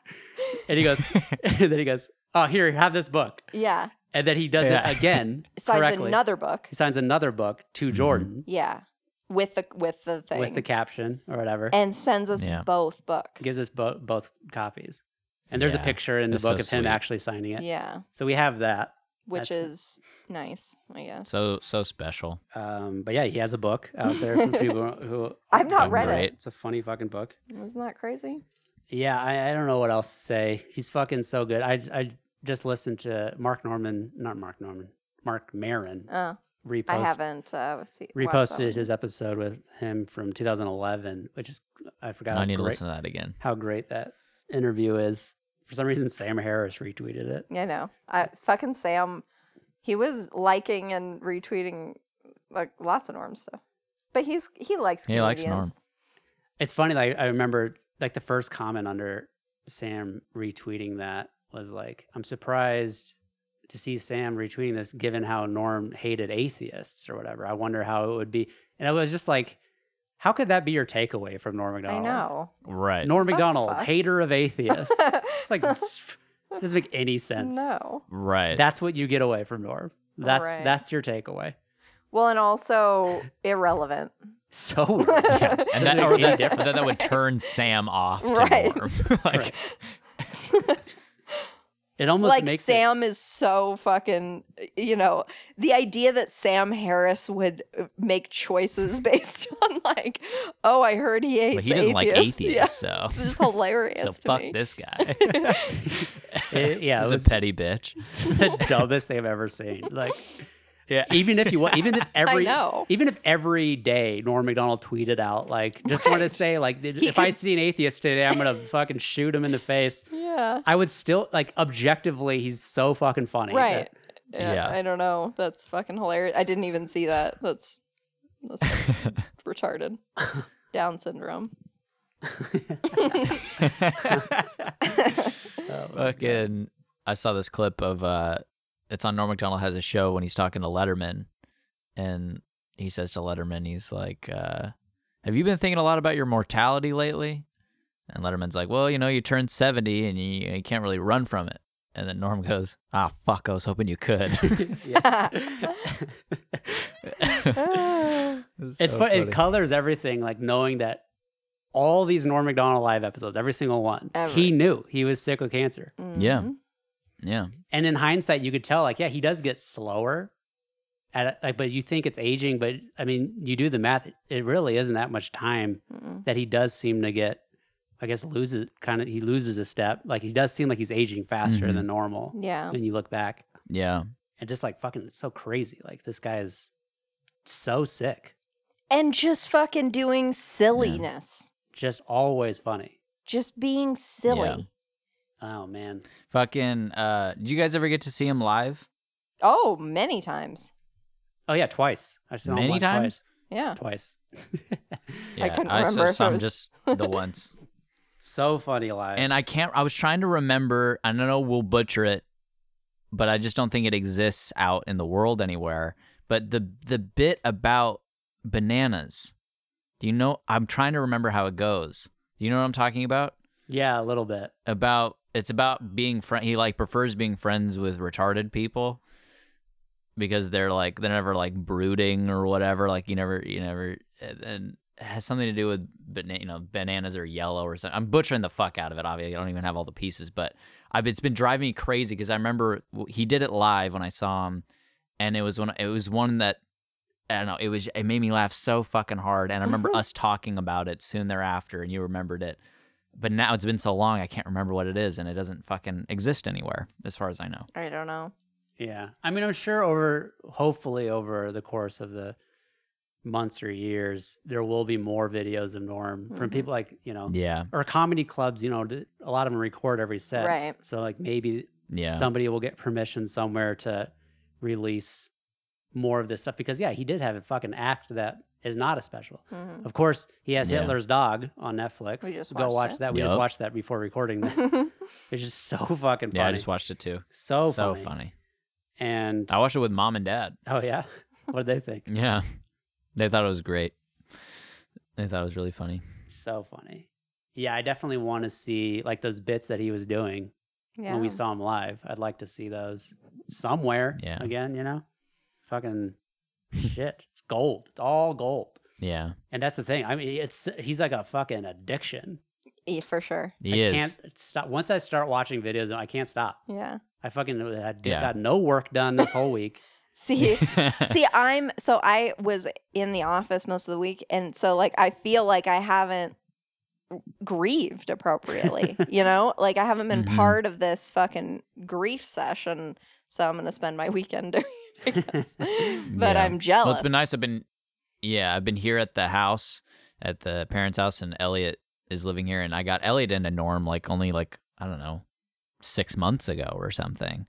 Speaker 1: And he goes, (laughs) and then he goes, oh, here, have this book.
Speaker 2: yeah.
Speaker 1: And then he does
Speaker 3: Yeah. (laughs)
Speaker 1: it again
Speaker 2: Signs
Speaker 1: correctly.
Speaker 2: another book.
Speaker 1: he signs another book to
Speaker 3: Mhm.
Speaker 1: Jordan
Speaker 2: Yeah, with the with the thing
Speaker 1: with the caption or whatever.
Speaker 2: and sends us
Speaker 3: Yeah.
Speaker 2: both books.
Speaker 1: Gives us bo- both copies. And there's
Speaker 3: Yeah.
Speaker 1: a picture in the
Speaker 3: That's
Speaker 1: book
Speaker 3: so
Speaker 1: of him
Speaker 3: sweet.
Speaker 1: actually signing it.
Speaker 2: yeah,
Speaker 1: So we have that.
Speaker 2: which
Speaker 1: That's-
Speaker 2: is nice, I guess.
Speaker 3: So so special.
Speaker 1: Um, but yeah, he has a book out there
Speaker 2: (laughs)
Speaker 1: for people who.
Speaker 2: I've not
Speaker 3: read it.
Speaker 1: It's a funny fucking book.
Speaker 2: Isn't that crazy?
Speaker 1: Yeah, I, I don't know what else to say. He's fucking so good. I, I just listened to Mark Norman, not Mark Norman, Mark Marin
Speaker 2: Uh,
Speaker 1: repost,
Speaker 2: I haven't uh, see, watched that
Speaker 1: reposted
Speaker 2: one.
Speaker 1: his episode with him from 2011, which is I forgot
Speaker 3: I
Speaker 1: how
Speaker 3: need to
Speaker 1: great,
Speaker 3: listen to that again.
Speaker 1: how great that interview is. For some reason, Sam Harris retweeted it.
Speaker 2: I know. I, fucking Sam, he was liking and retweeting like lots of Norm stuff, but he's he likes
Speaker 3: He
Speaker 2: comedians.
Speaker 3: likes Norm.
Speaker 1: It's funny. Like I remember, like the first comment under Sam retweeting that was like, "I'm surprised to see Sam retweeting this, given how Norm hated atheists or whatever. I wonder how it would be." And I was just like, "How could that be your takeaway from Norm
Speaker 2: I
Speaker 1: Macdonald?
Speaker 2: know.
Speaker 3: Right.
Speaker 1: Norm Macdonald,
Speaker 2: fuck?
Speaker 1: hater of atheists.
Speaker 2: (laughs)
Speaker 1: it's like it doesn't make any sense.
Speaker 2: no.
Speaker 3: Right.
Speaker 1: That's what you get away from Norm. That's
Speaker 2: Right.
Speaker 1: that's your takeaway.
Speaker 2: Well, and also irrelevant. (laughs)
Speaker 1: So weird.
Speaker 3: yeah. And that,
Speaker 1: Doesn't
Speaker 3: or
Speaker 1: make any
Speaker 3: that, but then that would
Speaker 2: difference.
Speaker 3: turn Sam off to
Speaker 2: Right.
Speaker 3: Norm. (laughs) like,
Speaker 1: Right. it almost
Speaker 2: like
Speaker 1: makes it,
Speaker 2: Sam is so fucking. You know, the idea that Sam Harris would uh, make choices (laughs)
Speaker 3: (laughs)
Speaker 2: based on like, oh, I heard he hates.
Speaker 3: but he doesn't like
Speaker 2: atheists. (laughs)
Speaker 3: atheists,
Speaker 2: Yeah.
Speaker 3: so
Speaker 2: It's
Speaker 3: (laughs)
Speaker 2: just hilarious
Speaker 3: so
Speaker 2: to
Speaker 3: fuck
Speaker 2: me. (laughs)
Speaker 3: this guy.
Speaker 1: It- yeah, it
Speaker 3: (laughs) he's
Speaker 1: was-
Speaker 3: a petty bitch.
Speaker 1: the dumbest thing I've ever seen. Like
Speaker 2: (laughs)
Speaker 3: Yeah. (laughs)
Speaker 1: even if you wa- even if every
Speaker 2: know.
Speaker 1: even if every day Norm Macdonald tweeted out like just want to
Speaker 2: Right.
Speaker 1: say like if
Speaker 2: He
Speaker 1: I
Speaker 2: could-
Speaker 1: see an atheist today I'm gonna fucking shoot him in the face.
Speaker 2: Yeah.
Speaker 1: I would still like objectively he's so fucking funny. that-
Speaker 2: Right. Yeah,
Speaker 3: Yeah.
Speaker 2: I don't know. That's fucking hilarious. I didn't even see that. That's that's
Speaker 3: (laughs)
Speaker 2: fucking retarded. Down syndrome.
Speaker 1: (laughs) Oh,
Speaker 3: Fucking, I saw this clip of uh, it's on Norm Macdonald has a show when he's talking to Letterman, and he says to Letterman, he's like, uh, "Have you been thinking a lot about your mortality lately?" And Letterman's like, well, you know, you turned 70 and you, you can't really run from it. And then Norm goes, ah, fuck, I was hoping you could. (laughs)
Speaker 2: (laughs) Ah.
Speaker 1: it's fun. It colors everything, like knowing that all these Norm Macdonald live episodes, every single one,
Speaker 2: Every-
Speaker 1: he knew he was sick with cancer.
Speaker 3: Yeah.
Speaker 2: Mhm.
Speaker 3: yeah.
Speaker 1: And in hindsight, you could tell, like, yeah, he does get slower. At a, like, but you think it's aging, but I mean, you do the math. It really isn't that much time
Speaker 2: Mm-mm.
Speaker 1: that he does seem to get. I guess loses kind of he loses a step. Like he does seem like he's aging faster
Speaker 3: Mhm.
Speaker 1: than normal
Speaker 2: Yeah.
Speaker 1: when you look back.
Speaker 3: Yeah.
Speaker 1: And just like fucking, it's so crazy. Like this guy is so sick.
Speaker 2: And just fucking doing silliness.
Speaker 1: Just always funny.
Speaker 2: Just being silly.
Speaker 1: Oh man.
Speaker 3: Fucking, uh, did you guys ever get to see him live?
Speaker 2: Oh, many times.
Speaker 1: Oh yeah, twice. I saw
Speaker 3: Many
Speaker 1: him once,
Speaker 3: times?
Speaker 2: Yeah.
Speaker 1: Twice. (laughs) Twice.
Speaker 2: I couldn't remember
Speaker 3: saw
Speaker 2: if it
Speaker 3: some
Speaker 2: was- (laughs)
Speaker 3: just the once.
Speaker 1: so funny live.
Speaker 3: And I can't, I was trying to remember, I don't know, we'll butcher it, but I just don't think it exists out in the world anywhere. But the, the bit about bananas, do you know, I'm trying to remember how it goes. Do you know what I'm talking about?
Speaker 1: yeah, a little bit.
Speaker 3: about it's about being friend. He like prefers being friends with retarded people because they're like they're never like brooding or whatever. Like you never you never and- and it has something to do with bana- you know bananas are yellow or something. I'm butchering the fuck out of it. Obviously, I don't even have all the pieces, but I've it's been driving me crazy because I remember w- he did it live when I saw him, and it was one it was one that. I don't know. It was. It made me laugh so fucking hard, and I remember us talking about it soon thereafter, and you remembered it but now it's been so long I can't remember what it is and it doesn't fucking exist anywhere as far as I know.
Speaker 2: I don't know.
Speaker 1: Yeah. I mean, I'm sure over hopefully over the course of the months or years, there will be more videos of Norm from
Speaker 2: Mhm.
Speaker 1: people like, you know,
Speaker 3: Yeah.
Speaker 1: or comedy clubs, you know, th- a lot of them record every set.
Speaker 2: Right.
Speaker 1: So like maybe
Speaker 3: Yeah.
Speaker 1: somebody will get permission somewhere to release more of this stuff because yeah, he did have a fucking act that is not a special.
Speaker 2: Mhm.
Speaker 1: Of course, he has
Speaker 3: Yeah.
Speaker 1: Hitler's dog on Netflix.
Speaker 2: We just
Speaker 1: Go
Speaker 2: watched
Speaker 1: watch
Speaker 2: it.
Speaker 1: that. We just
Speaker 3: Yup.
Speaker 1: watched that before recording this.
Speaker 2: Mm-hmm.
Speaker 1: it's just so fucking funny.
Speaker 3: yeah, I just watched it too.
Speaker 1: so,
Speaker 3: so
Speaker 1: funny.
Speaker 3: funny.
Speaker 1: And
Speaker 3: I watched it with mom and dad.
Speaker 1: oh yeah, (laughs) what did they think?
Speaker 3: Yeah. They thought it was great. They thought it was really funny.
Speaker 1: So funny. Yeah, I definitely want to see like those bits that he was doing
Speaker 2: (laughs) yeah.
Speaker 1: when we saw him live. I'd like to see those somewhere
Speaker 3: Yeah.
Speaker 1: again, you know? Fucking shit. It's gold. It's all gold.
Speaker 3: Yeah.
Speaker 1: And that's the thing. I mean, it's he's like a fucking addiction.
Speaker 2: Yeah, for sure.
Speaker 3: He
Speaker 1: I
Speaker 3: is. (laughs)
Speaker 1: (laughs) can't stop. Once I start watching videos, I can't stop.
Speaker 2: Yeah.
Speaker 1: I fucking I did-
Speaker 3: Yeah.
Speaker 1: got no work done this whole week. (laughs)
Speaker 2: See, see, I'm so I was in the office most of the week, and so like I feel like I haven't grieved appropriately, you know, like I haven't been
Speaker 3: Mhm.
Speaker 2: part of this fucking grief session. So I'm gonna spend my (laughs) weekend doing (laughs) it, I guess. but
Speaker 3: Yeah.
Speaker 2: I'm jealous.
Speaker 3: Well, it's been nice. I've been, yeah, I've been here at the house, at the parents' house, and Elliot is living here. And I got Elliot into Norm like only like, I don't know, six months ago or something.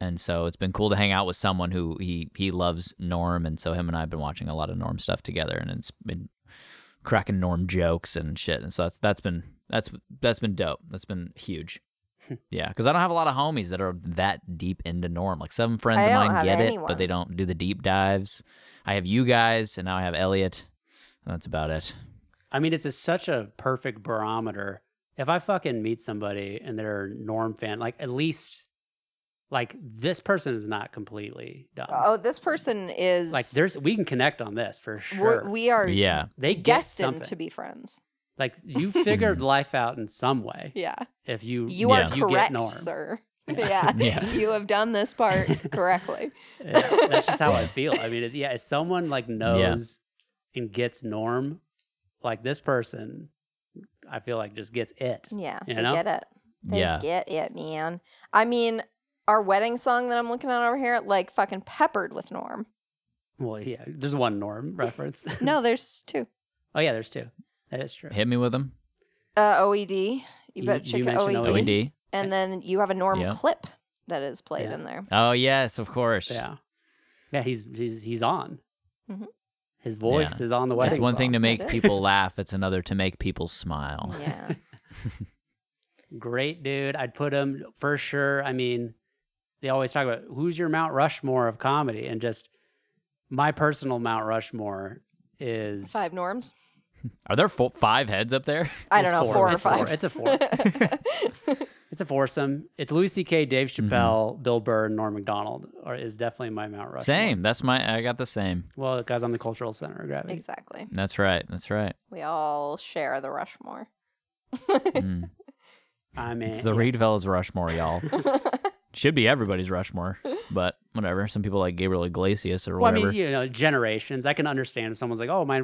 Speaker 3: And so it's been cool to hang out with someone who he, he loves Norm. And so him and I have been watching a lot of Norm stuff together and it's been cracking Norm jokes and shit. And so that's, that's been, that's, that's been dope. That's been huge.
Speaker 2: Hmm.
Speaker 3: Yeah, because I don't have a lot of homies that are that deep into Norm. Like some friends
Speaker 2: I
Speaker 3: of
Speaker 2: don't
Speaker 3: mine
Speaker 2: have
Speaker 3: get it,
Speaker 2: anyone.
Speaker 3: but they don't do the deep dives. I have you guys, and now I have Elliot. And that's about it.
Speaker 1: I mean, it's a, such a perfect barometer. If I fucking meet somebody and they're a Norm fan, like at least, like this person is not completely dumb.
Speaker 2: Oh, this person is
Speaker 1: Like there's, we can connect on this for
Speaker 2: we're-
Speaker 1: sure.
Speaker 2: we are
Speaker 3: Yeah,
Speaker 1: they get
Speaker 2: destined
Speaker 1: something.
Speaker 2: to be friends. (laughs)
Speaker 1: like you figured life out in some way
Speaker 2: Yeah,
Speaker 1: if you
Speaker 2: you
Speaker 3: Yeah.
Speaker 2: are
Speaker 1: you get
Speaker 2: correct,
Speaker 1: Norm.
Speaker 2: sir. (laughs)
Speaker 1: Yeah.
Speaker 2: Yeah.
Speaker 3: Yeah.
Speaker 2: you have done this part correctly.
Speaker 1: (laughs) Yeah, that's just how I feel. I mean, it, yeah, if someone like knows and gets Norm, like this person, I feel like just gets it.
Speaker 2: Yeah,
Speaker 1: You
Speaker 2: they
Speaker 1: know?
Speaker 2: get it. They
Speaker 3: yeah,
Speaker 2: get it, man. I mean, our wedding song that I'm looking at over here, like fucking peppered with Norm.
Speaker 1: Well, yeah, there's one Norm reference. (laughs) (clears throat)
Speaker 2: No, there's two.
Speaker 1: Oh yeah, there's two. That is true.
Speaker 3: hit me with them.
Speaker 2: Uh, OED. You bet
Speaker 1: You- you
Speaker 2: check out
Speaker 1: mentioned E
Speaker 2: OED.
Speaker 3: OED.
Speaker 2: And then you have a Norm
Speaker 3: Yeah.
Speaker 2: clip that is played
Speaker 1: Eh, Yeah.
Speaker 2: in there.
Speaker 3: Oh yes, of course.
Speaker 1: Yeah, yeah. He's he's he's on.
Speaker 2: Mhm.
Speaker 1: His voice is on the wedding.
Speaker 3: It's one thing to
Speaker 1: song.
Speaker 3: make
Speaker 2: Yeah.
Speaker 3: people laugh. It's another to make people smile.
Speaker 1: Oh, (laughs)
Speaker 2: Yeah.
Speaker 1: Great dude. I'd put him for sure. I mean, they always talk about who's your Mount Rushmore of comedy, and just my personal Mount Rushmore is
Speaker 2: Five Norms.
Speaker 3: Are there four, five heads up there?
Speaker 2: I
Speaker 1: It's
Speaker 2: don't know, four, or
Speaker 1: It's
Speaker 2: five.
Speaker 1: It's a
Speaker 2: (laughs)
Speaker 1: four. (laughs) it's a foursome. It's Louis C.K., Dave
Speaker 3: Mm-hmm.
Speaker 1: Chappelle, Bill Burr, and Norm Macdonald are, is definitely my Mount Rushmore.
Speaker 3: Same. That's my. I got the same.
Speaker 1: Well, guys, I'm the cultural center of gravity.
Speaker 2: exactly.
Speaker 3: That's right. That's right.
Speaker 2: We all share the Rushmore.
Speaker 3: Mm.
Speaker 1: I'm in.
Speaker 3: It's the Reed Fellas
Speaker 1: (laughs)
Speaker 3: Rushmore, y'all. Should be everybody's Rushmore, but whatever. Some people like Gabriel Iglesias or
Speaker 1: Well, I
Speaker 3: whatever.
Speaker 1: mean, you know, generations. I can understand if someone's like, "Oh, my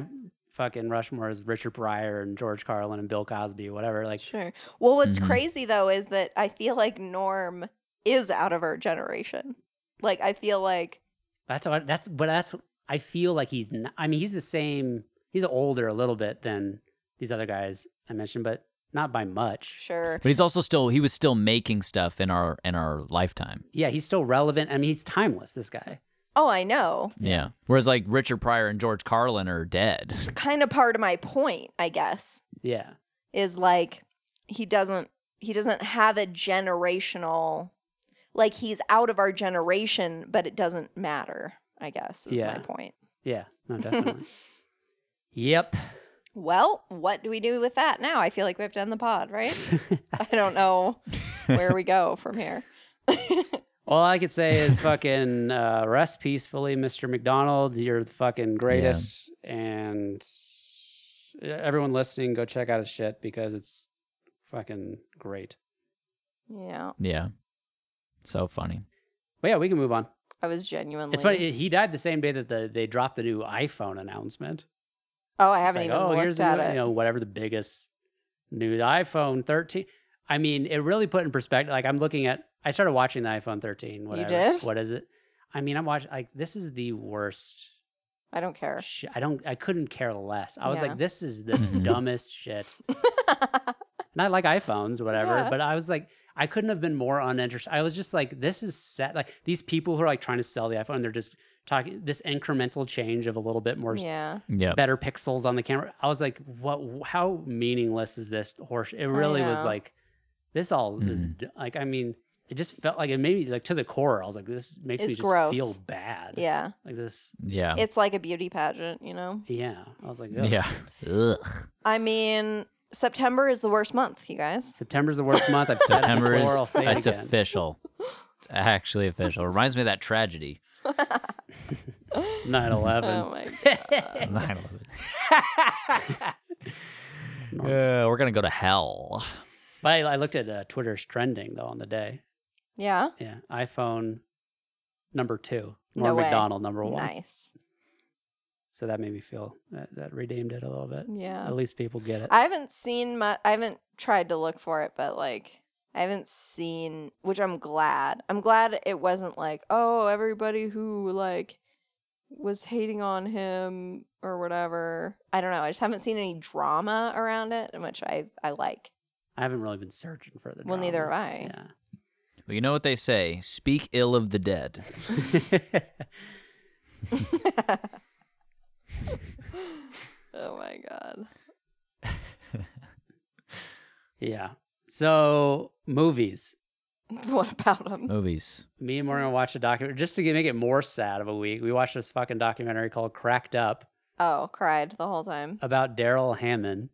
Speaker 1: fucking Rushmore is Richard Pryor and George Carlin and Bill Cosby, whatever." Like, Mm-hmm.
Speaker 2: Sure. Well, what's
Speaker 3: Mhm.
Speaker 2: crazy though is that I feel like Norm is out of our generation. Like I feel like
Speaker 1: that's what that's but that's I feel like he's. Not, I mean, he's the same. He's older a little bit than these other guys I mentioned, but not by much.
Speaker 2: sure.
Speaker 3: But he's also still he was still making stuff in our in our lifetime.
Speaker 1: Yeah, he's still relevant. I mean, he's timeless. This guy.
Speaker 2: Oh, I know.
Speaker 3: Yeah. Whereas like Richard Pryor and George Carlin are dead. (laughs)
Speaker 2: Kind of part of my point, I guess,
Speaker 1: Yeah.
Speaker 2: is like he doesn't he doesn't have a generational like he's out of our generation, but it doesn't matter, I guess, is
Speaker 1: Yeah.
Speaker 2: my point.
Speaker 1: Yeah. No,
Speaker 3: (laughs)
Speaker 1: definitely. yep.
Speaker 2: Well, what do we do with that now? I feel like we have to end the pod, right?
Speaker 1: (laughs)
Speaker 2: I don't know where we go from here.
Speaker 1: All I could say
Speaker 2: (laughs)
Speaker 1: is fucking uh, rest peacefully, Mr. McDonald. You're the fucking greatest. And uh, everyone listening, go check out his shit because it's fucking great.
Speaker 2: Yeah.
Speaker 3: Yeah. So funny.
Speaker 1: But yeah, we can move on.
Speaker 2: I was genuinely
Speaker 1: It's funny. He died the same day that the, they dropped the new iPhone announcement.
Speaker 2: Oh, I
Speaker 1: It's
Speaker 2: haven't
Speaker 1: like,
Speaker 2: even
Speaker 1: oh,
Speaker 2: looked
Speaker 1: here's the
Speaker 2: at
Speaker 1: new-
Speaker 2: it.
Speaker 1: you know whatever the biggest new the iPhone 13. I mean, it really put in perspective. Like I'm looking at, I started watching the iPhone 13. Whatever.
Speaker 2: did?
Speaker 1: What is it? I mean, I'm watching. Like this is the worst
Speaker 2: I don't care.
Speaker 1: Sh- I don't. I couldn't care less. I was
Speaker 2: Yeah.
Speaker 1: like, this is the
Speaker 3: Mhm.
Speaker 1: dumbest shit. And I like iPhones, whatever.
Speaker 2: Yeah.
Speaker 1: But I was like, I couldn't have been more uninterested. I was just like, this is set. Like these people who are like trying to sell the iPhone, they're just talking this incremental change of a little bit more s- (laughs)
Speaker 2: (laughs) yeah.
Speaker 3: Yeah.
Speaker 1: better pixels on the camera. I was like, what? How meaningless is this horse? It really was
Speaker 2: know.
Speaker 1: like, this all is d- like. I mean, it just felt like it made me like to the core. I was like, this makes me
Speaker 2: It's
Speaker 1: just feel
Speaker 2: gross.
Speaker 1: bad.
Speaker 2: Yeah.
Speaker 1: Like this.
Speaker 3: Yeah.
Speaker 2: It's like a beauty pageant, you know?
Speaker 1: Yeah. I was like, ugh. (laughs)
Speaker 3: Yeah. Ugh.
Speaker 2: I mean, September is the worst month, you guys.
Speaker 1: September's the worst month. I've said
Speaker 3: September
Speaker 1: it before. I'll
Speaker 3: is
Speaker 1: say it
Speaker 3: it's
Speaker 1: again.
Speaker 3: official. It's actually official. Reminds me of
Speaker 1: (laughs)
Speaker 3: that tragedy.
Speaker 1: 9/11.
Speaker 2: Oh my
Speaker 3: (laughs)
Speaker 2: god.
Speaker 3: 9/11.
Speaker 2: Oh. (laughs)
Speaker 3: Uh, we're gonna go to hell.
Speaker 1: But I, I looked at uh, Twitter's trending though on the day.
Speaker 2: yeah.
Speaker 1: Yeah, iPhone number two,
Speaker 2: No
Speaker 1: Norm
Speaker 2: way.
Speaker 1: McDonald number one.
Speaker 2: Nice.
Speaker 1: So that made me feel that, that redeemed it a little bit.
Speaker 2: Yeah.
Speaker 1: At least people get it.
Speaker 2: I haven't seen much I haven't tried to look for it, but like I haven't seen which I'm glad. I'm glad it wasn't like, oh, everybody who like was hating on him or whatever. I don't know. I just haven't seen any drama around it, which I I like. (laughs)
Speaker 1: I haven't really been searching for the.
Speaker 2: Well, neither
Speaker 1: drama.
Speaker 2: have I.
Speaker 3: Well, you know what they say: speak ill of the dead.
Speaker 1: Yeah. (laughs)
Speaker 2: oh my god. (laughs)
Speaker 1: yeah. So movies.
Speaker 2: What about him?
Speaker 3: Movies.
Speaker 1: Me and Morgan watched a documentary just to get- make it more sad of a week. We watched this fucking documentary called "Cracked Up"
Speaker 2: Oh, cried the whole time.
Speaker 1: about Daryl Hammond.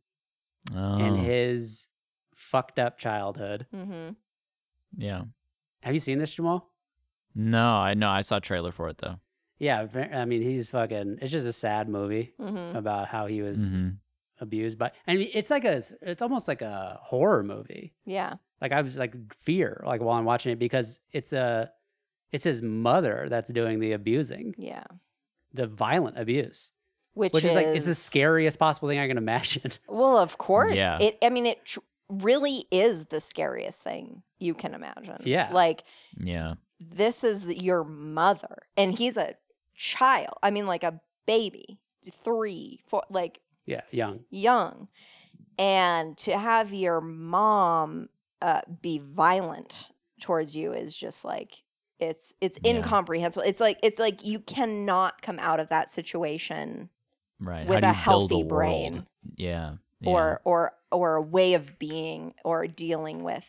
Speaker 3: Oh,
Speaker 1: and his fucked up childhood.
Speaker 2: Mm-hmm.
Speaker 3: yeah.
Speaker 1: Have you seen this, Jamal?
Speaker 3: No, I know. I saw a trailer for it though.
Speaker 1: Yeah, appar- I mean, he's fucking. It's just a sad movie
Speaker 2: Mm-hmm.
Speaker 1: about how he was
Speaker 3: Mhm.
Speaker 1: abused by. I mean, it's like a. It's almost like a horror movie.
Speaker 2: Yeah.
Speaker 1: Like I was like fear, like while I'm watching it because it's a, it's his mother that's doing the abusing,
Speaker 2: Yeah.
Speaker 1: the violent abuse,
Speaker 2: Which,
Speaker 1: which
Speaker 2: is
Speaker 1: is like it's the scariest possible thing I can imagine. (laughs)
Speaker 2: Well, of course.
Speaker 3: Yeah.
Speaker 2: It. I mean, it tr- really is the scariest thing you can imagine.
Speaker 1: Yeah.
Speaker 2: Like
Speaker 3: Yeah.
Speaker 2: this is the- your mother, and he's a child. I mean, like a baby, three, four, like
Speaker 1: yeah, young.
Speaker 2: young, and to have your mom uh, be violent towards you is just like it's it's
Speaker 3: Yeah.
Speaker 2: incomprehensible. It's like it's like you cannot come out of that situation
Speaker 3: Right.
Speaker 2: with
Speaker 3: How
Speaker 2: a
Speaker 3: do you build
Speaker 2: healthy
Speaker 3: world?
Speaker 2: brain
Speaker 3: Yeah. yeah.
Speaker 2: or or or a way of being or dealing with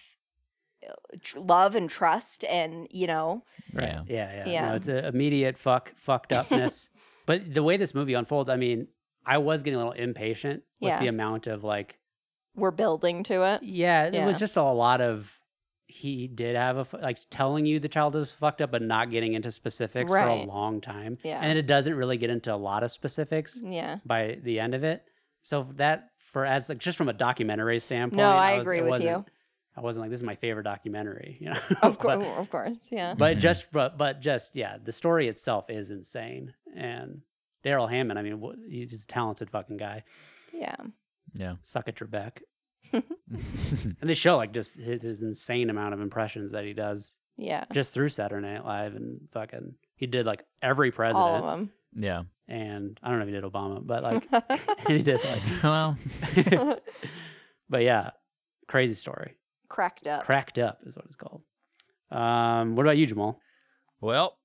Speaker 2: uh, tr- love and trust and you know
Speaker 1: Right. Yeah.
Speaker 3: Yeah.
Speaker 1: Yeah.
Speaker 2: Yeah. (laughs)
Speaker 1: No, it's an immediate fuck fucked upness. but the way this movie unfolds, I mean, I was getting a little impatient with
Speaker 2: Yeah.
Speaker 1: the amount of like,
Speaker 2: We're building to it.
Speaker 1: yeah, it
Speaker 2: Yeah.
Speaker 1: was just a lot of. He did have a f- like telling you the child was fucked up, but not getting into specifics for a
Speaker 2: Right.
Speaker 1: long time,
Speaker 2: Yeah. Mm.
Speaker 1: and then it doesn't really get into a lot of specifics
Speaker 2: Yeah.
Speaker 1: by the end of it. So that for as like just from a documentary standpoint,
Speaker 2: No, I,
Speaker 1: was-
Speaker 2: agree
Speaker 1: it
Speaker 2: with
Speaker 1: wasn't-
Speaker 2: you.
Speaker 1: I wasn't like this is my favorite documentary, you know. (laughs)
Speaker 2: Of
Speaker 1: But-
Speaker 2: course, of course. Yeah.
Speaker 1: but,
Speaker 3: Mhm.
Speaker 1: just but but just yeah, the story itself is insane. And Daryl Hammond, I mean, wh- he's a talented fucking guy. Mm-hmm.
Speaker 2: Yeah.
Speaker 3: Yeah.
Speaker 1: Suck at your beck. And they show like just his, his insane amount of impressions that he does
Speaker 2: Yeah.
Speaker 1: just through Saturday Night Live and fucking he did like every
Speaker 2: All of
Speaker 1: president
Speaker 2: them.
Speaker 3: (laughs) yeah.
Speaker 1: and I don't know if he did Obama, but
Speaker 2: (laughs)
Speaker 1: like (laughs) and he did
Speaker 3: Well,
Speaker 1: like (laughs) but yeah, crazy story.
Speaker 2: Cracked up.
Speaker 1: Cracked up is what it's called. Um, what about you, Jamal?
Speaker 3: well.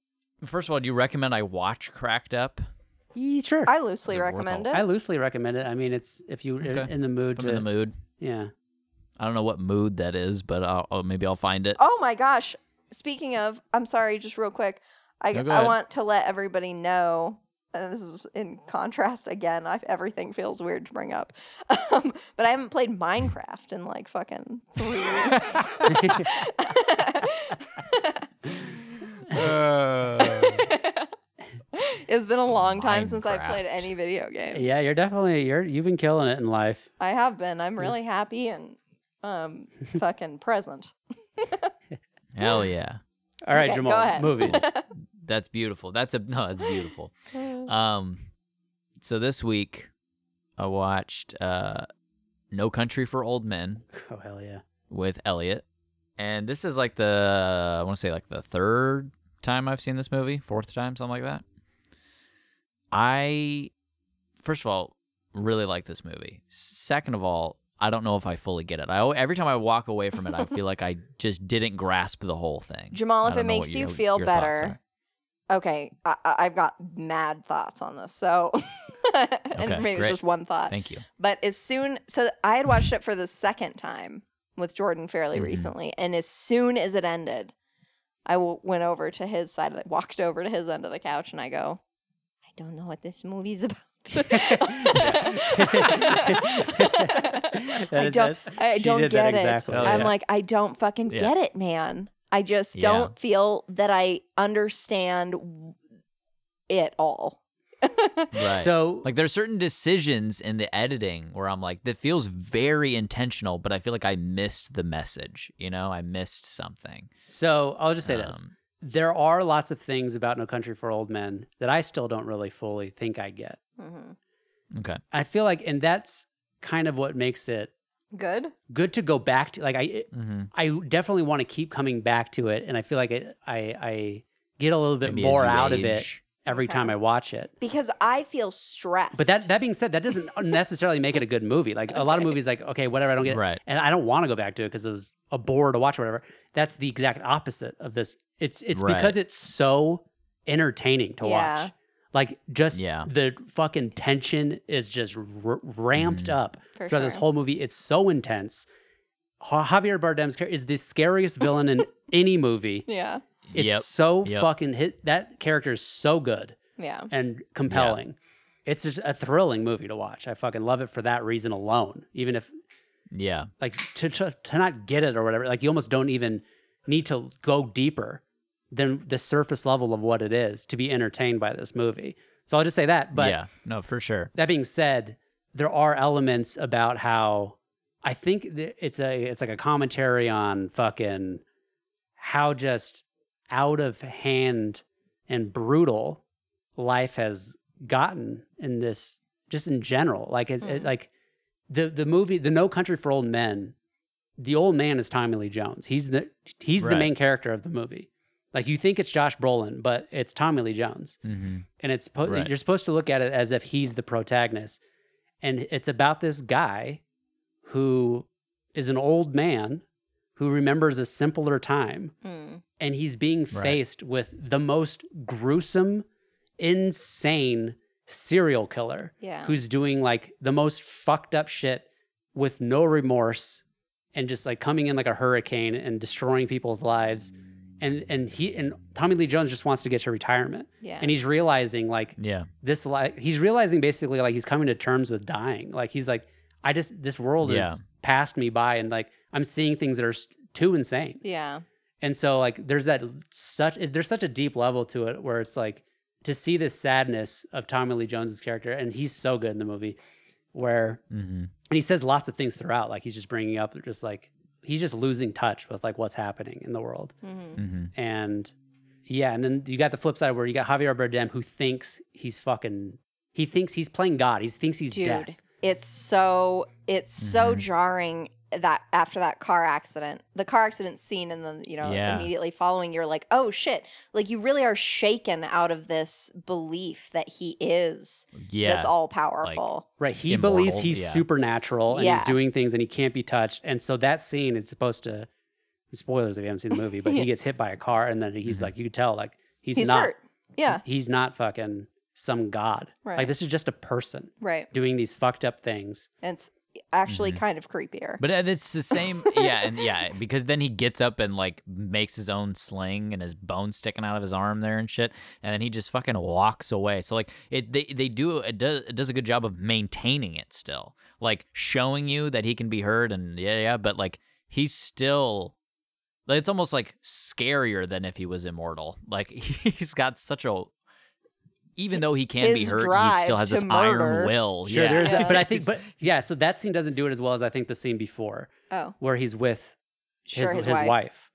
Speaker 3: First of all, do you recommend I watch Cracked Up?
Speaker 1: Yeah, sure. I,
Speaker 2: I loosely
Speaker 3: Is it worth
Speaker 2: recommend
Speaker 3: all-
Speaker 2: it.
Speaker 1: loosely recommend it. I mean, it's if you are
Speaker 3: Okay.
Speaker 1: in the mood
Speaker 3: If
Speaker 1: to,
Speaker 3: I'm in the mood.
Speaker 1: yeah,
Speaker 3: I don't know what mood that is, but I'll, oh, maybe I'll find it.
Speaker 2: Oh my gosh. Speaking of, I'm sorry, just real quick. I,
Speaker 3: No, go
Speaker 2: I
Speaker 3: ahead.
Speaker 2: want to let everybody know. And this is in contrast again. I, everything feels weird to bring up. (laughs) Um, but I haven't played Minecraft in like fucking three
Speaker 3: (laughs)
Speaker 2: weeks. Uh. it's been a long time since I've played
Speaker 3: Minecraft.
Speaker 2: any video (laughs) game.
Speaker 1: yeah. You're definitely you're you've been killing it in life.
Speaker 2: I have been. I'm really happy and um, fucking present.
Speaker 3: Hell yeah.
Speaker 1: All right,
Speaker 2: Okay, go
Speaker 1: Jamal. (laughs)
Speaker 2: ahead. (laughs)
Speaker 1: Movies.
Speaker 3: That's beautiful. That's a (laughs) no, that's beautiful. Um so this week I watched uh No Country for Old Men
Speaker 1: oh hell
Speaker 2: (laughs)
Speaker 1: yeah.
Speaker 3: with Elliot. And this is like the I want to say like the third time I've seen this movie, fourth time, something like that. I first of all really like this movie. Second of all, I don't know if I fully get it. I al- every time I walk away from it, I feel like I just didn't grasp the whole thing.
Speaker 2: Jamal,
Speaker 3: I
Speaker 2: if
Speaker 3: don't
Speaker 2: it
Speaker 3: know what
Speaker 2: makes you
Speaker 3: your-
Speaker 2: feel
Speaker 3: your thoughts are.
Speaker 2: better, okay. I, I- I've got mad thoughts on this, so (laughs) and
Speaker 3: Okay,
Speaker 2: maybe it's
Speaker 3: great.
Speaker 2: just one thought.
Speaker 3: Thank
Speaker 2: (laughs)
Speaker 3: you.
Speaker 2: but as soon, so I had watched it for the second time with Jordan fairly
Speaker 1: Mm-hmm.
Speaker 3: Mhm.
Speaker 2: recently, and as soon as it ended, I w- went over to his side, of the, walked over to his end of the couch, and I go, I don't know what this movie's
Speaker 1: (laughs)
Speaker 2: about. (laughs)
Speaker 1: That
Speaker 2: I
Speaker 1: is-
Speaker 2: don't,
Speaker 1: that's-
Speaker 2: I
Speaker 1: she
Speaker 2: don't
Speaker 1: did
Speaker 2: get
Speaker 1: that
Speaker 2: it.
Speaker 1: exactly.
Speaker 3: Oh,
Speaker 2: I'm
Speaker 3: yeah.
Speaker 2: like, I don't fucking
Speaker 3: Yeah.
Speaker 2: get it, man. I just
Speaker 3: Yeah.
Speaker 2: don't feel that I understand w- it all. (laughs)
Speaker 3: Right.
Speaker 1: So
Speaker 3: Like there's certain decisions in the editing where I'm like, that feels very intentional, but I feel like I missed the message. You know, I missed something.
Speaker 1: so I'll just say this.
Speaker 3: Um,
Speaker 1: There are lots of things about No Country for Old Men that I still don't really fully think I get.
Speaker 2: Mhm.
Speaker 3: Okay.
Speaker 1: I feel like, and that's kind of what makes it
Speaker 2: Good.
Speaker 1: good to go back to. Like I,
Speaker 3: Mm-hmm.
Speaker 1: I definitely want to keep coming back to it, and I feel like it, I I get a little bit
Speaker 3: Maybe as
Speaker 1: more
Speaker 3: you
Speaker 1: out of it
Speaker 3: age.
Speaker 1: every
Speaker 2: Okay.
Speaker 1: time I watch it.
Speaker 2: Because I feel stressed.
Speaker 1: But that that being said, that doesn't necessarily make it a good movie. Like a lot of
Speaker 2: Okay.
Speaker 1: movies, like okay, whatever, I don't get, it.
Speaker 3: Right.
Speaker 1: and I don't want to go back to it because it was a bore to watch or whatever. That's the exact opposite of this. It's it's
Speaker 3: Right.
Speaker 1: because it's so entertaining to
Speaker 2: Yeah.
Speaker 1: watch. Like just
Speaker 3: Yeah.
Speaker 1: the fucking tension is just r- ramped
Speaker 3: Mhm.
Speaker 1: up
Speaker 2: for
Speaker 1: throughout this whole movie. It's so intense. Ja- Javier Bardem's character is the scariest villain in any movie.
Speaker 2: (laughs) Yeah.
Speaker 1: It's
Speaker 3: Yep.
Speaker 1: so
Speaker 3: Yep.
Speaker 1: fucking hit. That character is so good
Speaker 2: Yeah.
Speaker 1: and compelling. It's just a thrilling movie to watch. I fucking love it for that reason alone. Even if
Speaker 3: Yeah.
Speaker 1: like to to, to not get it or whatever, like you almost don't even need to go deeper than the surface level of what it is to be entertained by this movie. So I'll just say that. But
Speaker 3: yeah. No, for sure.
Speaker 1: that being said, there are elements about how I think th- it's a it's like a commentary on fucking how just out of hand and brutal life has gotten in this just in general. Like it's it,
Speaker 2: Mhm.
Speaker 1: like the the movie the No Country for Old Men. The old man is Tommy Lee Jones. He's the he's the
Speaker 3: Right.
Speaker 1: main character of the movie. Like you think it's Josh Brolin, but it's Tommy Lee Jones
Speaker 3: Mm-hmm.
Speaker 1: and it's suppo-
Speaker 3: Right.
Speaker 1: you're supposed to look at it as if he's the protagonist and it's about this guy who is an old man who remembers a simpler time
Speaker 2: Mm.
Speaker 1: and he's being
Speaker 3: Right.
Speaker 1: faced with the most gruesome insane serial killer
Speaker 2: Yeah.
Speaker 1: who's doing like the most fucked up shit with no remorse and just like coming in like a hurricane and destroying people's lives and and he and Tommy Lee Jones just wants to get to retirement,
Speaker 2: Yeah.
Speaker 1: and he's realizing like
Speaker 3: Yeah.
Speaker 1: this like he's realizing basically like he's coming to terms with dying. Like he's like I just this world
Speaker 3: Yeah.
Speaker 1: has passed me by, and like I'm seeing things that are s- too insane.
Speaker 2: yeah.
Speaker 1: And so like there's that such there's such a deep level to it where it's like to see this sadness of Tommy Lee Jones's character, and he's so good in the movie, where
Speaker 3: Mm-hmm.
Speaker 1: and he says lots of things throughout like he's just bringing up just like he's just losing touch with like what's happening in the world
Speaker 2: hmm
Speaker 3: Mm-hmm.
Speaker 1: and yeah and then you got the flip side where you got javier bardem who thinks he's fucking he thinks he's playing god he thinks he's Mm-hmm.
Speaker 2: Dude,
Speaker 1: death
Speaker 2: it's so it's so
Speaker 3: Mhm.
Speaker 2: jarring that after that car accident, the car accident scene, and then you know
Speaker 3: Yeah.
Speaker 2: immediately following, you're like, oh shit! Like you really are shaken out of this belief that he is
Speaker 3: Yeah.
Speaker 2: this all powerful.
Speaker 1: right he
Speaker 3: Immortal,
Speaker 1: believes he's
Speaker 3: yeah.
Speaker 1: supernatural and
Speaker 2: Yeah.
Speaker 1: he's doing things and he can't be touched and so that scene is supposed to spoilers if you haven't seen the movie but
Speaker 2: Yeah. (laughs)
Speaker 1: he gets hit by a car and then he's
Speaker 3: Mhm.
Speaker 1: like you could tell like he's,
Speaker 2: he's
Speaker 1: not
Speaker 2: hurt. Yeah,
Speaker 1: he's not fucking some god
Speaker 2: right.
Speaker 1: like this is just a person
Speaker 2: right.
Speaker 1: doing these fucked up things
Speaker 2: And it's actually
Speaker 3: Mhm.
Speaker 2: kind of creepier.
Speaker 3: But uh, it's
Speaker 2: (laughs)
Speaker 3: the same, yeah, and yeah, because then he gets up and like makes his own sling and his bone sticking out of his arm there and shit, and then he just fucking walks away. So like it, they they do it does it does a good job of maintaining it still, like showing you that he can be heard and yeah yeah, but like he's still. like, It's almost like scarier than if he was immortal. Like (laughs) he's got such a, even though he can be
Speaker 2: His
Speaker 3: hurt, he
Speaker 2: drive
Speaker 3: still has
Speaker 2: to
Speaker 3: this
Speaker 2: murder.
Speaker 3: iron will.
Speaker 1: Sure,
Speaker 3: yeah.
Speaker 1: there's that, but I think,
Speaker 3: It's-
Speaker 1: but yeah, so that scene doesn't do it as well as I think the scene before,
Speaker 2: oh,
Speaker 1: where he's with his
Speaker 2: sure,
Speaker 1: his,
Speaker 2: his,
Speaker 1: wife.
Speaker 2: wife.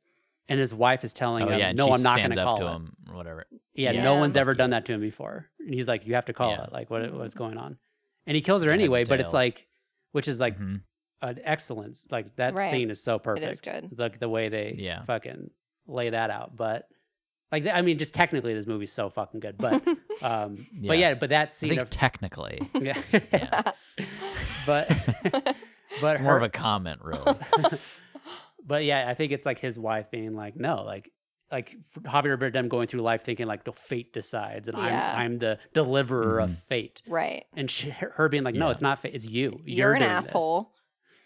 Speaker 1: and his wife is telling
Speaker 3: oh
Speaker 1: him,
Speaker 3: yeah, and
Speaker 1: "No,
Speaker 3: she
Speaker 1: I'm not going
Speaker 3: stands
Speaker 1: to
Speaker 3: up
Speaker 1: call
Speaker 3: to
Speaker 1: it."
Speaker 3: him or whatever.
Speaker 1: Yeah,
Speaker 2: Yeah.
Speaker 1: no one's
Speaker 3: Fuck
Speaker 1: ever
Speaker 3: you.
Speaker 1: done that to him before. And he's like, "You have to call
Speaker 3: Yeah.
Speaker 1: it, like what what's going on," and he kills her
Speaker 3: Head to
Speaker 1: anyway. But it's
Speaker 3: tails.
Speaker 1: like, which is like
Speaker 3: Mhm.
Speaker 1: an excellence. Like that
Speaker 2: Right.
Speaker 1: scene is so perfect.
Speaker 2: it is good.
Speaker 1: The the way they
Speaker 3: Yeah.
Speaker 1: fucking lay that out, but. Like I mean, just technically, this movie's so fucking good,
Speaker 2: (laughs)
Speaker 1: but um, but
Speaker 3: Yeah.
Speaker 1: yeah, but that
Speaker 3: I
Speaker 1: scene
Speaker 3: think
Speaker 1: of
Speaker 3: technically,
Speaker 1: (laughs) yeah,
Speaker 3: yeah, (laughs)
Speaker 1: but but
Speaker 3: it's more of
Speaker 1: her-
Speaker 3: a comment,
Speaker 1: (laughs)
Speaker 3: really.
Speaker 1: but yeah, I think it's like his wife being like, no, like like Javier Bardem going through life thinking like, no, fate decides, and
Speaker 2: Yeah.
Speaker 1: I'm I'm the deliverer of fate,
Speaker 2: (laughs)
Speaker 3: (laughs)
Speaker 2: right.
Speaker 1: and she, her being like, no,
Speaker 3: Mm-hmm. Yeah.
Speaker 1: it's not fate, it's you.
Speaker 2: You're, an
Speaker 1: doing this."
Speaker 2: asshole.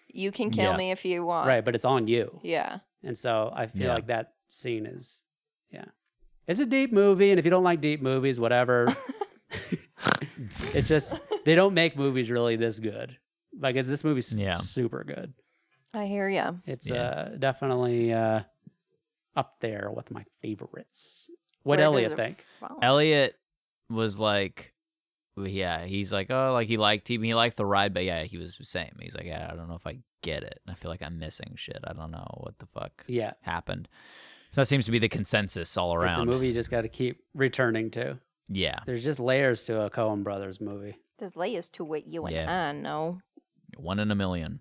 Speaker 2: You can kill
Speaker 3: Yeah.
Speaker 2: me if you want.
Speaker 1: right? But it's on you,
Speaker 2: Yeah.
Speaker 1: and so I feel
Speaker 3: Yeah.
Speaker 1: like that scene is, yeah, it's a deep movie, and if you don't like deep movies,
Speaker 2: (laughs)
Speaker 1: whatever, it's just they don't make movies really this good. Like it- this movie's
Speaker 3: Yeah.
Speaker 1: super good.
Speaker 2: I hear you.
Speaker 1: It's
Speaker 3: Yeah.
Speaker 1: uh, definitely uh, up there with my favorites. What
Speaker 2: Where does
Speaker 1: Elliot
Speaker 2: it
Speaker 1: think?
Speaker 2: fall?
Speaker 3: Elliot was like, yeah, he's like, oh, like he liked he, he liked the ride, but yeah, he was the same. He's like, yeah, I don't know if I get it. I feel like I'm missing shit. I don't know what the fuck
Speaker 1: Yeah,
Speaker 3: happened. So that seems to be the consensus all around.
Speaker 1: it's a movie you just got to keep returning to.
Speaker 3: Yeah,
Speaker 1: There's just layers to a Coen Brothers movie. (laughs)
Speaker 2: There's layers to what you and
Speaker 3: Yeah.
Speaker 2: I know.
Speaker 3: one in a million.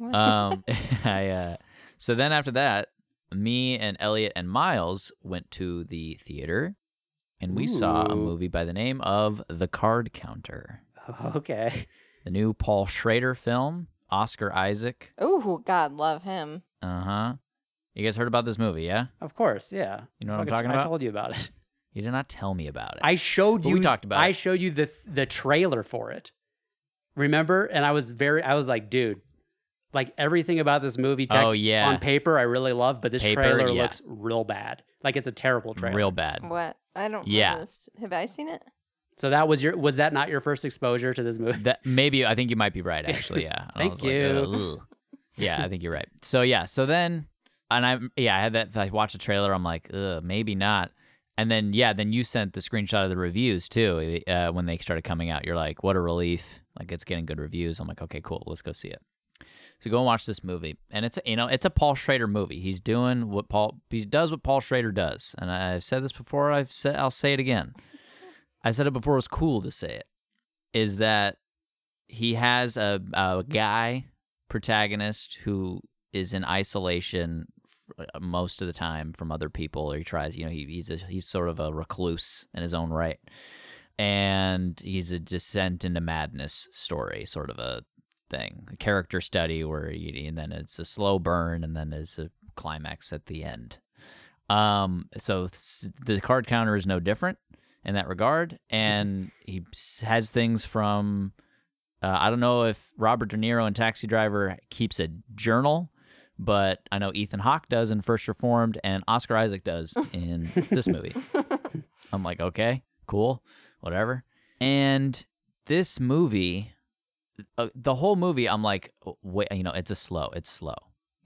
Speaker 3: um, (laughs) I uh, so then after that, me and Elliot and Miles went to the theater, and we saw a
Speaker 1: Ooh.
Speaker 3: movie by the name of The Card Counter,
Speaker 1: Okay,
Speaker 3: the new Paul Schrader film, Oscar Isaac.
Speaker 2: oh God, love him.
Speaker 3: Uh huh. You guys heard about this movie, yeah?
Speaker 1: of course, yeah.
Speaker 3: You know what I'm
Speaker 1: Fucking-
Speaker 3: talking
Speaker 1: I
Speaker 3: about?
Speaker 1: told you about
Speaker 3: (laughs)
Speaker 1: it.
Speaker 3: you did not tell me about it.
Speaker 1: I showed
Speaker 3: But
Speaker 1: you.
Speaker 3: we talked about
Speaker 1: I
Speaker 3: it.
Speaker 1: showed you the the trailer for it. Remember? And I was very. I was like, dude, like everything about this movie. Tech,
Speaker 3: oh yeah,
Speaker 1: On paper, I really love, but this
Speaker 3: Paper,
Speaker 1: trailer
Speaker 3: yeah.
Speaker 1: looks real bad. Like it's a terrible trailer.
Speaker 3: real bad.
Speaker 2: What? I don't.
Speaker 3: Yeah.
Speaker 2: Know this. Have I seen it? (laughs)
Speaker 1: So that was your was that not your first exposure to this (laughs)
Speaker 3: (laughs)
Speaker 1: movie?
Speaker 3: That maybe I think you might be right actually. Yeah. And I
Speaker 1: Thank
Speaker 3: was
Speaker 1: you.
Speaker 3: Like, "Ugh." yeah, I think you're right. So yeah, so then and I yeah, I had that I watched the trailer, I'm like, Ugh, maybe not. And then yeah, then you sent the screenshot of the reviews too uh, when they started coming out. You're like, what a relief! Like it's getting good reviews. I'm like, okay, cool, let's go see it. So go and watch this movie, and it's a, you know it's a Paul Schrader movie. He's doing what Paul he does what Paul Schrader does, and I've said this before. I've said I'll say it again. I said it before. It was cool to say it. Is that he has a, a guy protagonist who is in isolation f- uh, most of the time from other people or he tries you know he, he's a, he's sort of a recluse in his own right and he's a descent into madness story sort of a thing a character study where you, and then it's a slow burn and then it's a climax at the end um so s- the card counter is no different in that regard and he s- has things from uh, I don't know if Robert De Niro in Taxi Driver keeps a journal, but I know Ethan Hawke does in First Reformed, and Oscar Isaac does in this movie. I'm like, okay, cool, whatever. And this movie, uh, the whole movie, I'm like, "Oh, wait, you know, it's a slow, it's slow.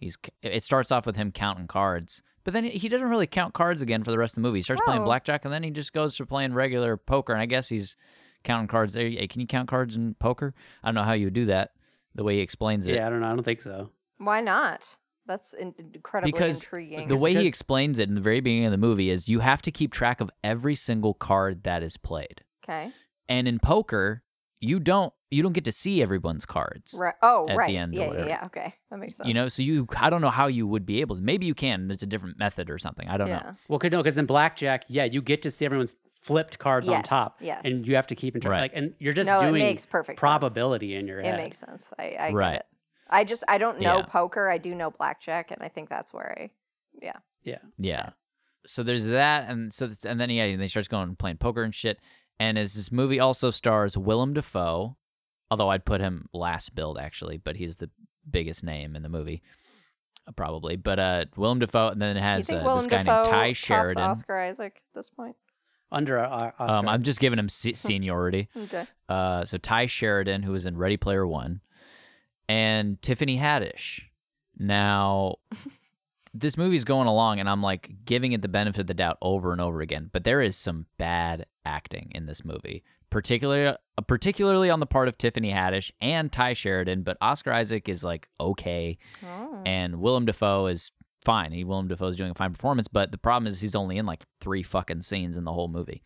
Speaker 3: He's it starts off with him counting cards, but then he doesn't really count cards again for the rest of the movie. He starts playing
Speaker 2: Oh.
Speaker 3: blackjack, and then he just goes to playing regular poker. And I guess he's counting cards there. Hey, can you count cards in poker? I don't know how you do that. The way he explains
Speaker 1: (laughs)
Speaker 3: it,
Speaker 1: Yeah, I don't know. I don't think so.
Speaker 2: Why not? That's in- incredibly
Speaker 3: Because
Speaker 2: intriguing.
Speaker 3: the way he
Speaker 1: because-
Speaker 3: explains it in the very beginning of the movie is you have to keep track of every single card that is played.
Speaker 2: okay.
Speaker 3: And in poker, you don't you don't get to see everyone's cards.
Speaker 2: Right. Oh,
Speaker 3: at the
Speaker 2: right.
Speaker 3: end or
Speaker 2: yeah, yeah,
Speaker 3: whatever.
Speaker 2: yeah. Okay. That makes sense.
Speaker 3: You know, so you I don't know how you would be able to. Maybe you can. There's a different method or something. I don't know.
Speaker 2: yeah.
Speaker 1: Well, could no, because in blackjack, yeah, you get to see everyone's flipped cards on
Speaker 2: Yes,
Speaker 1: top,
Speaker 2: yes.
Speaker 1: and you have to keep in track.
Speaker 3: Right.
Speaker 1: Like, and you're just
Speaker 2: no,
Speaker 1: doing
Speaker 2: it makes perfect
Speaker 1: probability in your
Speaker 2: Sense.
Speaker 1: head.
Speaker 2: It makes sense. I, I
Speaker 3: Right.
Speaker 2: get it. I just I don't know
Speaker 3: Yeah.
Speaker 2: poker. I do know blackjack, and I think that's where I.
Speaker 3: Yeah. So there's that, and so th- and then yeah, and he starts going and playing poker and shit. And as this movie also stars Willem Dafoe, although I'd put him last build actually, but he's the biggest name in the movie, uh, probably. But uh, Willem Dafoe, and then it
Speaker 2: you
Speaker 3: has
Speaker 2: think
Speaker 3: uh,
Speaker 2: Willem
Speaker 3: this guy
Speaker 2: Dafoe
Speaker 3: named Ty
Speaker 2: tops
Speaker 3: Sheridan.
Speaker 2: Oscar Isaac at this point?
Speaker 1: Under uh, Oscar,
Speaker 3: Um, I'm just giving
Speaker 2: (laughs)
Speaker 3: him se- seniority.
Speaker 2: Okay.
Speaker 3: Uh, so Ty Sheridan, who was in Ready Player One, and Tiffany Haddish. Now, this movie's going along, and I'm like giving it the benefit of the doubt over and over again. But there is some bad acting in this movie, particularly uh, particularly on the part of Tiffany Haddish and Ty Sheridan. But Oscar Isaac is like okay,
Speaker 2: Oh.
Speaker 3: and Willem Dafoe is fine. He Willem Dafoe is doing a fine performance, but the problem is he's only in like three fucking scenes in the whole movie.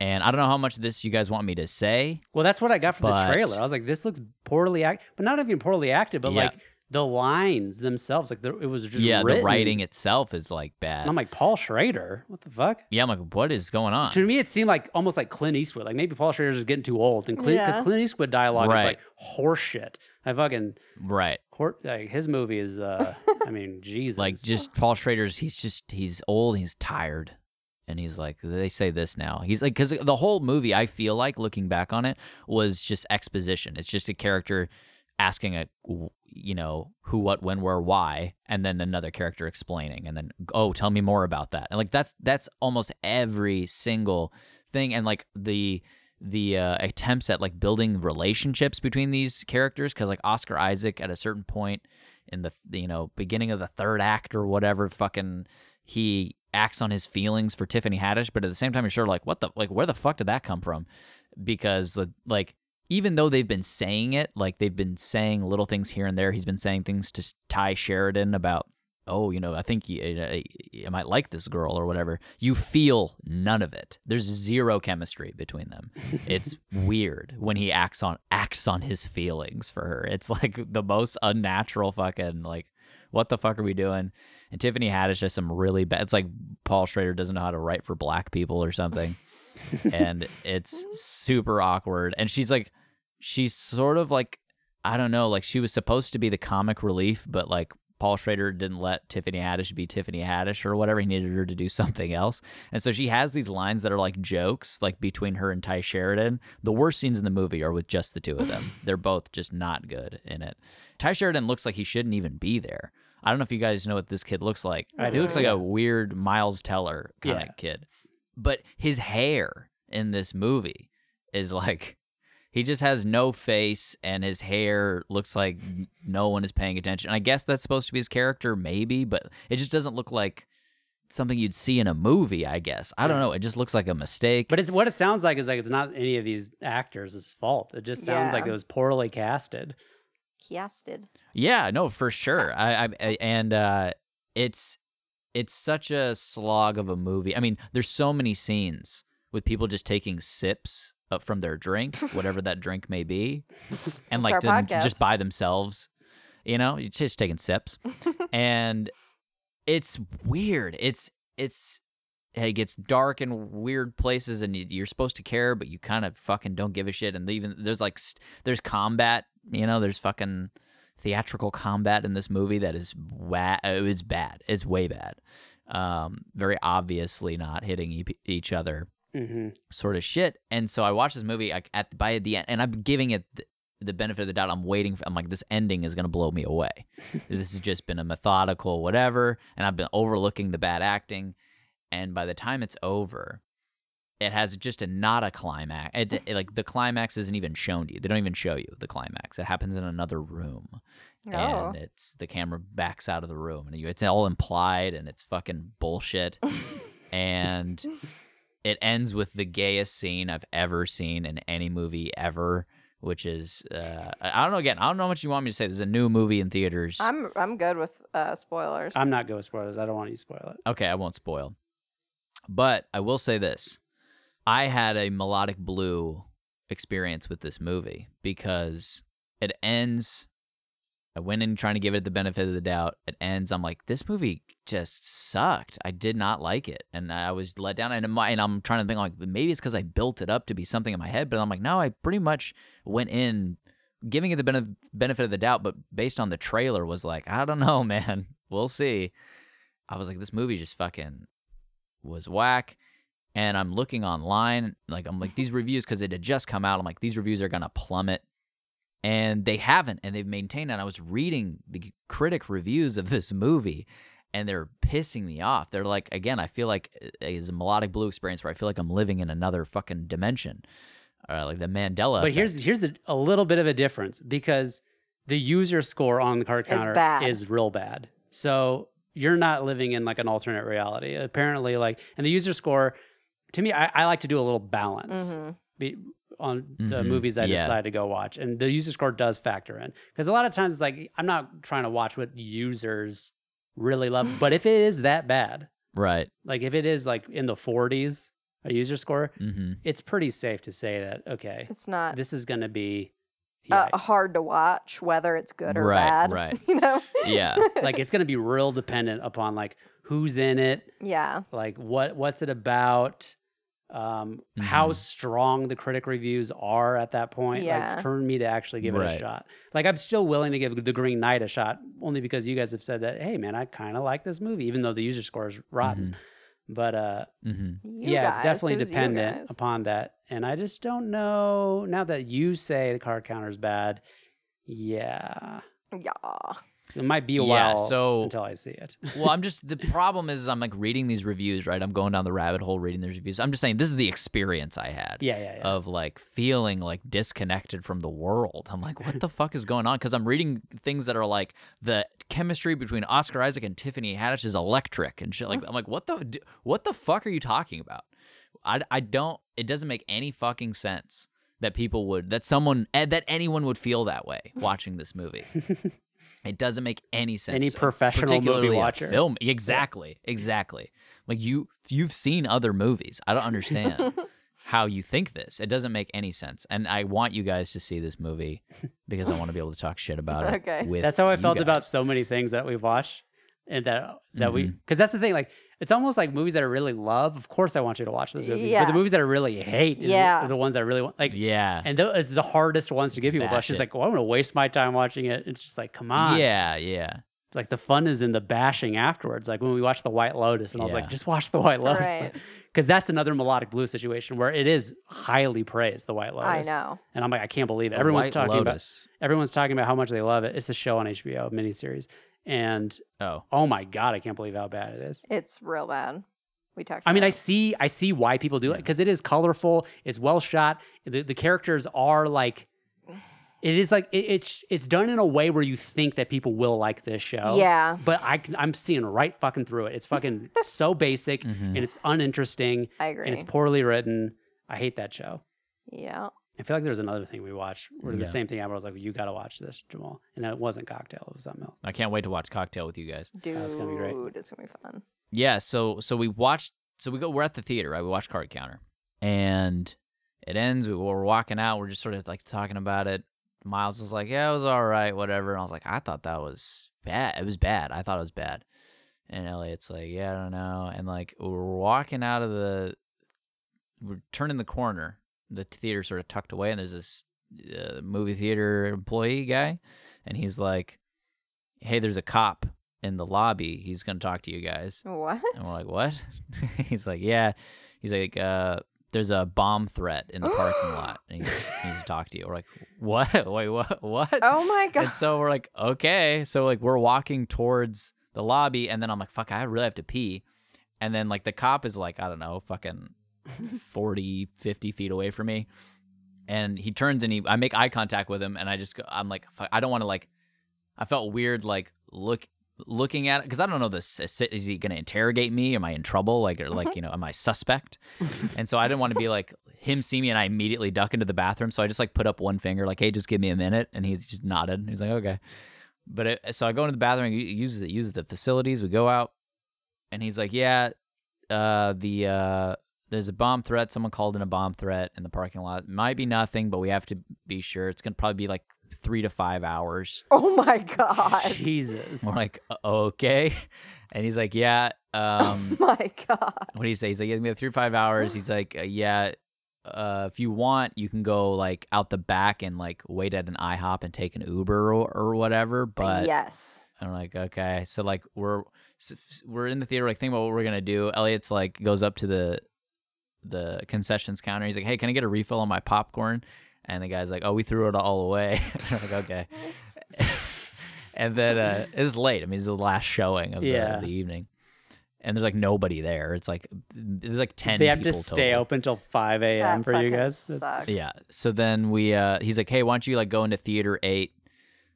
Speaker 3: And I don't know how much of this you guys want me to say.
Speaker 1: well, that's what I got from
Speaker 3: but-
Speaker 1: the trailer. I was like, this looks poorly acted, but not even poorly acted, but
Speaker 3: Yeah.
Speaker 1: like the lines themselves, like the, it was just
Speaker 3: yeah, the
Speaker 1: written.
Speaker 3: writing itself is like bad.
Speaker 1: And I'm like, Paul Schrader, what the fuck?
Speaker 3: yeah, I'm like, what is going on?
Speaker 1: To me, it seemed like almost like Clint Eastwood. Like maybe Paul Schrader's just getting too old, and because Clint, 'cause
Speaker 2: Yeah.
Speaker 1: Clint Eastwood dialogue is
Speaker 3: Right.
Speaker 1: like horseshit. I fucking
Speaker 3: Right,
Speaker 1: hor- like his movie is. uh I mean, (laughs) Jesus,
Speaker 3: like just Paul Schrader's. He's just he's old. He's tired, and he's like they say this now. He's like because the whole movie, I feel like looking back on it, was just exposition. It's just a character asking a you know who, what, when, where, why, and then another character explaining, and then oh, tell me more about that. And like that's that's almost every single thing, and like the the uh, attempts at like building relationships between these characters because like oscar isaac at a certain point in the you know beginning of the third act or whatever fucking he acts on his feelings for tiffany haddish but at the same time you're sort of like what the like where the fuck did that come from because the- like even though they've been saying it like they've been saying little things here and there he's been saying things to ty sheridan about oh, you know, I think you, uh, I might like this girl or whatever. You feel none of it. There's zero chemistry between them. It's weird when he acts on acts on his feelings for her. It's like the most unnatural fucking like. What the fuck are we doing? And Tiffany Haddish has some really bad. It's like Paul Schrader doesn't know how to write for black people or something, and it's super awkward. And she's like, she's sort of like, I don't know, like she was supposed to be the comic relief, but like Paul Schrader didn't let Tiffany Haddish be Tiffany Haddish or whatever. He needed her to do something else. And so she has these lines that are like jokes, like between her and Ty Sheridan. The worst scenes in the movie are with just the two of them. They're both just not good in it. Ty Sheridan looks like he shouldn't even be there. I don't know if you guys know what this kid looks like.
Speaker 1: I
Speaker 3: he
Speaker 1: do,
Speaker 3: looks like
Speaker 1: yeah.
Speaker 3: a weird Miles Teller kind
Speaker 1: Yeah.
Speaker 3: of kid. But his hair in this movie is like (laughs) he just has no face and his hair looks like n- no one is paying attention. And I guess that's supposed to be his character, maybe, but it just doesn't look like something you'd see in a movie, I guess. I don't know. It just looks like a mistake.
Speaker 1: But it's what it sounds like is like it's not any of these actors' fault. It just sounds like
Speaker 2: Yeah.
Speaker 1: it was poorly casted. (laughs)
Speaker 2: Kiasted.
Speaker 3: Yeah, no, for sure. I, I, I and uh, it's it's such a slog of a movie. I mean, there's so many scenes with people just taking sips up from their drink, whatever that drink may be, and like
Speaker 2: That's our
Speaker 3: then just
Speaker 2: podcast.
Speaker 3: by themselves. You know, you're just taking sips, (laughs) and it's weird. It's it's it gets dark in weird places, and you, you're supposed to care, but you kind of fucking don't give a shit. And even there's like st- there's combat. You know, there's fucking theatrical combat in this movie that is wa- uh, it's bad. It's way bad. Um, very obviously not hitting e- each other
Speaker 1: hmm
Speaker 3: sort of shit. And so I watched this movie like, at by the end, and I'm giving it th- the benefit of the doubt. I'm waiting for. I'm like, this ending is gonna blow me away. this has just been a methodical whatever, and I've been overlooking the bad acting. And by the time it's over, it has just a not a climax. It, it- like the climax isn't even shown to you. They don't even show you the climax. It happens in another room
Speaker 2: (laughs) No.
Speaker 3: and it's the camera backs out of the room and you, it's all implied and it's fucking bullshit
Speaker 2: (laughs)
Speaker 3: and it ends with the gayest scene i've ever seen in any movie ever which is uh, i I don't know again i don't know how much you want me to say there's a new movie in theaters
Speaker 2: I'm I'm good with uh, spoilers.
Speaker 1: I'm not going spoilers. I don't want you to spoil it.
Speaker 3: okay i won't spoil but i will say this i had a melodic blue experience with this movie because it ends I went in trying to give it the benefit of the doubt. It ends. I'm like, this movie just sucked. I did not like it, and I was let down. And, my, and I'm trying to think like maybe it's because I built it up to be something in my head, but I'm like, no, I pretty much went in giving it the benef- benefit of the doubt, but based on the trailer, was like, I don't know, (laughs) man. We'll see. I was like, this movie just fucking was whack. And I'm looking online, like I'm like these reviews because it had just come out. I'm like these reviews are gonna plummet and they haven't and they've maintained and i was reading the critic reviews of this movie and they're pissing me off they're like again i feel like uh, it's a melodic blue experience where i feel like i'm living in another fucking dimension uh, like the mandela
Speaker 1: But here's here's the, a little bit of a difference because the user score on the card
Speaker 2: Is
Speaker 1: counter
Speaker 2: bad.
Speaker 1: is real bad. So you're not living in like an alternate reality. Apparently, like and the user score to me, I, I like to do a little balance.
Speaker 2: Mhm.
Speaker 1: be, on the
Speaker 3: Mhm.
Speaker 1: movies I
Speaker 3: Yeah.
Speaker 1: decide to go watch. And the user score does factor in because a lot of times it's like I'm not trying to watch what users really love, but if it is that bad,
Speaker 3: right
Speaker 1: like if it is like in the 40s, a user score,
Speaker 3: hmm
Speaker 1: it's pretty safe to say that okay,
Speaker 2: It's not
Speaker 1: this is going to be
Speaker 2: uh,
Speaker 1: yikes.
Speaker 2: hard to watch whether it's good or
Speaker 3: Right,
Speaker 2: bad.
Speaker 3: right.
Speaker 2: (laughs) You know.
Speaker 3: yeah
Speaker 1: like it's going to be real dependent upon like who's in it,
Speaker 2: (laughs) Yeah.
Speaker 1: like what what's it about um how
Speaker 3: Mhm.
Speaker 1: strong the critic reviews are at that point
Speaker 2: Yeah.
Speaker 1: like for me to actually give it a
Speaker 3: Right.
Speaker 1: shot like i'm still willing to give the green knight a shot only because you guys have said that hey man i kind of like this movie even though the user score is rotten but uh
Speaker 3: hmm
Speaker 2: You
Speaker 1: yeah it's
Speaker 2: guys,
Speaker 1: definitely
Speaker 2: who's you
Speaker 1: dependent
Speaker 2: guys?
Speaker 1: upon that and i just don't know now that you say the card counter is bad yeah
Speaker 2: Yeah.
Speaker 1: (laughs) so it might be a
Speaker 3: Yeah,
Speaker 1: while
Speaker 3: so-
Speaker 1: until i see it (laughs)
Speaker 3: Mm-hmm. well, I'm just the problem is I'm like reading these reviews, right? I'm going down the rabbit hole reading these reviews. I'm just saying this is the experience I had.
Speaker 1: yeah yeah yeah
Speaker 3: of like feeling like disconnected from the world. I'm like, what the fuck is going on? Because I'm reading things that are like the chemistry between Oscar Isaac and Tiffany Haddish is electric and shit. Like, I'm like, what the d- what the fuck are you talking about? I I don't. It doesn't make any fucking sense that people would that someone eh, that anyone would feel that way watching
Speaker 1: (laughs)
Speaker 3: this movie. It doesn't make any sense.
Speaker 1: Any professional movie
Speaker 3: particularly a
Speaker 1: watcher.
Speaker 3: film exactly, exactly. Like you, you've seen other movies. I
Speaker 1: (laughs)
Speaker 3: don't understand how you think this. It doesn't make any sense. And I want you guys to see this movie because I want to be able to talk shit about it.
Speaker 2: Okay.
Speaker 3: with
Speaker 1: That's how I
Speaker 3: you
Speaker 1: felt about
Speaker 3: guys. Mm-hmm.
Speaker 1: so many things that we've watched and that that we because that's the thing like it's almost like movies that I really love. Of course, I want you to watch those movies, but
Speaker 2: Yeah.
Speaker 1: the movies that I really hate, is
Speaker 2: Yeah.
Speaker 1: the ones I really want like.
Speaker 3: Yeah.
Speaker 1: And tho- it's the hardest ones to give people.
Speaker 3: bad
Speaker 1: It's just
Speaker 3: shit.
Speaker 1: like, well, I'm going to waste my time watching it. It's just like, come on.
Speaker 3: Yeah, yeah.
Speaker 1: It's like the fun is in the bashing afterwards. Like when we watched The White Lotus, and I was
Speaker 3: Yeah.
Speaker 1: like, just watch The White Lotus. (laughs)
Speaker 2: Right.
Speaker 1: Because that's another melodic blue situation where it is highly praised, The White
Speaker 2: I
Speaker 1: Lotus.
Speaker 2: know.
Speaker 1: And I'm like, I can't believe it.
Speaker 3: The
Speaker 1: Everyone's
Speaker 3: White
Speaker 1: talking about
Speaker 3: Lotus.
Speaker 1: everyone's talking about how much they love it. It's a show on HBO miniseries, and
Speaker 3: Oh.
Speaker 1: oh my god, I can't believe how bad it is.
Speaker 2: It's real bad. We talked.
Speaker 1: I mean,
Speaker 2: about
Speaker 1: I
Speaker 2: it.
Speaker 1: see, I see why people do it
Speaker 3: Yeah.
Speaker 1: because it is colorful, it's well shot. The, the characters are like, it is like it, it's it's done in a way where you think that people will like this show.
Speaker 2: Yeah.
Speaker 1: But I can- I'm seeing right fucking through it. It's
Speaker 3: (laughs)
Speaker 1: fucking so basic
Speaker 3: Mhm.
Speaker 1: and it's uninteresting
Speaker 2: I agree.
Speaker 1: and it's poorly written. I hate that show.
Speaker 2: yeah.
Speaker 1: I feel like there was another thing we watched where the
Speaker 3: Yeah.
Speaker 1: same thing happened. I was like, you got to watch this, Jamal, and it wasn't Cocktail. It was something else.
Speaker 3: I can't wait to watch Cocktail with you guys.
Speaker 2: Dude,
Speaker 1: it's gonna be great.
Speaker 2: It's gonna be fun.
Speaker 3: Yeah, so so we watched so we go we're at the theater, right? We watch Card Counter. And it ends, we, we're walking out, we're just sort of like talking about it. Miles was like, "Yeah, it was all right, whatever." And I was like, "I thought that was bad. It was bad. I thought it was bad." And Elliot's like, "Yeah, I don't know." And like we're walking out of the we're turning the corner. The theater sort of tucked away and there's this uh, movie theater employee guy and he's like, "Hey, there's a cop in the lobby. He's going to talk to you guys."
Speaker 2: (laughs) What?
Speaker 3: (laughs) And we're like, what? he's like, yeah. He's like, uh, there's a bomb threat in the parking lot and he needs to talk to you. We're like, what? (laughs) Wait, what? What?
Speaker 2: Oh my
Speaker 3: And
Speaker 2: god.
Speaker 3: so we're like, okay. So like we're walking towards the lobby, and then I'm like, fuck, I really have to pee. And then like the cop is like, I don't know, fucking 40, 50 feet away from me. And he turns and he I make eye contact with him and I just go I'm like, fuck, I don't want to like I felt weird like look looking at it because I don't know this is it- is he gonna interrogate me? Am I in trouble? Like or like, you know, am I suspect? and so I didn't want to be like him see me and I immediately duck into the bathroom. So I just like put up one finger, like, hey, just give me a minute. And he's just nodded. He's like, okay. But it, so I go into the bathroom, he uses it, uses the facilities. We go out, and he's like, yeah, uh, the uh, there's a bomb threat. Someone called in a bomb threat in the parking lot. Might be nothing, but we have to be sure. It's gonna probably be like three to five hours.
Speaker 2: Oh my (laughs) god.
Speaker 1: Jesus.
Speaker 3: We're like, "Uh, okay, (laughs) and he's like, yeah. Um,
Speaker 2: Oh my god.
Speaker 3: what do you say? He's like, give me three to five hours. He's like, uh, yeah, uh, if you want, you can go like out the back and like wait at an IHOP and take an Uber or, or whatever. But
Speaker 2: yes.
Speaker 3: I'm like, okay. So like we're s- s- we're in the theater, like thinking about what we're gonna do. Elliot's like goes up to the the concessions counter. He's like, hey, can I get a refill on my popcorn? And the guy's like, oh, we threw it all away. (laughs) I'm like, okay. and then uh, it's late. I mean, it's the last showing of the-
Speaker 1: Yeah.
Speaker 3: the, evening. And there's like nobody there. It's like there's like ten.
Speaker 1: They have to
Speaker 3: people
Speaker 1: stay
Speaker 3: total.
Speaker 1: open till 5 a.m.
Speaker 2: That
Speaker 1: for you
Speaker 2: fucking
Speaker 1: guys.
Speaker 2: Sucks.
Speaker 3: Yeah. So then we, uh, he's like, hey, why don't you like go into theater eight?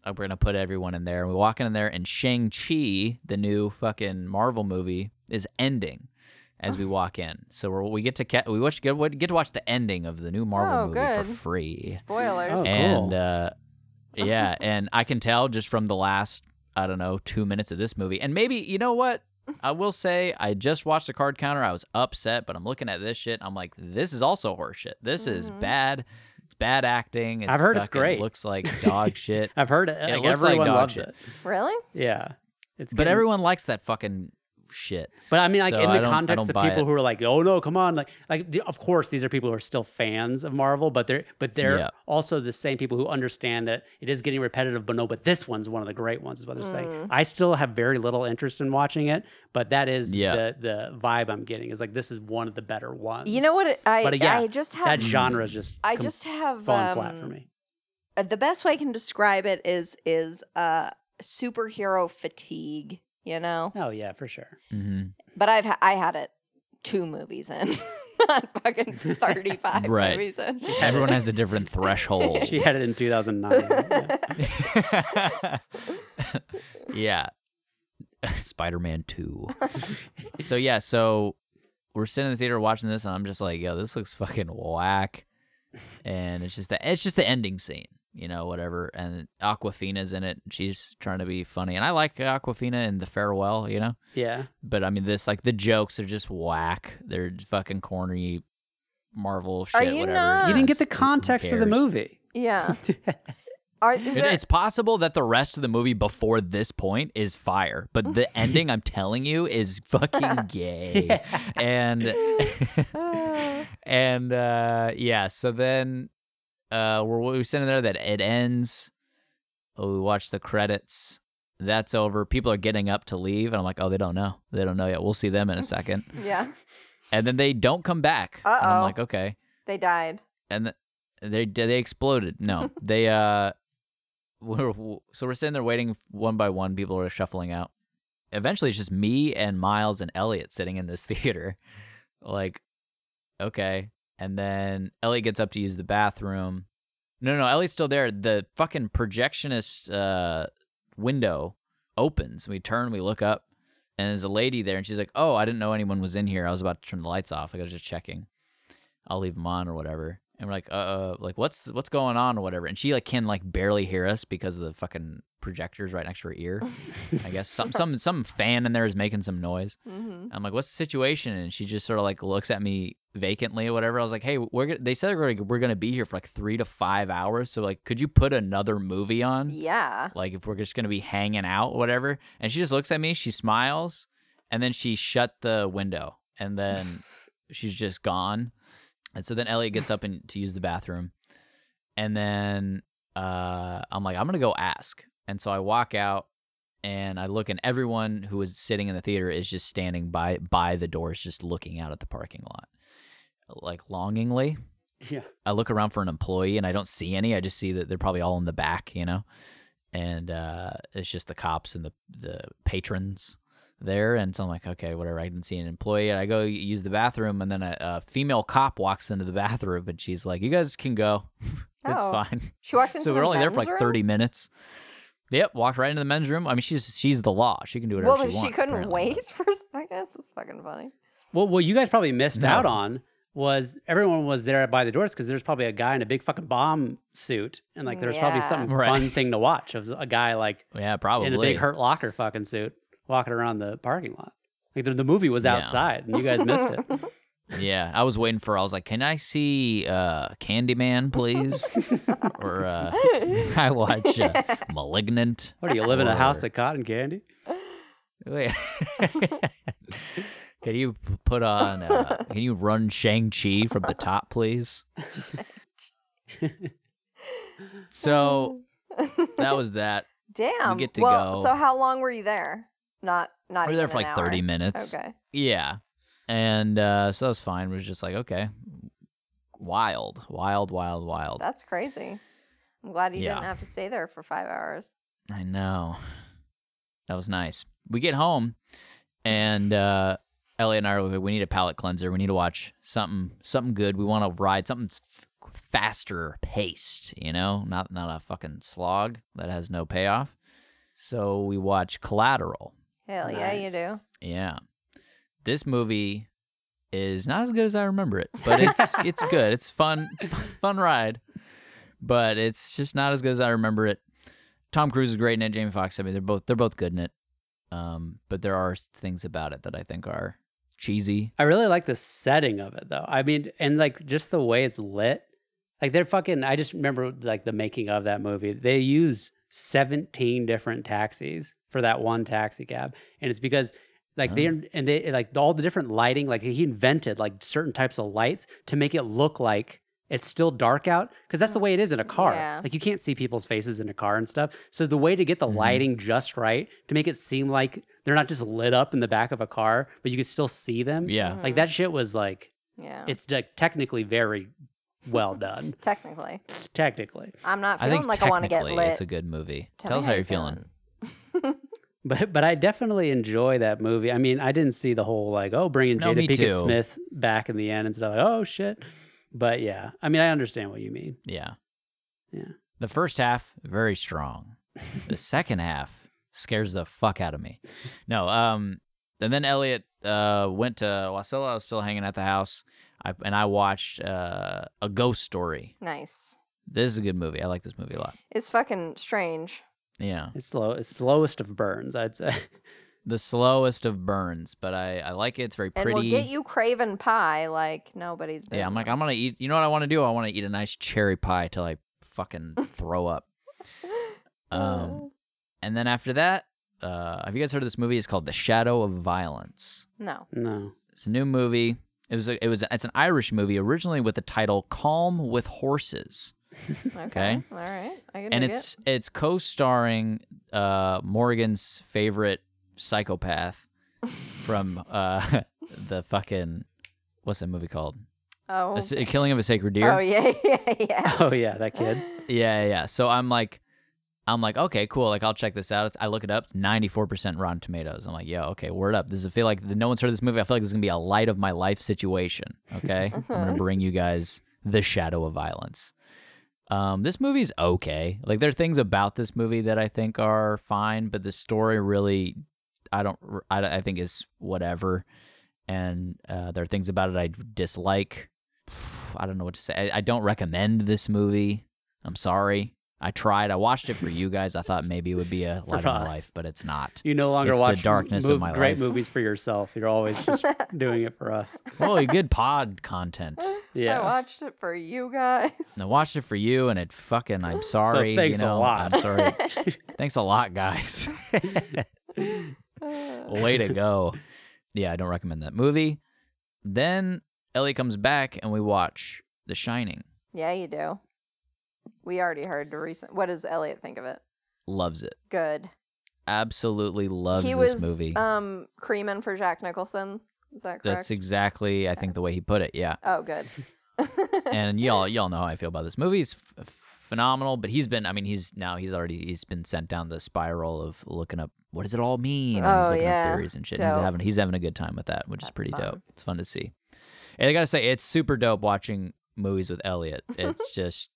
Speaker 3: Uh, we're gonna put everyone in there. And we walk in there, and Shang Chi, the new fucking Marvel movie, is ending as
Speaker 2: Oh.
Speaker 3: we walk in. So we're, we get to ca- we watch get, get to watch the ending of the new Marvel
Speaker 2: Oh,
Speaker 3: movie
Speaker 2: good.
Speaker 3: for free.
Speaker 2: Spoilers.
Speaker 1: Oh.
Speaker 3: and
Speaker 1: cool.
Speaker 3: uh, yeah, and I can tell just from the last I don't know two minutes of this movie, and maybe you know what. I will say I just watched the card counter. I was upset, but I'm looking at this shit. I'm like, this is also horseshit. This is
Speaker 2: Mhm.
Speaker 3: bad. It's bad acting. It's
Speaker 1: I've heard it's
Speaker 3: fucking-
Speaker 1: great.
Speaker 3: Looks like
Speaker 1: (laughs)
Speaker 3: dog shit.
Speaker 1: I've heard it.
Speaker 3: Yeah, it
Speaker 1: like,
Speaker 3: looks like
Speaker 1: everyone
Speaker 3: dog
Speaker 1: loves
Speaker 3: shit.
Speaker 1: it.
Speaker 2: Really?
Speaker 1: Yeah. It's
Speaker 3: But
Speaker 1: getting-
Speaker 3: everyone likes that fucking shit.
Speaker 1: But I mean, like
Speaker 3: So
Speaker 1: in
Speaker 3: I
Speaker 1: the
Speaker 3: don't- I
Speaker 1: context
Speaker 3: don't
Speaker 1: of
Speaker 3: buy
Speaker 1: people
Speaker 3: it.
Speaker 1: who are like, "Oh no, come on!" Like, like the, of course these are people who are still fans of Marvel, but they're but they're
Speaker 3: Yeah.
Speaker 1: also the same people who understand that it is getting repetitive. But no, but this one's one of the great ones, is what they're
Speaker 2: Mm.
Speaker 1: saying. I still have very little interest in watching it, but that is
Speaker 3: Yeah.
Speaker 1: the the vibe I'm getting. Is like this is one of the better ones.
Speaker 2: You know what? it- I
Speaker 1: But, yeah,
Speaker 2: I just have
Speaker 1: That genre is just
Speaker 2: I
Speaker 1: com-
Speaker 2: just have
Speaker 1: falling
Speaker 2: um,
Speaker 1: flat for me.
Speaker 2: uh, The best way I can describe it is is uh superhero fatigue. You know,
Speaker 1: Oh yeah, for sure.
Speaker 3: hmm
Speaker 2: but I've ha- I had it two movies in, (laughs) not fucking thirty five
Speaker 3: (laughs) Right.
Speaker 2: movies in. (laughs)
Speaker 3: Everyone has a
Speaker 1: (laughs)
Speaker 3: different threshold.
Speaker 1: (laughs) She had it in 2009. Yeah.
Speaker 3: (laughs) yeah. Spider Man
Speaker 2: (laughs)
Speaker 3: 2. so, yeah, so we're sitting in the theater watching this, and I'm just like, yo, this looks fucking whack. And it's just the it's just the ending scene, you know, whatever. And Aquafina's in it. and She's trying to be funny, and I like Aquafina in the farewell, you know.
Speaker 1: (laughs) yeah.
Speaker 3: But I mean, this like the jokes are just whack. They're fucking corny, Marvel shit.
Speaker 2: Are you
Speaker 3: whatever.
Speaker 2: not-
Speaker 1: You didn't get the
Speaker 3: It's- who- who
Speaker 1: context of the
Speaker 3: cares?
Speaker 1: movie. (laughs)
Speaker 2: Yeah. Are, is
Speaker 3: It-
Speaker 2: there,
Speaker 3: it's possible that the rest of the movie before this point is fire,
Speaker 2: (laughs)
Speaker 3: but the ending I'm telling you is fucking gay.
Speaker 2: (laughs)
Speaker 3: And (laughs)
Speaker 2: Uh,
Speaker 3: and uh yeah, so then uh we're we're sitting there that it ends. Oh, we watch the credits. That's over. People are getting up to leave, and I'm like, oh, they don't know. They don't know yet. We'll see them in a second.
Speaker 2: yeah.
Speaker 3: And then they don't come back. And I'm
Speaker 2: Uh-oh.
Speaker 3: like, okay
Speaker 2: They died.
Speaker 3: and th- they they exploded. No, they uh, we're, so we're sitting there waiting one by one. People are shuffling out. Eventually, it's just me and Miles and Elliot sitting in this (laughs) theater. Like, okay, and then Elliot gets up to use the bathroom. No, no, Elliot's still there. The fucking projectionist uh, window opens. We turn, we look up, and there's a lady there, and she's like, "Oh, I didn't know anyone was in here. I was about to turn the lights off. Like, I was just checking. I'll leave them on or whatever." And we're like, "Uh, uh like what's what's going on or whatever?" And she like can like barely hear us because of the fucking projectors right next to her ear. I guess some some some fan in there is making some noise.
Speaker 2: hmm
Speaker 3: I'm like, "What's the situation?" And she just sort of like looks at me vacantly or whatever. I was like, "Hey, we're gonna, they said we're gonna, we're gonna be here for like three to five hours, so like, could you put another movie on?"
Speaker 2: Yeah.
Speaker 3: like if we're just gonna be hanging out, whatever. And she just looks at me, she smiles, and then she shut the window, and then she's just gone. And so then Elliot gets up and to use the bathroom, and then uh, I'm like, I'm gonna go ask. And so I walk out, and I look, and everyone who was sitting in the theater is just standing by by the doors, just looking out at the parking lot. like longingly.
Speaker 1: Yeah.
Speaker 3: I look around for an employee and I don't see any. I just see that they're probably all in the back, you know, and uh, it's just the cops and the the patrons there. And so I'm like, okay, whatever. I didn't see an employee, and I go use the bathroom, and then a, a female cop walks into the (laughs) bathroom, and she's like, "You guys can go. (laughs) it's
Speaker 2: Oh.
Speaker 3: fine."
Speaker 2: She walked into
Speaker 3: so
Speaker 2: the
Speaker 3: we're only there for
Speaker 2: men's
Speaker 3: like
Speaker 2: room?
Speaker 3: 30 minutes. Yep, walked right into the men's room. I mean, she's she's the law. She can do whatever
Speaker 2: Well,
Speaker 3: she
Speaker 2: but
Speaker 3: wants.
Speaker 2: she couldn't
Speaker 3: apparently, but-
Speaker 2: wait for a second. That's fucking funny.
Speaker 1: Well, what you guys probably missed
Speaker 3: No.
Speaker 1: out on was everyone was there by the doors because there's probably a guy in a big fucking bomb suit, and like there's probably
Speaker 2: Yeah.
Speaker 1: some
Speaker 3: Right.
Speaker 1: fun thing to watch of a guy like
Speaker 3: Yeah, probably.
Speaker 1: in a big Hurt Locker fucking suit walking around the parking lot. Like the, the movie was
Speaker 3: Yeah.
Speaker 1: outside, and you guys missed it.
Speaker 3: Yeah, I was waiting for. I was like, "Can I see uh,
Speaker 2: (laughs)
Speaker 3: Candyman, please?" (laughs) or uh, (laughs) I watch uh, *Malignant*.
Speaker 1: What do you live in a house
Speaker 3: Or-
Speaker 1: of cotton candy?
Speaker 3: Wait. (laughs) can you p- put on? Uh, can you run Shang Chi from the
Speaker 2: (laughs)
Speaker 3: top, please?
Speaker 2: (laughs)
Speaker 3: so that was that.
Speaker 2: Damn.
Speaker 3: get to
Speaker 2: well,
Speaker 3: go.
Speaker 2: so how long were you there? Not not.
Speaker 3: We were there
Speaker 2: even
Speaker 3: for
Speaker 2: an
Speaker 3: like
Speaker 2: hour.
Speaker 3: thirty minutes.
Speaker 2: Okay.
Speaker 3: Yeah. And uh, so that was fine. It was just like, okay, wild, wild, wild, wild.
Speaker 2: That's crazy. I'm glad you didn't
Speaker 3: Yeah.
Speaker 2: have to stay there for five hours.
Speaker 3: I know. That was nice. We get home and uh Ellie and I are like, we need a palate cleanser. We need to watch something something good. We want to ride something f- faster paced, you know? Not not a fucking slog that has no payoff. So we watch Collateral.
Speaker 2: Hell yeah, you do.
Speaker 1: Nice.
Speaker 3: Yeah. This movie is not as good as I remember it,
Speaker 2: (laughs)
Speaker 3: but it's it's good. It's fun fun ride. But it's just not as good as I remember it. Tom Cruise is great in it, Jamie Foxx, I mean they're both they're both good in it. Um, but there are things about it that I think are cheesy.
Speaker 1: I really like the setting of it though. I mean, and like just the way it's lit. Like they're fucking I just remember like the making of that movie. They use 17 different taxis for that one taxi cab. And it's because like they and they like all the different lighting, like he invented like certain types of lights to make it look like it's still dark out because that's the way it is in a car.
Speaker 2: Yeah.
Speaker 1: Like you can't see people's faces in a car and stuff. So the way to get the
Speaker 3: Mhm.
Speaker 1: lighting just right to make it seem like they're not just lit up in the back of a car, but you can still see them.
Speaker 2: Mm,
Speaker 3: Yeah.
Speaker 1: Like that shit was like
Speaker 2: Yeah.
Speaker 1: it's like technically very well done. (laughs)
Speaker 2: technically,
Speaker 1: technically. (laughs)
Speaker 2: I'm not
Speaker 3: I
Speaker 2: feeling
Speaker 3: think
Speaker 2: like I want to
Speaker 3: technically
Speaker 2: get lit.
Speaker 3: it's a good movie.
Speaker 2: Tell
Speaker 3: Tell,
Speaker 2: me
Speaker 3: us
Speaker 2: how
Speaker 3: how
Speaker 2: you
Speaker 3: you're feeling.
Speaker 2: feeling.
Speaker 1: But but I definitely enjoy that movie. I mean, I didn't see the whole like, oh, bringing
Speaker 3: No,
Speaker 1: Jada
Speaker 3: me
Speaker 1: Pinkett
Speaker 3: too.
Speaker 1: Smith back in the end and stuff like, oh shit. But yeah, I mean, I understand what you mean.
Speaker 3: Yeah.
Speaker 1: Yeah.
Speaker 3: The first half, very strong. The second half scares the fuck out of me. No, um, and then Elliot uh went to Wasilla. I was still hanging at the house. I and I watched uh a ghost story.
Speaker 2: nice.
Speaker 3: This is a good movie. I like this movie a lot.
Speaker 2: It's fucking strange.
Speaker 3: Yeah.
Speaker 1: It's slow, it's slowest of burns, I'd say. (laughs)
Speaker 3: The slowest of burns, but I I like it. It's very
Speaker 2: And
Speaker 3: pretty.
Speaker 2: we'll get you craven pie like nobody's. Business.
Speaker 3: yeah, I'm like I'm gonna eat. You know what I want to do? I want to eat a nice cherry pie till I
Speaker 2: (laughs)
Speaker 3: fucking throw up. (laughs) Um, and then after that, uh, have you guys heard of this movie? It's called The Shadow of Violence.
Speaker 2: no.
Speaker 1: No.
Speaker 3: It's a new movie. It was a, it was it's an Irish movie originally with the title Calm with Horses,
Speaker 2: Okay.
Speaker 3: Okay.
Speaker 2: All right. I can
Speaker 3: and
Speaker 2: dig it.
Speaker 3: it's it's co-starring uh, Morgan's favorite psychopath from uh, (laughs) the fucking what's that movie called?
Speaker 2: oh.
Speaker 3: A S- A Killing of a Sacred Deer.
Speaker 2: Oh yeah, (laughs) yeah,
Speaker 3: (laughs)
Speaker 2: yeah.
Speaker 1: Oh yeah, that kid.
Speaker 2: (laughs)
Speaker 3: Yeah, yeah, yeah. So I'm like, I'm like, okay, cool. Like, I'll check this out. It's- I look it up. Ninety four percent Rotten Tomatoes. I'm like, yo, okay, word up. This is I feel like no one's heard of this movie. I feel like this is gonna be a light of my life situation. Okay, I'm gonna
Speaker 2: Mhm.
Speaker 3: bring you guys the Shadow of Violence. Um, this movie's okay. Like, there are things about this movie that I think are fine, but the story really, I don't, I, I think is whatever. And uh, there are things about it I dislike. (sighs) I don't know what to say. I, I don't recommend this movie. I'm sorry. I tried. I watched it for you guys. I thought maybe it would be a
Speaker 1: (laughs) For
Speaker 3: light of my
Speaker 1: us.
Speaker 3: life, but
Speaker 1: (laughs)
Speaker 3: it's not.
Speaker 1: You no longer
Speaker 3: It's the
Speaker 1: watch
Speaker 3: darkness of
Speaker 1: mov-
Speaker 3: my
Speaker 1: great
Speaker 3: life.
Speaker 1: movies for yourself. You're
Speaker 2: (laughs)
Speaker 1: always just doing it for us.
Speaker 3: Oh, good
Speaker 1: (laughs)
Speaker 3: pod content.
Speaker 1: Yeah.
Speaker 2: I watched it for you guys.
Speaker 3: I watched it for you, and it fucking. I'm sorry.
Speaker 1: thanks a
Speaker 3: you know,
Speaker 1: lot. (laughs)
Speaker 2: (laughs)
Speaker 3: I'm sorry. thanks a lot, guys. (laughs)
Speaker 2: Uh,
Speaker 3: Way to go. Yeah, I don't recommend that movie. Then Ellie comes back, and we watch The Shining.
Speaker 2: yeah, you do. We already heard the recent. What does Elliot think of it?
Speaker 3: Loves it.
Speaker 2: Good.
Speaker 3: Absolutely loves
Speaker 2: he
Speaker 3: this
Speaker 2: was
Speaker 3: movie.
Speaker 2: um creaming for Jack Nicholson Is that correct?
Speaker 3: That's exactly, I think, the way he put it.
Speaker 2: (laughs)
Speaker 3: Yeah.
Speaker 2: oh, good. (laughs)
Speaker 3: (laughs) and y'all y'all know how I feel about this movie. It's f- phenomenal, but he's been I mean he's now he's already he's been sent down the spiral of looking up what does it all mean? And
Speaker 2: Oh,
Speaker 3: he's looking
Speaker 2: yeah.
Speaker 3: up theories and shit. He's
Speaker 2: Dope.
Speaker 3: having he's having a good time with that, which is
Speaker 2: That's
Speaker 3: pretty
Speaker 2: fun.
Speaker 3: dope. It's fun to see. And I gotta say, it's super dope watching movies with
Speaker 2: (laughs)
Speaker 3: Elliot. It's just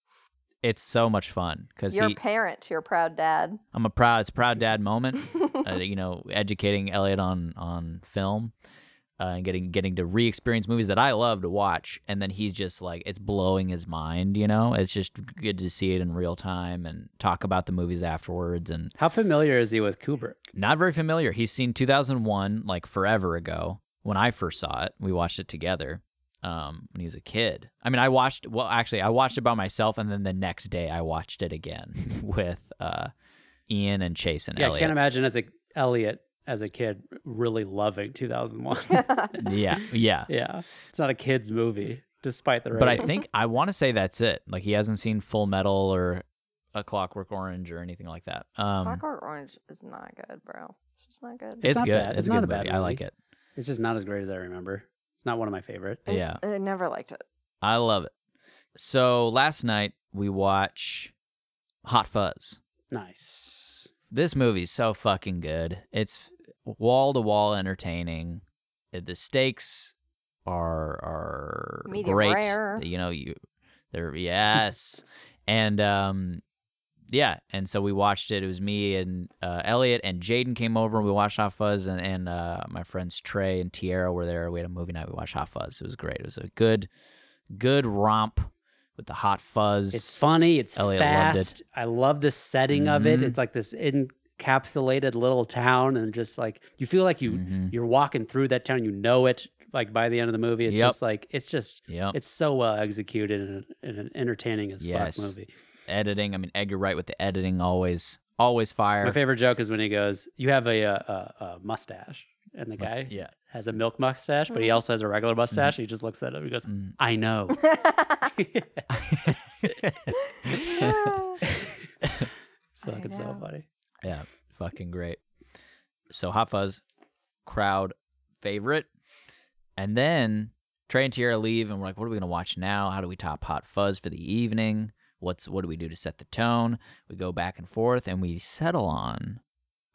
Speaker 3: it's so much fun because
Speaker 2: Your
Speaker 3: he
Speaker 2: parent, your proud
Speaker 3: (laughs)
Speaker 2: dad.
Speaker 3: I'm a proud it's
Speaker 2: (laughs)
Speaker 3: a proud dad moment. uh, you know, educating Elliot on on film uh, and getting getting to re-experience movies that I love to watch, and then he's just like it's blowing his mind. You know, it's just good to see it in real time and talk about the movies afterwards. And
Speaker 1: How familiar is he with Kubrick?
Speaker 3: not very familiar. He's seen 2001 like forever ago when I first saw it. We watched it together. Um, when he was a kid. I mean, I watched. Well, actually, I watched it by myself, and then the next day I watched it again (laughs) with uh, Ian and Chase and
Speaker 1: Yeah, I
Speaker 3: Elliot.
Speaker 1: can't imagine as a Elliot as a kid really loving 2001.
Speaker 3: yeah, yeah.
Speaker 1: (laughs) yeah, it's not a kids movie, despite the.
Speaker 3: But I
Speaker 1: rating.
Speaker 3: think I want to say that's it. Like he hasn't seen Full Metal or A Clockwork Orange or anything like that. Um,
Speaker 2: Clockwork Orange is not good, bro. It's just not good.
Speaker 1: It's
Speaker 3: it's
Speaker 1: not
Speaker 3: good.
Speaker 1: bad.
Speaker 3: It's,
Speaker 1: It's
Speaker 3: a
Speaker 1: not
Speaker 3: good
Speaker 1: a bad
Speaker 3: movie. I like
Speaker 1: movie.
Speaker 3: it.
Speaker 1: it's just not as great as I remember. It's not one of my favorite.
Speaker 2: I-
Speaker 3: Yeah,
Speaker 2: I never liked
Speaker 3: (laughs)
Speaker 2: it. (laughs)
Speaker 3: I love it. So last night we watch Hot Fuzz.
Speaker 1: Nice.
Speaker 3: This movie's so fucking good. It's wall to wall entertaining. Uh, The stakes are are
Speaker 2: Medium
Speaker 3: great.
Speaker 2: rare.
Speaker 3: You know, you
Speaker 2: (laughs)
Speaker 3: they're yes. and um yeah, and so we watched it. It was me and uh, Elliot and Jaden came over and we watched Hot Fuzz and, and uh, my friends Trey and Tierra were there. We had a movie night, we watched Hot Fuzz. It was great. It was a good good romp with the hot fuzz.
Speaker 1: It's funny. It's
Speaker 3: Elliot loved
Speaker 1: fast.
Speaker 3: it.
Speaker 1: I love the setting of it.
Speaker 3: Mhm.
Speaker 1: It's like this encapsulated little town, and just like you feel like you
Speaker 3: Mhm.
Speaker 1: you're walking through that town. You know it. Like by the end of the movie, it's
Speaker 3: Yep.
Speaker 1: just like it's just
Speaker 3: Yep.
Speaker 1: it's so well executed and, and entertaining as
Speaker 3: Yes.
Speaker 1: fuck movie.
Speaker 3: editing. I mean, Edgar Wright with the editing always always fire.
Speaker 1: My favorite joke is when he goes, "You have a, uh a, a mustache," and the guy
Speaker 3: Yeah. Mm-hmm.
Speaker 1: has a milk mustache, but he
Speaker 2: Mhm.
Speaker 1: also has a regular mustache. He just looks at him and goes,
Speaker 3: Mm.
Speaker 1: "I
Speaker 3: (laughs)
Speaker 1: know." (laughs) so
Speaker 2: I
Speaker 1: it's so
Speaker 2: know.
Speaker 1: funny.
Speaker 3: yeah, fucking great. So Hot Fuzz, crowd favorite, and then Trey and Tierra leave, and we're like, "What are we gonna watch now? How do we top Hot Fuzz for the evening? What's what do we do to set the tone?" We go back and forth, and we settle on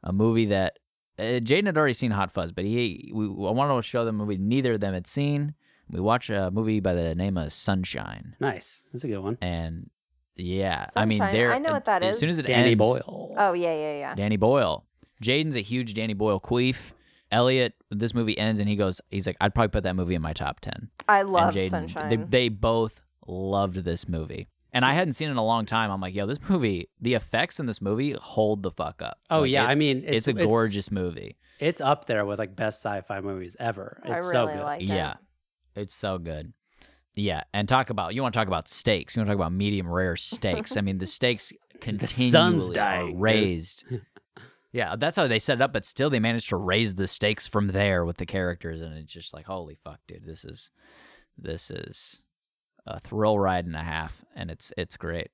Speaker 3: a movie that uh, Jaden had already seen Hot Fuzz, but he we, I wanted to show them a movie neither of them had seen. We watch a movie by the name of Sunshine.
Speaker 1: Nice. That's a good one.
Speaker 3: and yeah, I mean,
Speaker 2: Sunshine,
Speaker 3: there.
Speaker 2: I know what that
Speaker 3: as
Speaker 2: is.
Speaker 3: soon as it
Speaker 1: Danny
Speaker 3: ends,
Speaker 1: Boyle.
Speaker 2: oh yeah, yeah, yeah.
Speaker 3: Danny Boyle. Jaden's a huge Danny Boyle queef. Elliot, this movie ends, and he goes, he's like, I'd probably put that movie in my top ten.
Speaker 2: I
Speaker 3: And
Speaker 2: love
Speaker 3: Jaden-
Speaker 2: Sunshine.
Speaker 3: They, they both loved this movie, and I hadn't seen it in a long time. I'm like, yo, this movie, the effects in this movie hold the fuck up.
Speaker 1: Oh
Speaker 3: Like,
Speaker 1: yeah,
Speaker 3: it-
Speaker 1: I mean
Speaker 3: it's, a gorgeous movie.
Speaker 1: It's, up there with like best sci-fi movies ever. It's
Speaker 2: I really
Speaker 1: so good.
Speaker 2: like it.
Speaker 3: Yeah. It's so good. Yeah, and talk about you want to talk about steaks. You want to talk about medium rare steaks. I mean, the steaks continually
Speaker 1: dying,
Speaker 3: are
Speaker 1: dude.
Speaker 3: raised. yeah, that's how they set it up, but still they managed to raise the stakes from there with the characters, and it's just like, holy fuck, dude, this is this is a thrill ride and a half, and it's it's great.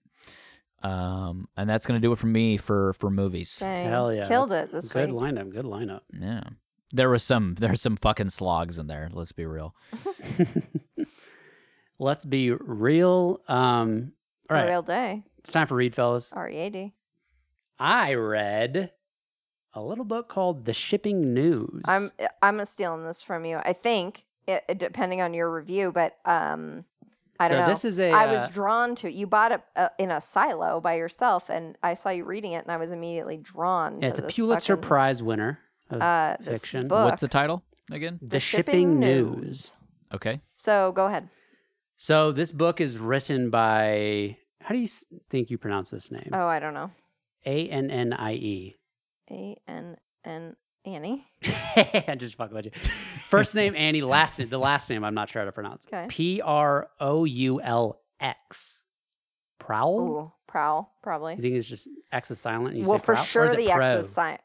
Speaker 3: Um, and that's gonna do it for me for for movies.
Speaker 2: Dang,
Speaker 1: Hell yeah,
Speaker 2: killed
Speaker 1: that's
Speaker 2: it this
Speaker 1: good
Speaker 2: week.
Speaker 1: lineup. Good
Speaker 2: (laughs)
Speaker 1: lineup. (laughs)
Speaker 3: Yeah, there was some there's some fucking slogs in there. Let's be real.
Speaker 1: Let's be real. Um, all right,
Speaker 2: Real day.
Speaker 1: it's time for read, fellas.
Speaker 2: R E A D.
Speaker 1: I read a little book called The Shipping News.
Speaker 2: I'm eh, I'm stealing this from you. I think it, it- depending on your review, but um, I don't
Speaker 1: so
Speaker 2: know.
Speaker 1: This is a.
Speaker 2: I
Speaker 1: uh,
Speaker 2: was drawn to it. You bought it uh, in a silo by yourself, and I saw you reading it, and I was immediately drawn.
Speaker 1: yeah,
Speaker 2: to
Speaker 1: it's a
Speaker 2: this
Speaker 1: Pulitzer
Speaker 2: fucking,
Speaker 1: Prize winner. Of
Speaker 2: uh, this
Speaker 1: fiction.
Speaker 2: Book.
Speaker 3: What's the title again?
Speaker 1: the,
Speaker 2: The
Speaker 1: Shipping,
Speaker 2: Shipping
Speaker 1: News.
Speaker 2: News.
Speaker 3: Okay.
Speaker 2: so go ahead.
Speaker 1: So this book is written by. How do you s- think you pronounce this name?
Speaker 2: Oh, I don't know.
Speaker 1: A N N I E. (laughs)
Speaker 2: A N N Annie.
Speaker 1: I just fucking with you. First name Annie, last name the last name I'm not sure how to pronounce.
Speaker 2: Okay.
Speaker 1: P R O U L X. Prowl?
Speaker 2: Ooh, prowl
Speaker 1: You
Speaker 2: probably.
Speaker 1: think it's just X is silent? And you
Speaker 2: Well,
Speaker 1: say
Speaker 2: for
Speaker 1: prowl? Or
Speaker 2: sure
Speaker 1: is Oh. it
Speaker 2: the
Speaker 1: pro?
Speaker 2: X is silent.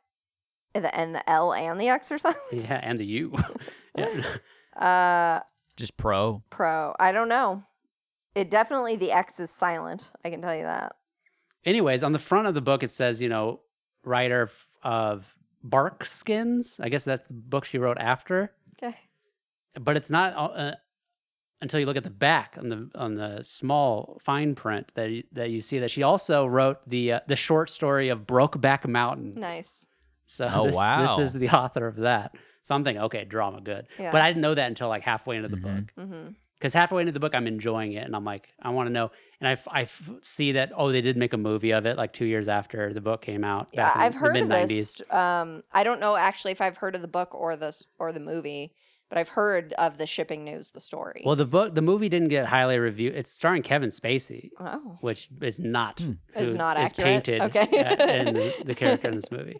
Speaker 2: The and the L and the X are silent.
Speaker 1: Yeah, and the U. (laughs) yeah.
Speaker 2: (laughs) Uh,
Speaker 3: Just pro
Speaker 2: pro. I don't know. It definitely the X is silent. I can tell you that.
Speaker 1: Anyways, on the front of the book it says, you know, writer f- of Bark Skins. I guess that's the book she wrote after.
Speaker 2: Okay.
Speaker 1: but it's not uh, until you look at the back on the on the small fine print that you, that you see that she also wrote the uh, the short story of Brokeback Mountain.
Speaker 2: Nice.
Speaker 1: So
Speaker 3: Oh,
Speaker 1: this,
Speaker 3: wow.
Speaker 1: this is the author of that. So I'm thinking, okay, drama, good.
Speaker 2: Yeah.
Speaker 1: But I didn't know that until like halfway into the
Speaker 3: Mhm.
Speaker 1: book.
Speaker 2: mm-hmm.
Speaker 1: Because halfway into the book, I'm enjoying it, and I'm like, I want to know. And I, f- I f- see that oh, they did make a movie of it like two years after the book came out.
Speaker 2: Yeah,
Speaker 1: back in
Speaker 2: I've
Speaker 1: the
Speaker 2: heard of
Speaker 1: mid-90s.
Speaker 2: this. Um, I don't know actually if I've heard of the book or this or the movie, but I've heard of the shipping news, the story.
Speaker 1: Well, the book, the movie didn't get highly reviewed. It's starring Kevin Spacey,
Speaker 2: oh,
Speaker 1: which is not
Speaker 3: Hmm.
Speaker 1: who
Speaker 2: Is not accurate?
Speaker 1: painted
Speaker 2: Okay.
Speaker 1: a-
Speaker 2: (laughs)
Speaker 1: in the, the character in this movie.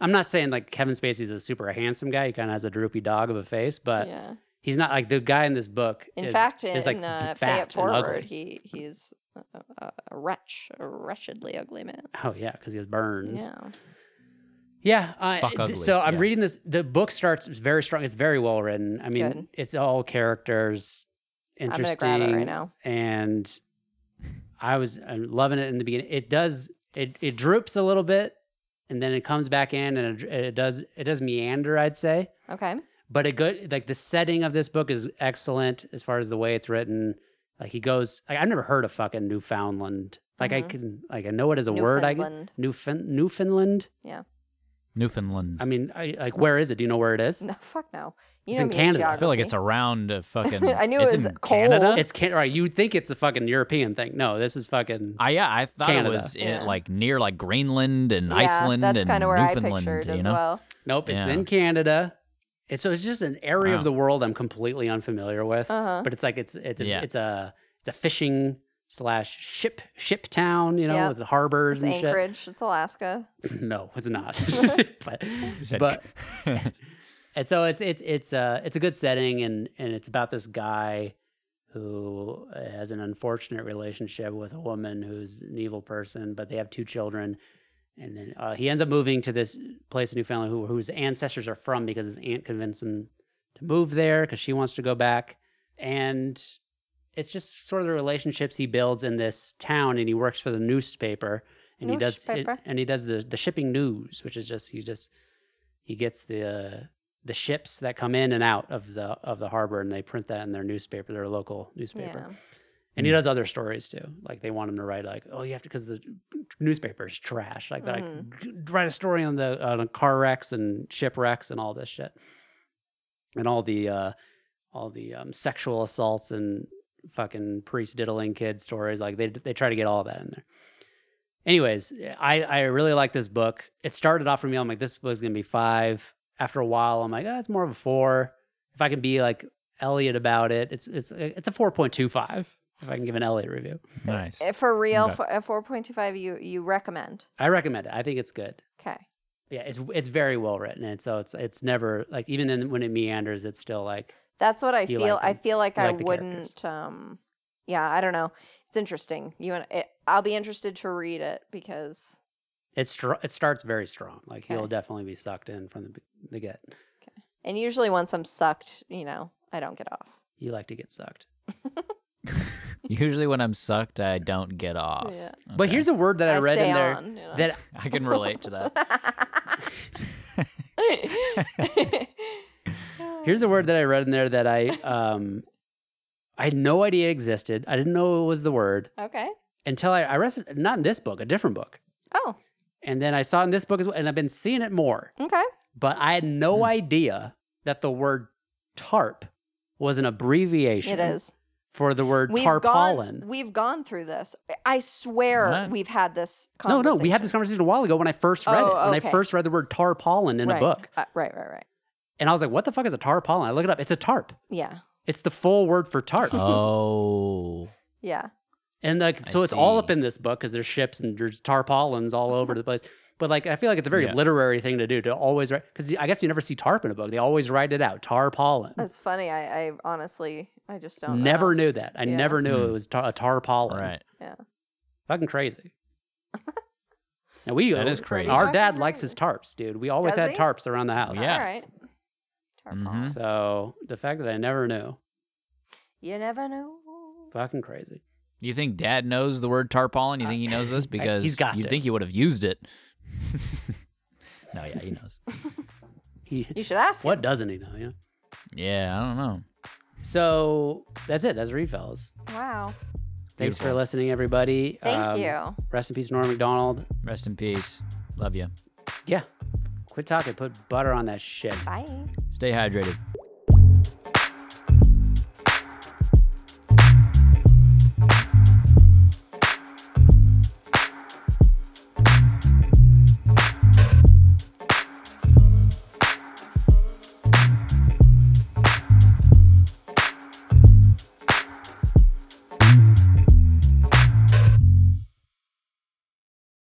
Speaker 1: I'm not saying like Kevin Spacey's a super handsome guy. He kind of has a droopy dog of a face, but
Speaker 2: yeah.
Speaker 1: he's not like the guy in this book.
Speaker 2: In
Speaker 1: is,
Speaker 2: fact, in
Speaker 1: is like
Speaker 2: uh,
Speaker 1: fat
Speaker 2: Pay It
Speaker 1: and
Speaker 2: Forward,
Speaker 1: ugly.
Speaker 2: he he's a, a, a wretch, a wretchedly ugly man.
Speaker 1: oh yeah, because he has burns.
Speaker 2: Yeah.
Speaker 1: Yeah. uh,
Speaker 3: Fuck
Speaker 1: d-
Speaker 3: ugly,
Speaker 1: So I'm
Speaker 3: yeah.
Speaker 1: reading this. The book starts very strong. It's very well written. I mean,
Speaker 2: Good.
Speaker 1: it's all characters,
Speaker 2: I'm
Speaker 1: interesting.
Speaker 2: gonna grab it right now.
Speaker 1: and I was uh, loving it in the beginning. It does it it droops a little bit, and then it comes back in, and it, it does it does meander, I'd say.
Speaker 2: Okay.
Speaker 1: But it good like the setting of this book is excellent as far as the way it's written. Like he goes, like, I've never heard of fucking Newfoundland. Like I
Speaker 2: Mhm.
Speaker 1: can, like I know it as a word. I can
Speaker 2: Newfoundland.
Speaker 1: Newfin- Newfoundland.
Speaker 3: Newfoundland.
Speaker 1: I mean, I, like where is it? Do you know where it is?
Speaker 2: No, fuck no. You
Speaker 1: It's
Speaker 2: know
Speaker 1: in
Speaker 2: me
Speaker 1: Canada.
Speaker 2: And
Speaker 1: I
Speaker 3: I feel like it's
Speaker 2: geography.
Speaker 3: around a fucking.
Speaker 2: (laughs) I knew it
Speaker 3: it's
Speaker 2: was
Speaker 3: in
Speaker 2: cold.
Speaker 3: Canada?
Speaker 1: It's can right. You'd think it's a fucking European thing. No, this is fucking.
Speaker 3: I, yeah, I thought
Speaker 1: Canada.
Speaker 3: it was in,
Speaker 2: Yeah.
Speaker 3: like near like Greenland and
Speaker 2: Yeah,
Speaker 3: Iceland
Speaker 2: That's
Speaker 3: and
Speaker 2: kind of where I
Speaker 3: Newfoundland.
Speaker 2: pictured
Speaker 3: you
Speaker 2: as
Speaker 3: know,
Speaker 2: well.
Speaker 1: Nope, it's
Speaker 3: Yeah.
Speaker 1: in Canada. It's so it's just an area
Speaker 3: Wow.
Speaker 1: of the world I'm completely unfamiliar with.
Speaker 2: Uh huh.
Speaker 1: But it's like it's it's a,
Speaker 3: Yeah.
Speaker 1: it's a it's a fishing slash ship ship town, you know,
Speaker 2: Yep.
Speaker 1: with the harbors
Speaker 2: It's
Speaker 1: and
Speaker 2: Anchorage. It's Alaska.
Speaker 1: shit. (laughs) No, it's
Speaker 2: (laughs)
Speaker 1: not. (laughs) but
Speaker 3: (laughs) Said-
Speaker 1: but and so it's it's it's uh it's a good setting and and it's about this guy who has an unfortunate relationship with a woman who's an evil person, but they have two children. And then uh, he ends up moving to this place in Newfoundland who, whose ancestors are from because his aunt convinced him to move there because she wants to go back. And it's just sort of the relationships he builds in this town and he works for the newspaper and he does
Speaker 2: Newspaper.
Speaker 1: it, and he does the, the shipping news, which is just he just he gets the uh, the ships that come in and out of the of the harbor and they print that in their newspaper, their local newspaper.
Speaker 2: Yeah.
Speaker 1: And he
Speaker 3: Mm.
Speaker 1: does other stories too. Like they want him to write like, oh, you have to because the newspaper is trash. Like, they're like "G- write a story on the on car wrecks and shipwrecks and all this shit, and all the uh, all the um, sexual assaults and fucking priest diddling kid stories. Like they they try to get all that in there. Anyways, I I really like this book. It started off for me. I'm like, this was gonna be five. After a while, I'm like, oh, it's more of a four. If I can be like Elliot about it, it's it's it's a four point two five. If I can give an Elliot review,
Speaker 3: (laughs) nice.
Speaker 2: Eh, For real,
Speaker 3: Okay.
Speaker 2: for, at 4.25, you you recommend.
Speaker 1: I recommend it. I think it's good.
Speaker 2: Okay.
Speaker 1: Yeah, it's it's very well written, and so it's it's never like even in, when it meanders, it's still like
Speaker 2: That's what I
Speaker 1: You
Speaker 2: feel.
Speaker 1: like
Speaker 2: I
Speaker 1: them.
Speaker 2: feel like
Speaker 1: You
Speaker 2: I
Speaker 1: like the characters.
Speaker 2: wouldn't. Um, yeah, I don't know. It's interesting. You and it, I'll be interested to read it because
Speaker 1: it's str- it starts very strong. Like
Speaker 2: Okay.
Speaker 1: he'll definitely be sucked in from the be- the get.
Speaker 2: and usually once I'm sucked, you know, I don't get off.
Speaker 1: You like to get sucked,
Speaker 3: Usually when I'm sucked, I don't get off.
Speaker 2: Yeah.
Speaker 1: but
Speaker 3: Okay.
Speaker 1: here's a word that I, read
Speaker 2: stay
Speaker 1: in there
Speaker 2: on, you know.
Speaker 1: that
Speaker 3: I can relate to
Speaker 1: (laughs)
Speaker 2: (laughs)
Speaker 3: that.
Speaker 1: here's a word that I read in there that
Speaker 2: (laughs)
Speaker 1: I um I had no idea existed. I didn't know it was the word
Speaker 2: okay.
Speaker 1: until I I read it, not in this book, a different book,
Speaker 2: Oh,
Speaker 1: and then I saw it in this book as well, and I've been seeing it more.
Speaker 2: okay.
Speaker 1: but I had no
Speaker 3: Hmm.
Speaker 1: idea that the word tarp was an abbreviation
Speaker 2: It is.
Speaker 1: for the word
Speaker 2: gone.
Speaker 1: tarpaulin.
Speaker 2: We've gone through this. I swear
Speaker 3: What?
Speaker 2: we've had
Speaker 1: no,
Speaker 2: this. Conversation.
Speaker 1: no, we had this conversation a while ago when I first read
Speaker 2: Oh,
Speaker 1: it. When
Speaker 2: okay.
Speaker 1: I first read the word tarpaulin in
Speaker 2: Right.
Speaker 1: a book,
Speaker 2: Uh, right, right, right.
Speaker 1: and I was like, "What the fuck is a tarpaulin?" I look it up. It's a tarp.
Speaker 2: Yeah,
Speaker 1: It's the full word for tarp.
Speaker 3: Oh,
Speaker 2: yeah.
Speaker 1: And like,
Speaker 3: I
Speaker 1: so it's all
Speaker 3: see.
Speaker 1: up in this book because there's ships and there's tarpaulins all over the place. But like, I feel like it's a very
Speaker 3: Yeah.
Speaker 1: literary thing to do to always write because I guess you never see tarp in a book. They always write it out, tarpaulin.
Speaker 2: That's funny. I, I honestly, I just don't.
Speaker 1: Hmm. Never
Speaker 2: know.
Speaker 1: knew that. I
Speaker 2: Yeah.
Speaker 1: never knew it
Speaker 3: Hmm.
Speaker 1: was tar- a tarpaulin.
Speaker 3: right.
Speaker 1: Fucking crazy. now we
Speaker 3: That is crazy.
Speaker 1: Our
Speaker 2: Fucking
Speaker 1: dad likes his
Speaker 2: crazy.
Speaker 1: tarps, dude. We always
Speaker 2: Does
Speaker 1: had
Speaker 2: he?
Speaker 1: tarps around the house.
Speaker 3: Oh, yeah.
Speaker 2: All right.
Speaker 1: Mm-hmm.
Speaker 3: Mhm.
Speaker 1: So the fact that I never knew,
Speaker 2: You never know.
Speaker 1: fucking crazy.
Speaker 3: You think Dad knows the word tarpaulin? You
Speaker 2: Uh,
Speaker 3: think he
Speaker 2: (laughs)
Speaker 3: knows this because
Speaker 1: he's got
Speaker 3: You
Speaker 1: to.
Speaker 3: think he would have used it? (laughs) no, yeah, he knows.
Speaker 1: He,
Speaker 2: You should ask.
Speaker 1: what
Speaker 2: him.
Speaker 1: doesn't he know? Yeah.
Speaker 3: Yeah, I don't know.
Speaker 1: So that's it. That's refills. Um,
Speaker 2: Wow.
Speaker 1: Thanks for
Speaker 3: Beautiful.
Speaker 1: listening, everybody.
Speaker 2: Thank
Speaker 1: Um,
Speaker 2: you.
Speaker 1: Rest in peace, Norm McDonald.
Speaker 3: Rest in peace. Love you.
Speaker 1: Yeah. Quit talking. Put butter on that shit.
Speaker 2: Bye.
Speaker 3: Stay hydrated.